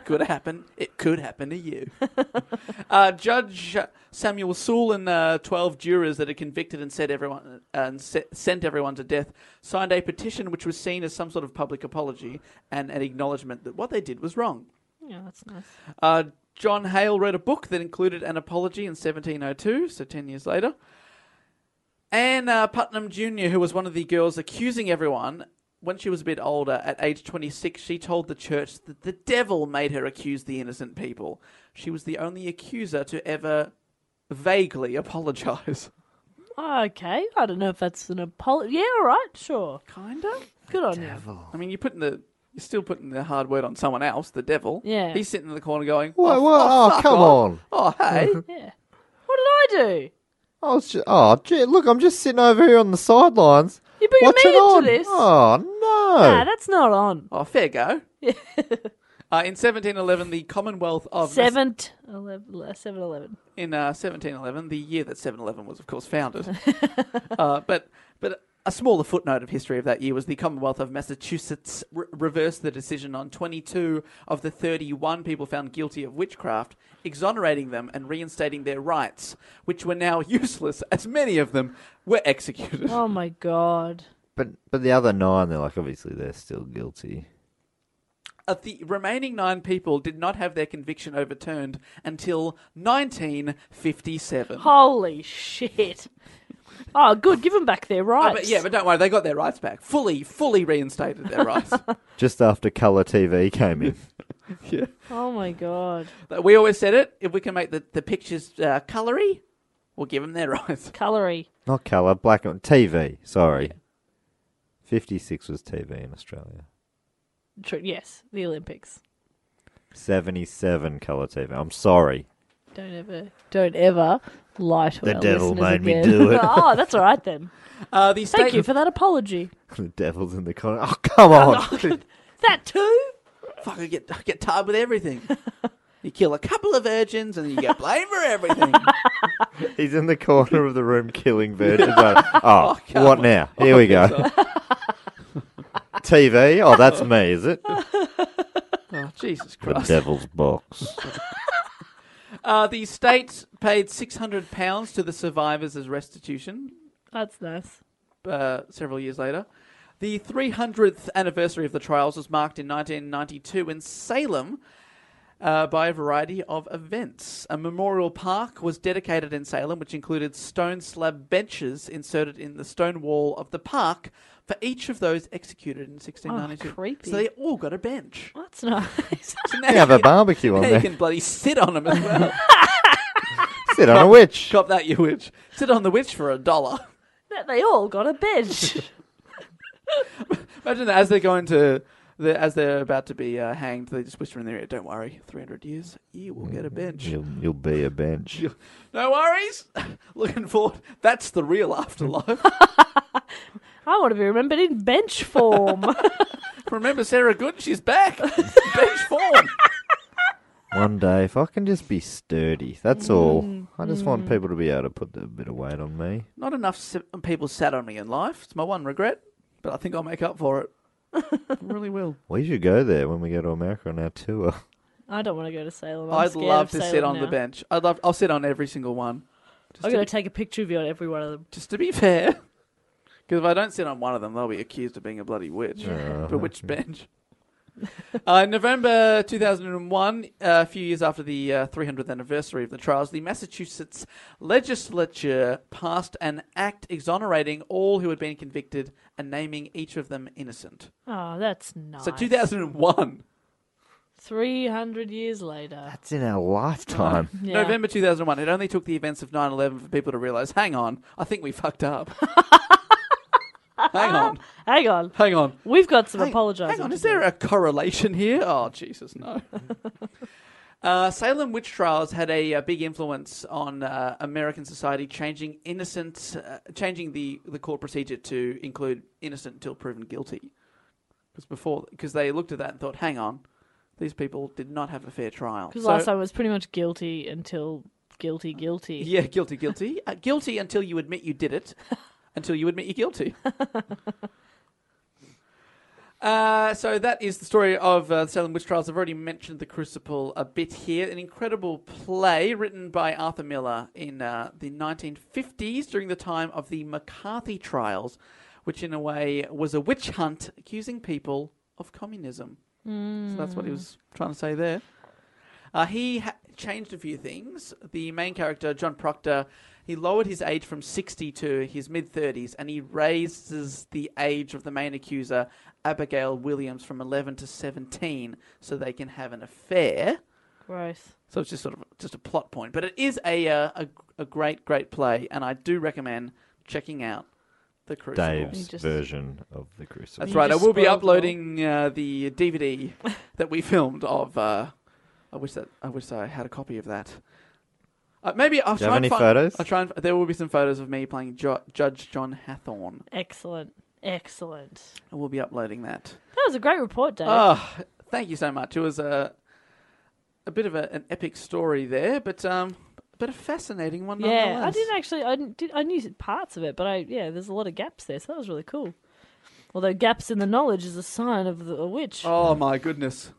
Speaker 5: could have happened. It could happen to you. uh, Judge Samuel Sewell and uh, twelve jurors that had convicted and said everyone and se- sent everyone to death signed a petition which was seen as some sort of public apology and an acknowledgement that what they did was wrong.
Speaker 6: Yeah, that's nice.
Speaker 5: Uh, John Hale wrote a book that included an apology in 1702, so 10 years later. Anne uh, Putnam Jr., who was one of the girls accusing everyone, when she was a bit older, at age 26, she told the church that the devil made her accuse the innocent people. She was the only accuser to ever uh, vaguely apologize.
Speaker 6: Okay, I don't know if that's an apology. Yeah, all right, sure.
Speaker 5: Kinda?
Speaker 6: Good on
Speaker 5: I mean, you're putting the. You're still putting the hard word on someone else, the devil.
Speaker 6: Yeah.
Speaker 5: He's sitting in the corner going,
Speaker 7: Whoa, whoa, oh,
Speaker 5: fuck
Speaker 7: come
Speaker 5: off.
Speaker 7: on.
Speaker 5: Oh, hey.
Speaker 6: you. Yeah. What did I do?
Speaker 7: I was just, oh, gee, look, I'm just sitting over here on the sidelines.
Speaker 6: You bring
Speaker 7: watching
Speaker 6: me into
Speaker 7: on.
Speaker 6: this.
Speaker 7: Oh, no.
Speaker 6: Nah, that's not on.
Speaker 5: Oh, fair go. uh, in 1711, the Commonwealth of
Speaker 6: Seventh, eleven, uh, seven, eleven.
Speaker 5: in uh, 1711, the year that 7-Eleven was, of course, founded. uh, but but a smaller footnote of history of that year was the Commonwealth of Massachusetts re- reversed the decision on 22 of the 31 people found guilty of witchcraft, exonerating them and reinstating their rights, which were now useless, as many of them were executed.
Speaker 6: Oh my god.
Speaker 7: But but the other nine, they're like obviously they're still guilty.
Speaker 5: Uh, the remaining nine people did not have their conviction overturned until 1957.
Speaker 6: Holy shit. Oh, good. Give them back their rights.
Speaker 5: Oh, but yeah, but don't worry, they got their rights back. Fully, fully reinstated their rights.
Speaker 7: Just after colour TV came in,
Speaker 6: oh my god.
Speaker 5: But we always said it if we can make the, the pictures uh, coloury, we'll give them their rights.
Speaker 6: Colory.
Speaker 7: not colour, black and TV. Sorry, fifty six was TV in Australia.
Speaker 6: True. Yes, the Olympics.
Speaker 7: Seventy seven colour TV. I'm sorry.
Speaker 6: Don't ever, don't ever lie to
Speaker 7: The
Speaker 6: our
Speaker 7: devil
Speaker 6: listeners
Speaker 7: made me
Speaker 6: again.
Speaker 7: do it.
Speaker 6: oh, that's all right then.
Speaker 5: Uh, the
Speaker 6: Thank
Speaker 5: state-
Speaker 6: you for that apology.
Speaker 7: the devil's in the corner. Oh come on!
Speaker 6: That too.
Speaker 5: Fuck, I get, I get tired with everything. you kill a couple of virgins and you get blamed for everything.
Speaker 7: He's in the corner of the room killing virgins. Like, oh, what now? Here we go. TV. Oh, that's me, is it?
Speaker 5: oh, Jesus
Speaker 7: The
Speaker 5: Christ.
Speaker 7: devil's box.
Speaker 5: Uh, the state paid £600 to the survivors as restitution.
Speaker 6: That's nice.
Speaker 5: uh, several years later. The 300th anniversary of the trials was marked in 1992 in Salem uh, by a variety of events. A memorial park was dedicated in Salem, which included stone slab benches inserted in the stone wall of the park for each of those executed in 1692.
Speaker 6: Oh, creepy.
Speaker 5: So they all got a bench.
Speaker 6: That's nice.
Speaker 5: So now
Speaker 7: You have a
Speaker 5: you can-
Speaker 7: barbecue on
Speaker 5: now you
Speaker 7: there.
Speaker 5: can bloody sit on them as well.
Speaker 7: Sit on a witch.
Speaker 5: Cop that, you witch. Sit on the witch for a dollar.
Speaker 6: That they all got a bench.
Speaker 5: Imagine that as they're going to, the, as they're about to be uh, hanged, they just whisper in their ear, "Don't worry, three hundred years, you will get a bench.
Speaker 7: You'll, you'll be a bench.
Speaker 5: No worries." Looking forward, that's the real afterlife.
Speaker 6: I want to be remembered in bench form.
Speaker 5: Remember Sarah Good? She's back, bench form.
Speaker 7: One day, if I can just be sturdy, that's
Speaker 6: Mm.
Speaker 7: all. I just want people to be able to put a bit of weight on me.
Speaker 5: Not enough s- people sat on me in life. It's my one regret, but I think I'll make up for it. I really will.
Speaker 7: We should go there when we go to America on our tour.
Speaker 6: I don't want to go to Salem. i
Speaker 5: i would love to sit on the bench. I'd love. I'll sit on every single one. Just
Speaker 6: I'm
Speaker 5: to
Speaker 6: going
Speaker 5: be-
Speaker 6: to take a picture of you on every one of them.
Speaker 5: Just to be fair, because if I don't sit on one of them, they'll be accused of being a bloody witch. But which bench? uh, in November 2001, uh, a few years after the uh, 300th anniversary of the trials, the Massachusetts legislature passed an act exonerating all who had been convicted and naming each of them innocent.
Speaker 6: Oh, that's nice.
Speaker 5: So 2001,
Speaker 6: 300 years later.
Speaker 7: That's in our lifetime.
Speaker 6: Yeah.
Speaker 5: November 2001, it only took the events of 9 11 for people to realize hang on, I think we fucked up. hang on,
Speaker 6: Hang on.
Speaker 5: hang on.
Speaker 6: We've got some
Speaker 5: Hang-
Speaker 6: apologising.
Speaker 5: Hang on,
Speaker 6: to
Speaker 5: is
Speaker 6: do.
Speaker 5: there a correlation here? Oh, Jesus, no. uh, Salem witch trials had a, uh big influence on uh, American society, changing innocent, uh, changing the, the court procedure to include innocent until proven guilty. Because before, because they looked at that and thought, hang on, these people did not have a fair trial.
Speaker 6: Because
Speaker 5: So-
Speaker 6: last time it was pretty much guilty until Guilty, guilty.
Speaker 5: Yeah, guilty, guilty. Uh, guilty until you admit you did it, until you admit you're guilty. Uh, so that is the story of uh, the Salem Witch Trials. I've already mentioned The Crucible a bit here. An incredible play written by Arthur Miller in uh, the 1950s during the time of the McCarthy trials, which in a way was a witch hunt accusing people of communism. So that's
Speaker 6: Hmm.
Speaker 5: what he was trying to say there. Uh, he ha- changed a few things. The main character, John Proctor, he lowered his age from 60 to his mid 30s and he raises the age of the main accuser, Abigail Williams, from 11 to 17 so they can have an affair.
Speaker 6: Gross.
Speaker 5: So it's just sort of just a plot point, but it is a uh, a, a great great play, and I do recommend cheching out the Crucible.
Speaker 7: Dave's
Speaker 6: You just-
Speaker 7: version of the Crucible.
Speaker 5: That's
Speaker 6: You
Speaker 5: right. I
Speaker 6: just
Speaker 5: will be
Speaker 6: spoiled it all.
Speaker 5: uploading uh, the DVD that we filmed of. Uh, I wish that I wish I had a copy of that. Uh, maybe I'll try
Speaker 7: Do you have
Speaker 5: and
Speaker 7: any
Speaker 5: find,
Speaker 7: photos?
Speaker 5: I'll try and there will be some photos of me playing jo- Judge John Hathorne.
Speaker 6: Excellent. Excellent.
Speaker 5: I will be uploading that.
Speaker 6: That was a great report, Dave.
Speaker 5: Ah, thank you so much. It was a a bit of a, an epic story there, but um, but a fascinating one.
Speaker 6: yeah, I
Speaker 5: nonetheless.
Speaker 6: didn't actually. I didn't, did- I knew parts of it, but I yeah, there's a lot of gaps there, so that was really cool. Although gaps in the knowledge is a sign of the, a witch.
Speaker 5: Oh my goodness.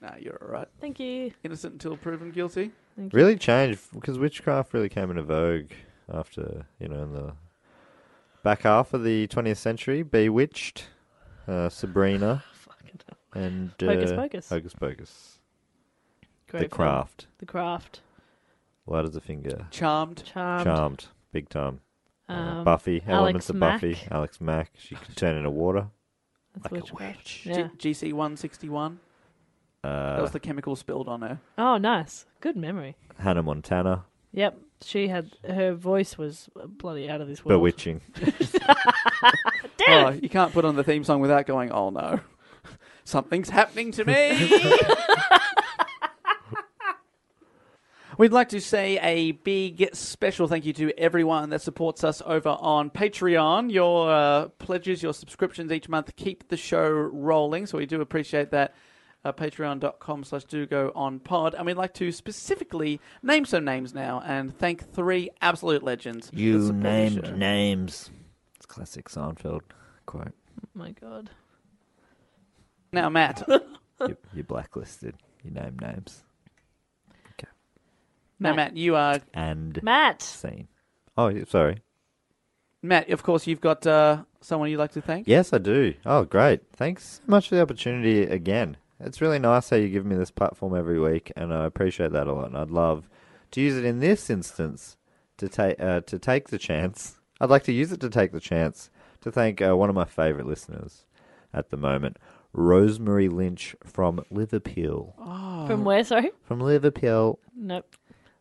Speaker 5: Nah, you're all right.
Speaker 6: Thank you.
Speaker 5: Innocent until proven guilty.
Speaker 7: Really changed because witchcraft really came into vogue after you know in the back half of the 20th century. Bewitched, uh, Sabrina,
Speaker 6: Fucking hell.
Speaker 7: and uh,
Speaker 6: Hocus Pocus.
Speaker 7: Hocus Pocus.
Speaker 6: Great
Speaker 7: the
Speaker 6: film.
Speaker 7: Craft,
Speaker 6: The craft.
Speaker 7: Light as a Finger,
Speaker 5: Charmed.
Speaker 6: Charmed.
Speaker 7: Charmed, Big Time, Uh,
Speaker 6: Um,
Speaker 7: Buffy, Elements of
Speaker 6: Mack.
Speaker 7: Buffy, Alex Mack. She could turn into water.
Speaker 6: That's
Speaker 7: Like a
Speaker 6: witchcraft.
Speaker 7: witch.
Speaker 6: Yeah.
Speaker 5: G- GC 161. that
Speaker 7: Uh,
Speaker 5: was the chemical spilled on her.
Speaker 6: Oh, nice. Good memory.
Speaker 7: Hannah Montana,
Speaker 6: Yep. She had her voice was bloody out of this world.
Speaker 7: Bewitching.
Speaker 5: Oh, you can't put on the theme song without going, oh no, something's happening to me. We'd like to say a big special thank you to everyone that supports us over on Patreon. Your uh, pledges, your subscriptions each month keep the show rolling, so we do appreciate that. Uh, Patreon.com slash do go on pod. And we'd like to specifically name some names now and thank three absolute legends. that support the show.
Speaker 7: names. It's classic Seinfeld quote.
Speaker 6: My God.
Speaker 5: Now, Matt.
Speaker 7: You're, you're blacklisted. You name names
Speaker 5: now, Matt, you are
Speaker 7: and
Speaker 6: Matt.
Speaker 7: seen. Oh, yeah, sorry.
Speaker 5: Matt, of course, you've got uh, someone you'd like to thank.
Speaker 7: Yes, I do. Oh, great. Thanks so much for the opportunity again. It's really nice how you give me this platform every week, and I appreciate that a lot. And I'd love to use it in this instance to take uh, to take the chance. I'd like to use it to take the chance to thank uh, one of my favourite listeners at the moment, Rosemary Lynch from Liverpool. Oh.
Speaker 6: From where? Sorry.
Speaker 7: From Liverpool,
Speaker 6: Nope.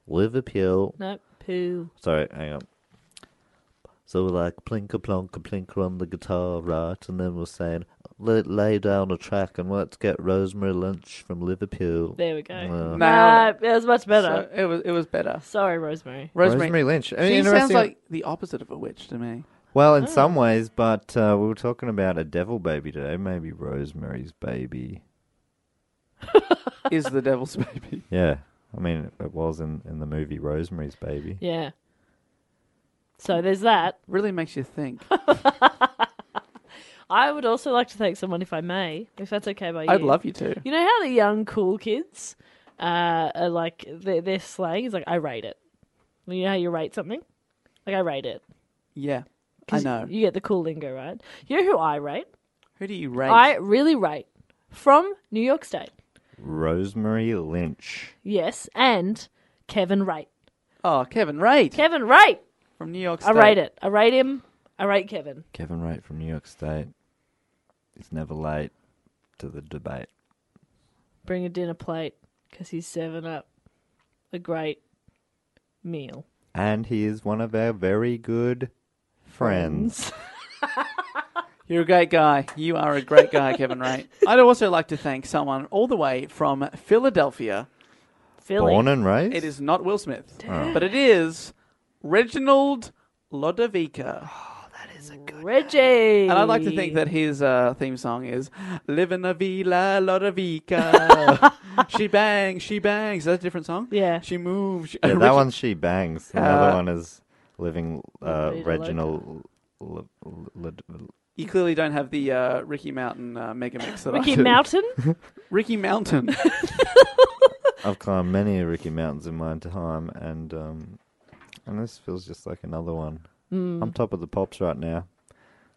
Speaker 7: Liverpool.
Speaker 6: Nope. Poo.
Speaker 7: Sorry, hang on. So we're like plinker plonker plinker on the guitar, right? And then we're saying, lay, lay down a track and let's get Rosemary Lynch from Liverpool.
Speaker 6: There we go.
Speaker 7: Uh,
Speaker 6: Nah, it was much better.
Speaker 5: So it was it was better.
Speaker 6: Sorry, Rosemary.
Speaker 5: Rosemary,
Speaker 7: Rosemary Lynch. I mean,
Speaker 5: she sounds
Speaker 7: interesting-
Speaker 5: like Oh. the opposite of a witch to me.
Speaker 7: Well, in some ways, but uh, we were talking about a devil baby today. Maybe Rosemary's baby.
Speaker 5: Is the devil's baby?
Speaker 7: Yeah. I mean, it was in, in the movie Rosemary's Baby.
Speaker 6: Yeah. So there's that.
Speaker 5: Really makes you think.
Speaker 6: I would also like to thank someone, if I may, if that's okay by you.
Speaker 5: I'd love you to.
Speaker 6: You know how the young cool kids uh, are like their, their slang is like I rate it. You know how you rate something? Like I rate it.
Speaker 5: Yeah, I
Speaker 6: 'Cause
Speaker 5: know.
Speaker 6: You get the cool lingo, right? You know who I rate?
Speaker 5: Who do you rate?
Speaker 6: I really rate from New York State.
Speaker 7: Rosemary Lynch.
Speaker 6: Yes, and Kevin Rate.
Speaker 5: Oh, Kevin Rate
Speaker 6: Kevin Rate.
Speaker 5: from New York
Speaker 6: I
Speaker 5: State.
Speaker 6: rate it. I rate him. I rate Kevin.
Speaker 7: Kevin Wright from New York State. It's never late to the debate.
Speaker 6: Bring a dinner plate because he's seven up. A great meal.
Speaker 7: and he is one of our very good friends.
Speaker 5: You're a great guy. You are a great guy, Kevin Rate. I'd also like to thank someone all the way from Philadelphia.
Speaker 6: Philly.
Speaker 7: Born and raised.
Speaker 5: It is not Will Smith, but it is Reginald Lodovica.
Speaker 6: Reggie.
Speaker 5: And I'd like to think that his uh, theme song is "Live in a Villa Lodovica." she bangs, she bangs. Is that a different song?
Speaker 6: Yeah.
Speaker 5: She moves. She,
Speaker 7: Yeah, that one she bangs. The other
Speaker 5: Uh,
Speaker 7: one is living uh,
Speaker 6: Lolita
Speaker 7: Reginald. L- L- L-
Speaker 5: You clearly don't have the uh, Ricky Mountain uh, mega mix that I
Speaker 6: Ricky
Speaker 5: do.
Speaker 6: Mountain.
Speaker 5: Ricky Mountain.
Speaker 7: I've climbed many Ricky Mountains in my time, and um, and this feels just like another one.
Speaker 5: Hmm.
Speaker 7: I'm top of the pops right now.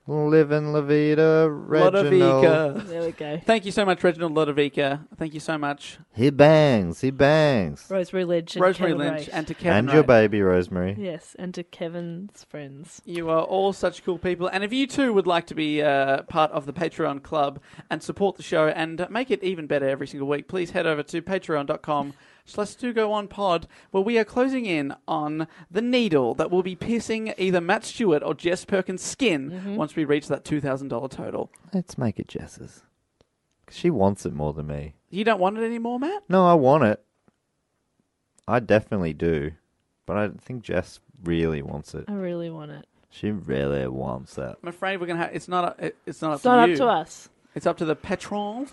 Speaker 7: Living La Vida, Reginald.
Speaker 5: Lodovica.
Speaker 6: There we go.
Speaker 5: Thank you so much, Reginald Lodovica. Thank you so much,
Speaker 7: He bangs, he bangs.
Speaker 6: Rosemary Lynch. And
Speaker 5: Rosemary
Speaker 6: Kevin
Speaker 5: Lynch,
Speaker 6: Rae.
Speaker 5: and to Kevin.
Speaker 7: And your
Speaker 5: Wright.
Speaker 7: baby, Rosemary.
Speaker 6: yes, and to Kevin's friends.
Speaker 5: You are all such cool people. And if you too would like to be uh, part of the Patreon club and support the show and make it even better every single week, please head over to patreon.com slash do go on pod where we are closing in on the needle that will be piercing either Matt Stewart or Jess Perkins' skin
Speaker 6: Mm-hmm.
Speaker 5: once we reach that $2,000 total.
Speaker 7: Let's make it Jess's. 'Cause She wants it more than me.
Speaker 5: You don't want it anymore, Matt?
Speaker 7: No, I want it. I definitely do. But I think Jess really wants it.
Speaker 6: I really want it.
Speaker 7: She really wants it.
Speaker 5: I'm afraid we're gonna. Ha- it's not. A, it- it's not up
Speaker 6: It's not
Speaker 5: to you.
Speaker 6: up to us.
Speaker 5: It's up to the patrons.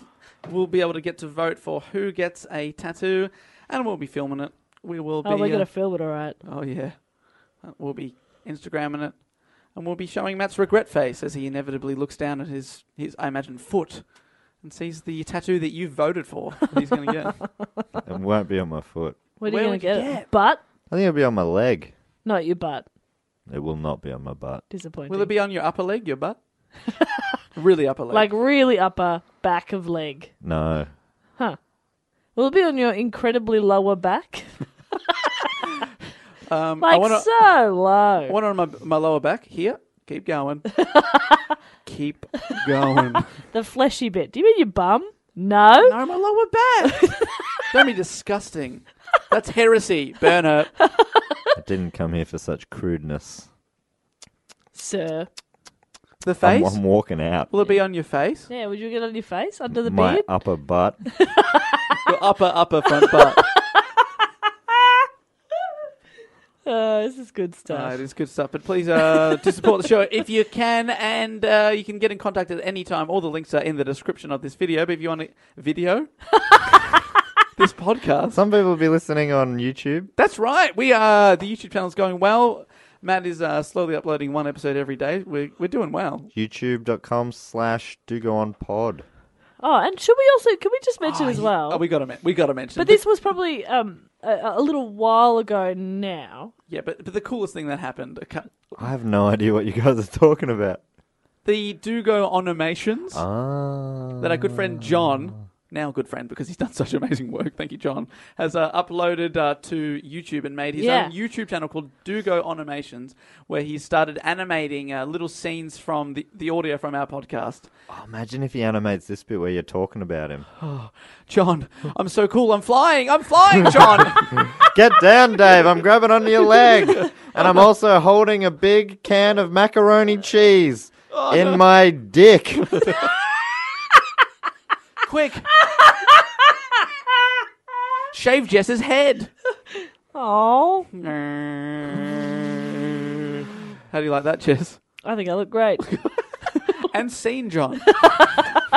Speaker 5: We'll be able to get to vote for who gets a tattoo, and we'll be filming it. We will be.
Speaker 6: Oh, we're
Speaker 5: uh,
Speaker 6: gonna film it, all right.
Speaker 5: Oh yeah, Uh, we'll be Instagramming it, and we'll be showing Matt's regret face as he inevitably looks down at his his I imagine foot, and sees the tattoo that you voted for. That he's going to get.
Speaker 7: It won't be on my foot.
Speaker 6: Where are
Speaker 5: Where
Speaker 6: you gonna
Speaker 5: would you
Speaker 6: get,
Speaker 5: get?
Speaker 6: it? Butt?
Speaker 7: I think it'll be on my leg.
Speaker 6: Not your butt.
Speaker 7: It will not be on my butt.
Speaker 6: Disappointing.
Speaker 5: Will it be on your upper leg, your butt? really upper leg.
Speaker 6: like really upper back of leg?
Speaker 7: No.
Speaker 6: Will it be on your incredibly lower back?
Speaker 5: um, I
Speaker 6: Like
Speaker 5: wanna,
Speaker 6: so low.
Speaker 5: I want it on my my lower back here. Keep going. Keep going.
Speaker 6: The fleshy bit. Do you mean your bum? No.
Speaker 5: No, my lower back. Don't be disgusting. That's heresy, burn it.
Speaker 7: I didn't come here for such crudeness.
Speaker 6: Sir.
Speaker 5: The
Speaker 7: I'm,
Speaker 5: face.
Speaker 7: I'm walking out.
Speaker 5: Will it be on your face?
Speaker 6: Yeah, would you get on your face under the
Speaker 7: my
Speaker 6: beard?
Speaker 7: upper butt.
Speaker 5: Your upper upper front butt.
Speaker 6: Oh, this is good
Speaker 5: Uh,
Speaker 6: stuff.
Speaker 5: it is good stuff. But please uh, to support the show if you can, and uh, you can get in contact at any time. All the links are in the description of this video. But if you want a video, this podcast.
Speaker 7: Some people will be listening on YouTube.
Speaker 5: That's right. We are the YouTube channel's going well. Matt is uh, slowly uploading one episode every day. We're we're doing well.
Speaker 7: YouTube.com slash do go on pod.
Speaker 6: oh, and should we also, can we just mention as well?
Speaker 5: Oh, we got to we got to mention.
Speaker 6: but this was probably um, a, a little while ago now.
Speaker 5: yeah, but but the coolest thing that happened. uh, a cou-
Speaker 7: I have no idea what you guys are talking about.
Speaker 5: The do go onomations.
Speaker 7: Ah.
Speaker 5: that our good friend John, now good friend because he's done such amazing work, thank you, John, has uh, uploaded uh, to YouTube and made his
Speaker 6: Yeah.
Speaker 5: own YouTube channel called Do Go Animations, where he started animating uh, little scenes from the, the audio from our podcast.
Speaker 7: Oh, imagine if he animates this bit where you're talking about him.
Speaker 5: John, I'm so cool, I'm flying, I'm flying, John!
Speaker 7: Get down, Dave. I'm grabbing onto your leg. And I'm also holding a big can of macaroni cheese in my dick.
Speaker 5: Quick! Shave Jess's head!
Speaker 6: Oh,
Speaker 5: How do you like that, Jess?
Speaker 6: I think I look great.
Speaker 5: and seen John.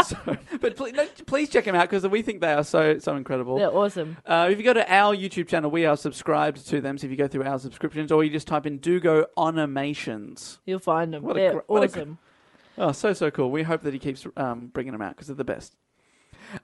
Speaker 5: so, but please, no, please check them out because we think they are so so incredible.
Speaker 6: They're awesome.
Speaker 5: Uh, if you go to our YouTube channel, we are subscribed to them. So if you go through our subscriptions, or you just type in "Dugo Animations,"
Speaker 6: You'll find them.
Speaker 5: What a
Speaker 6: They're
Speaker 5: gr- what a gr-
Speaker 6: awesome.
Speaker 5: oh, so so cool. We hope that he keeps um, bringing them out because they're the best.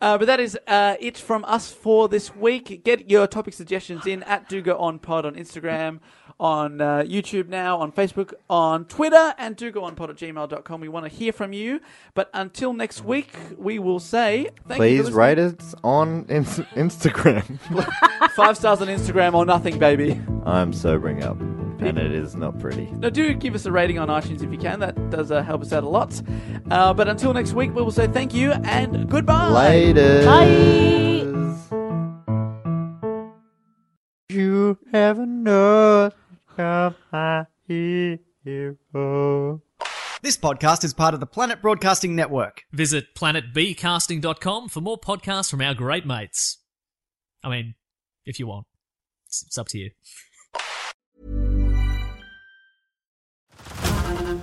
Speaker 5: Uh, but that is uh, it from us for this week. Get your topic suggestions in at Dugo on Pod on Instagram, on uh, YouTube now, on Facebook, on Twitter, and Dugo on Pod at gmail.com. We want to hear from you. But until next week, we will say thank you.
Speaker 7: Please
Speaker 5: for
Speaker 7: rate us on in- Instagram.
Speaker 5: listening. Five stars on Instagram or nothing, baby.
Speaker 7: I'm sobering up, and it is not pretty.
Speaker 5: Now, do give us a rating on iTunes if you can. That does uh, help us out a lot. Uh, but until next week, we will say thank you and goodbye.
Speaker 7: Later.
Speaker 6: Bye.
Speaker 7: You have not come my hero.
Speaker 3: This podcast is part of the Planet Broadcasting Network.
Speaker 4: Visit planetbcasting.com for more podcasts from our great mates. I mean, if you want, it's, it's up to you.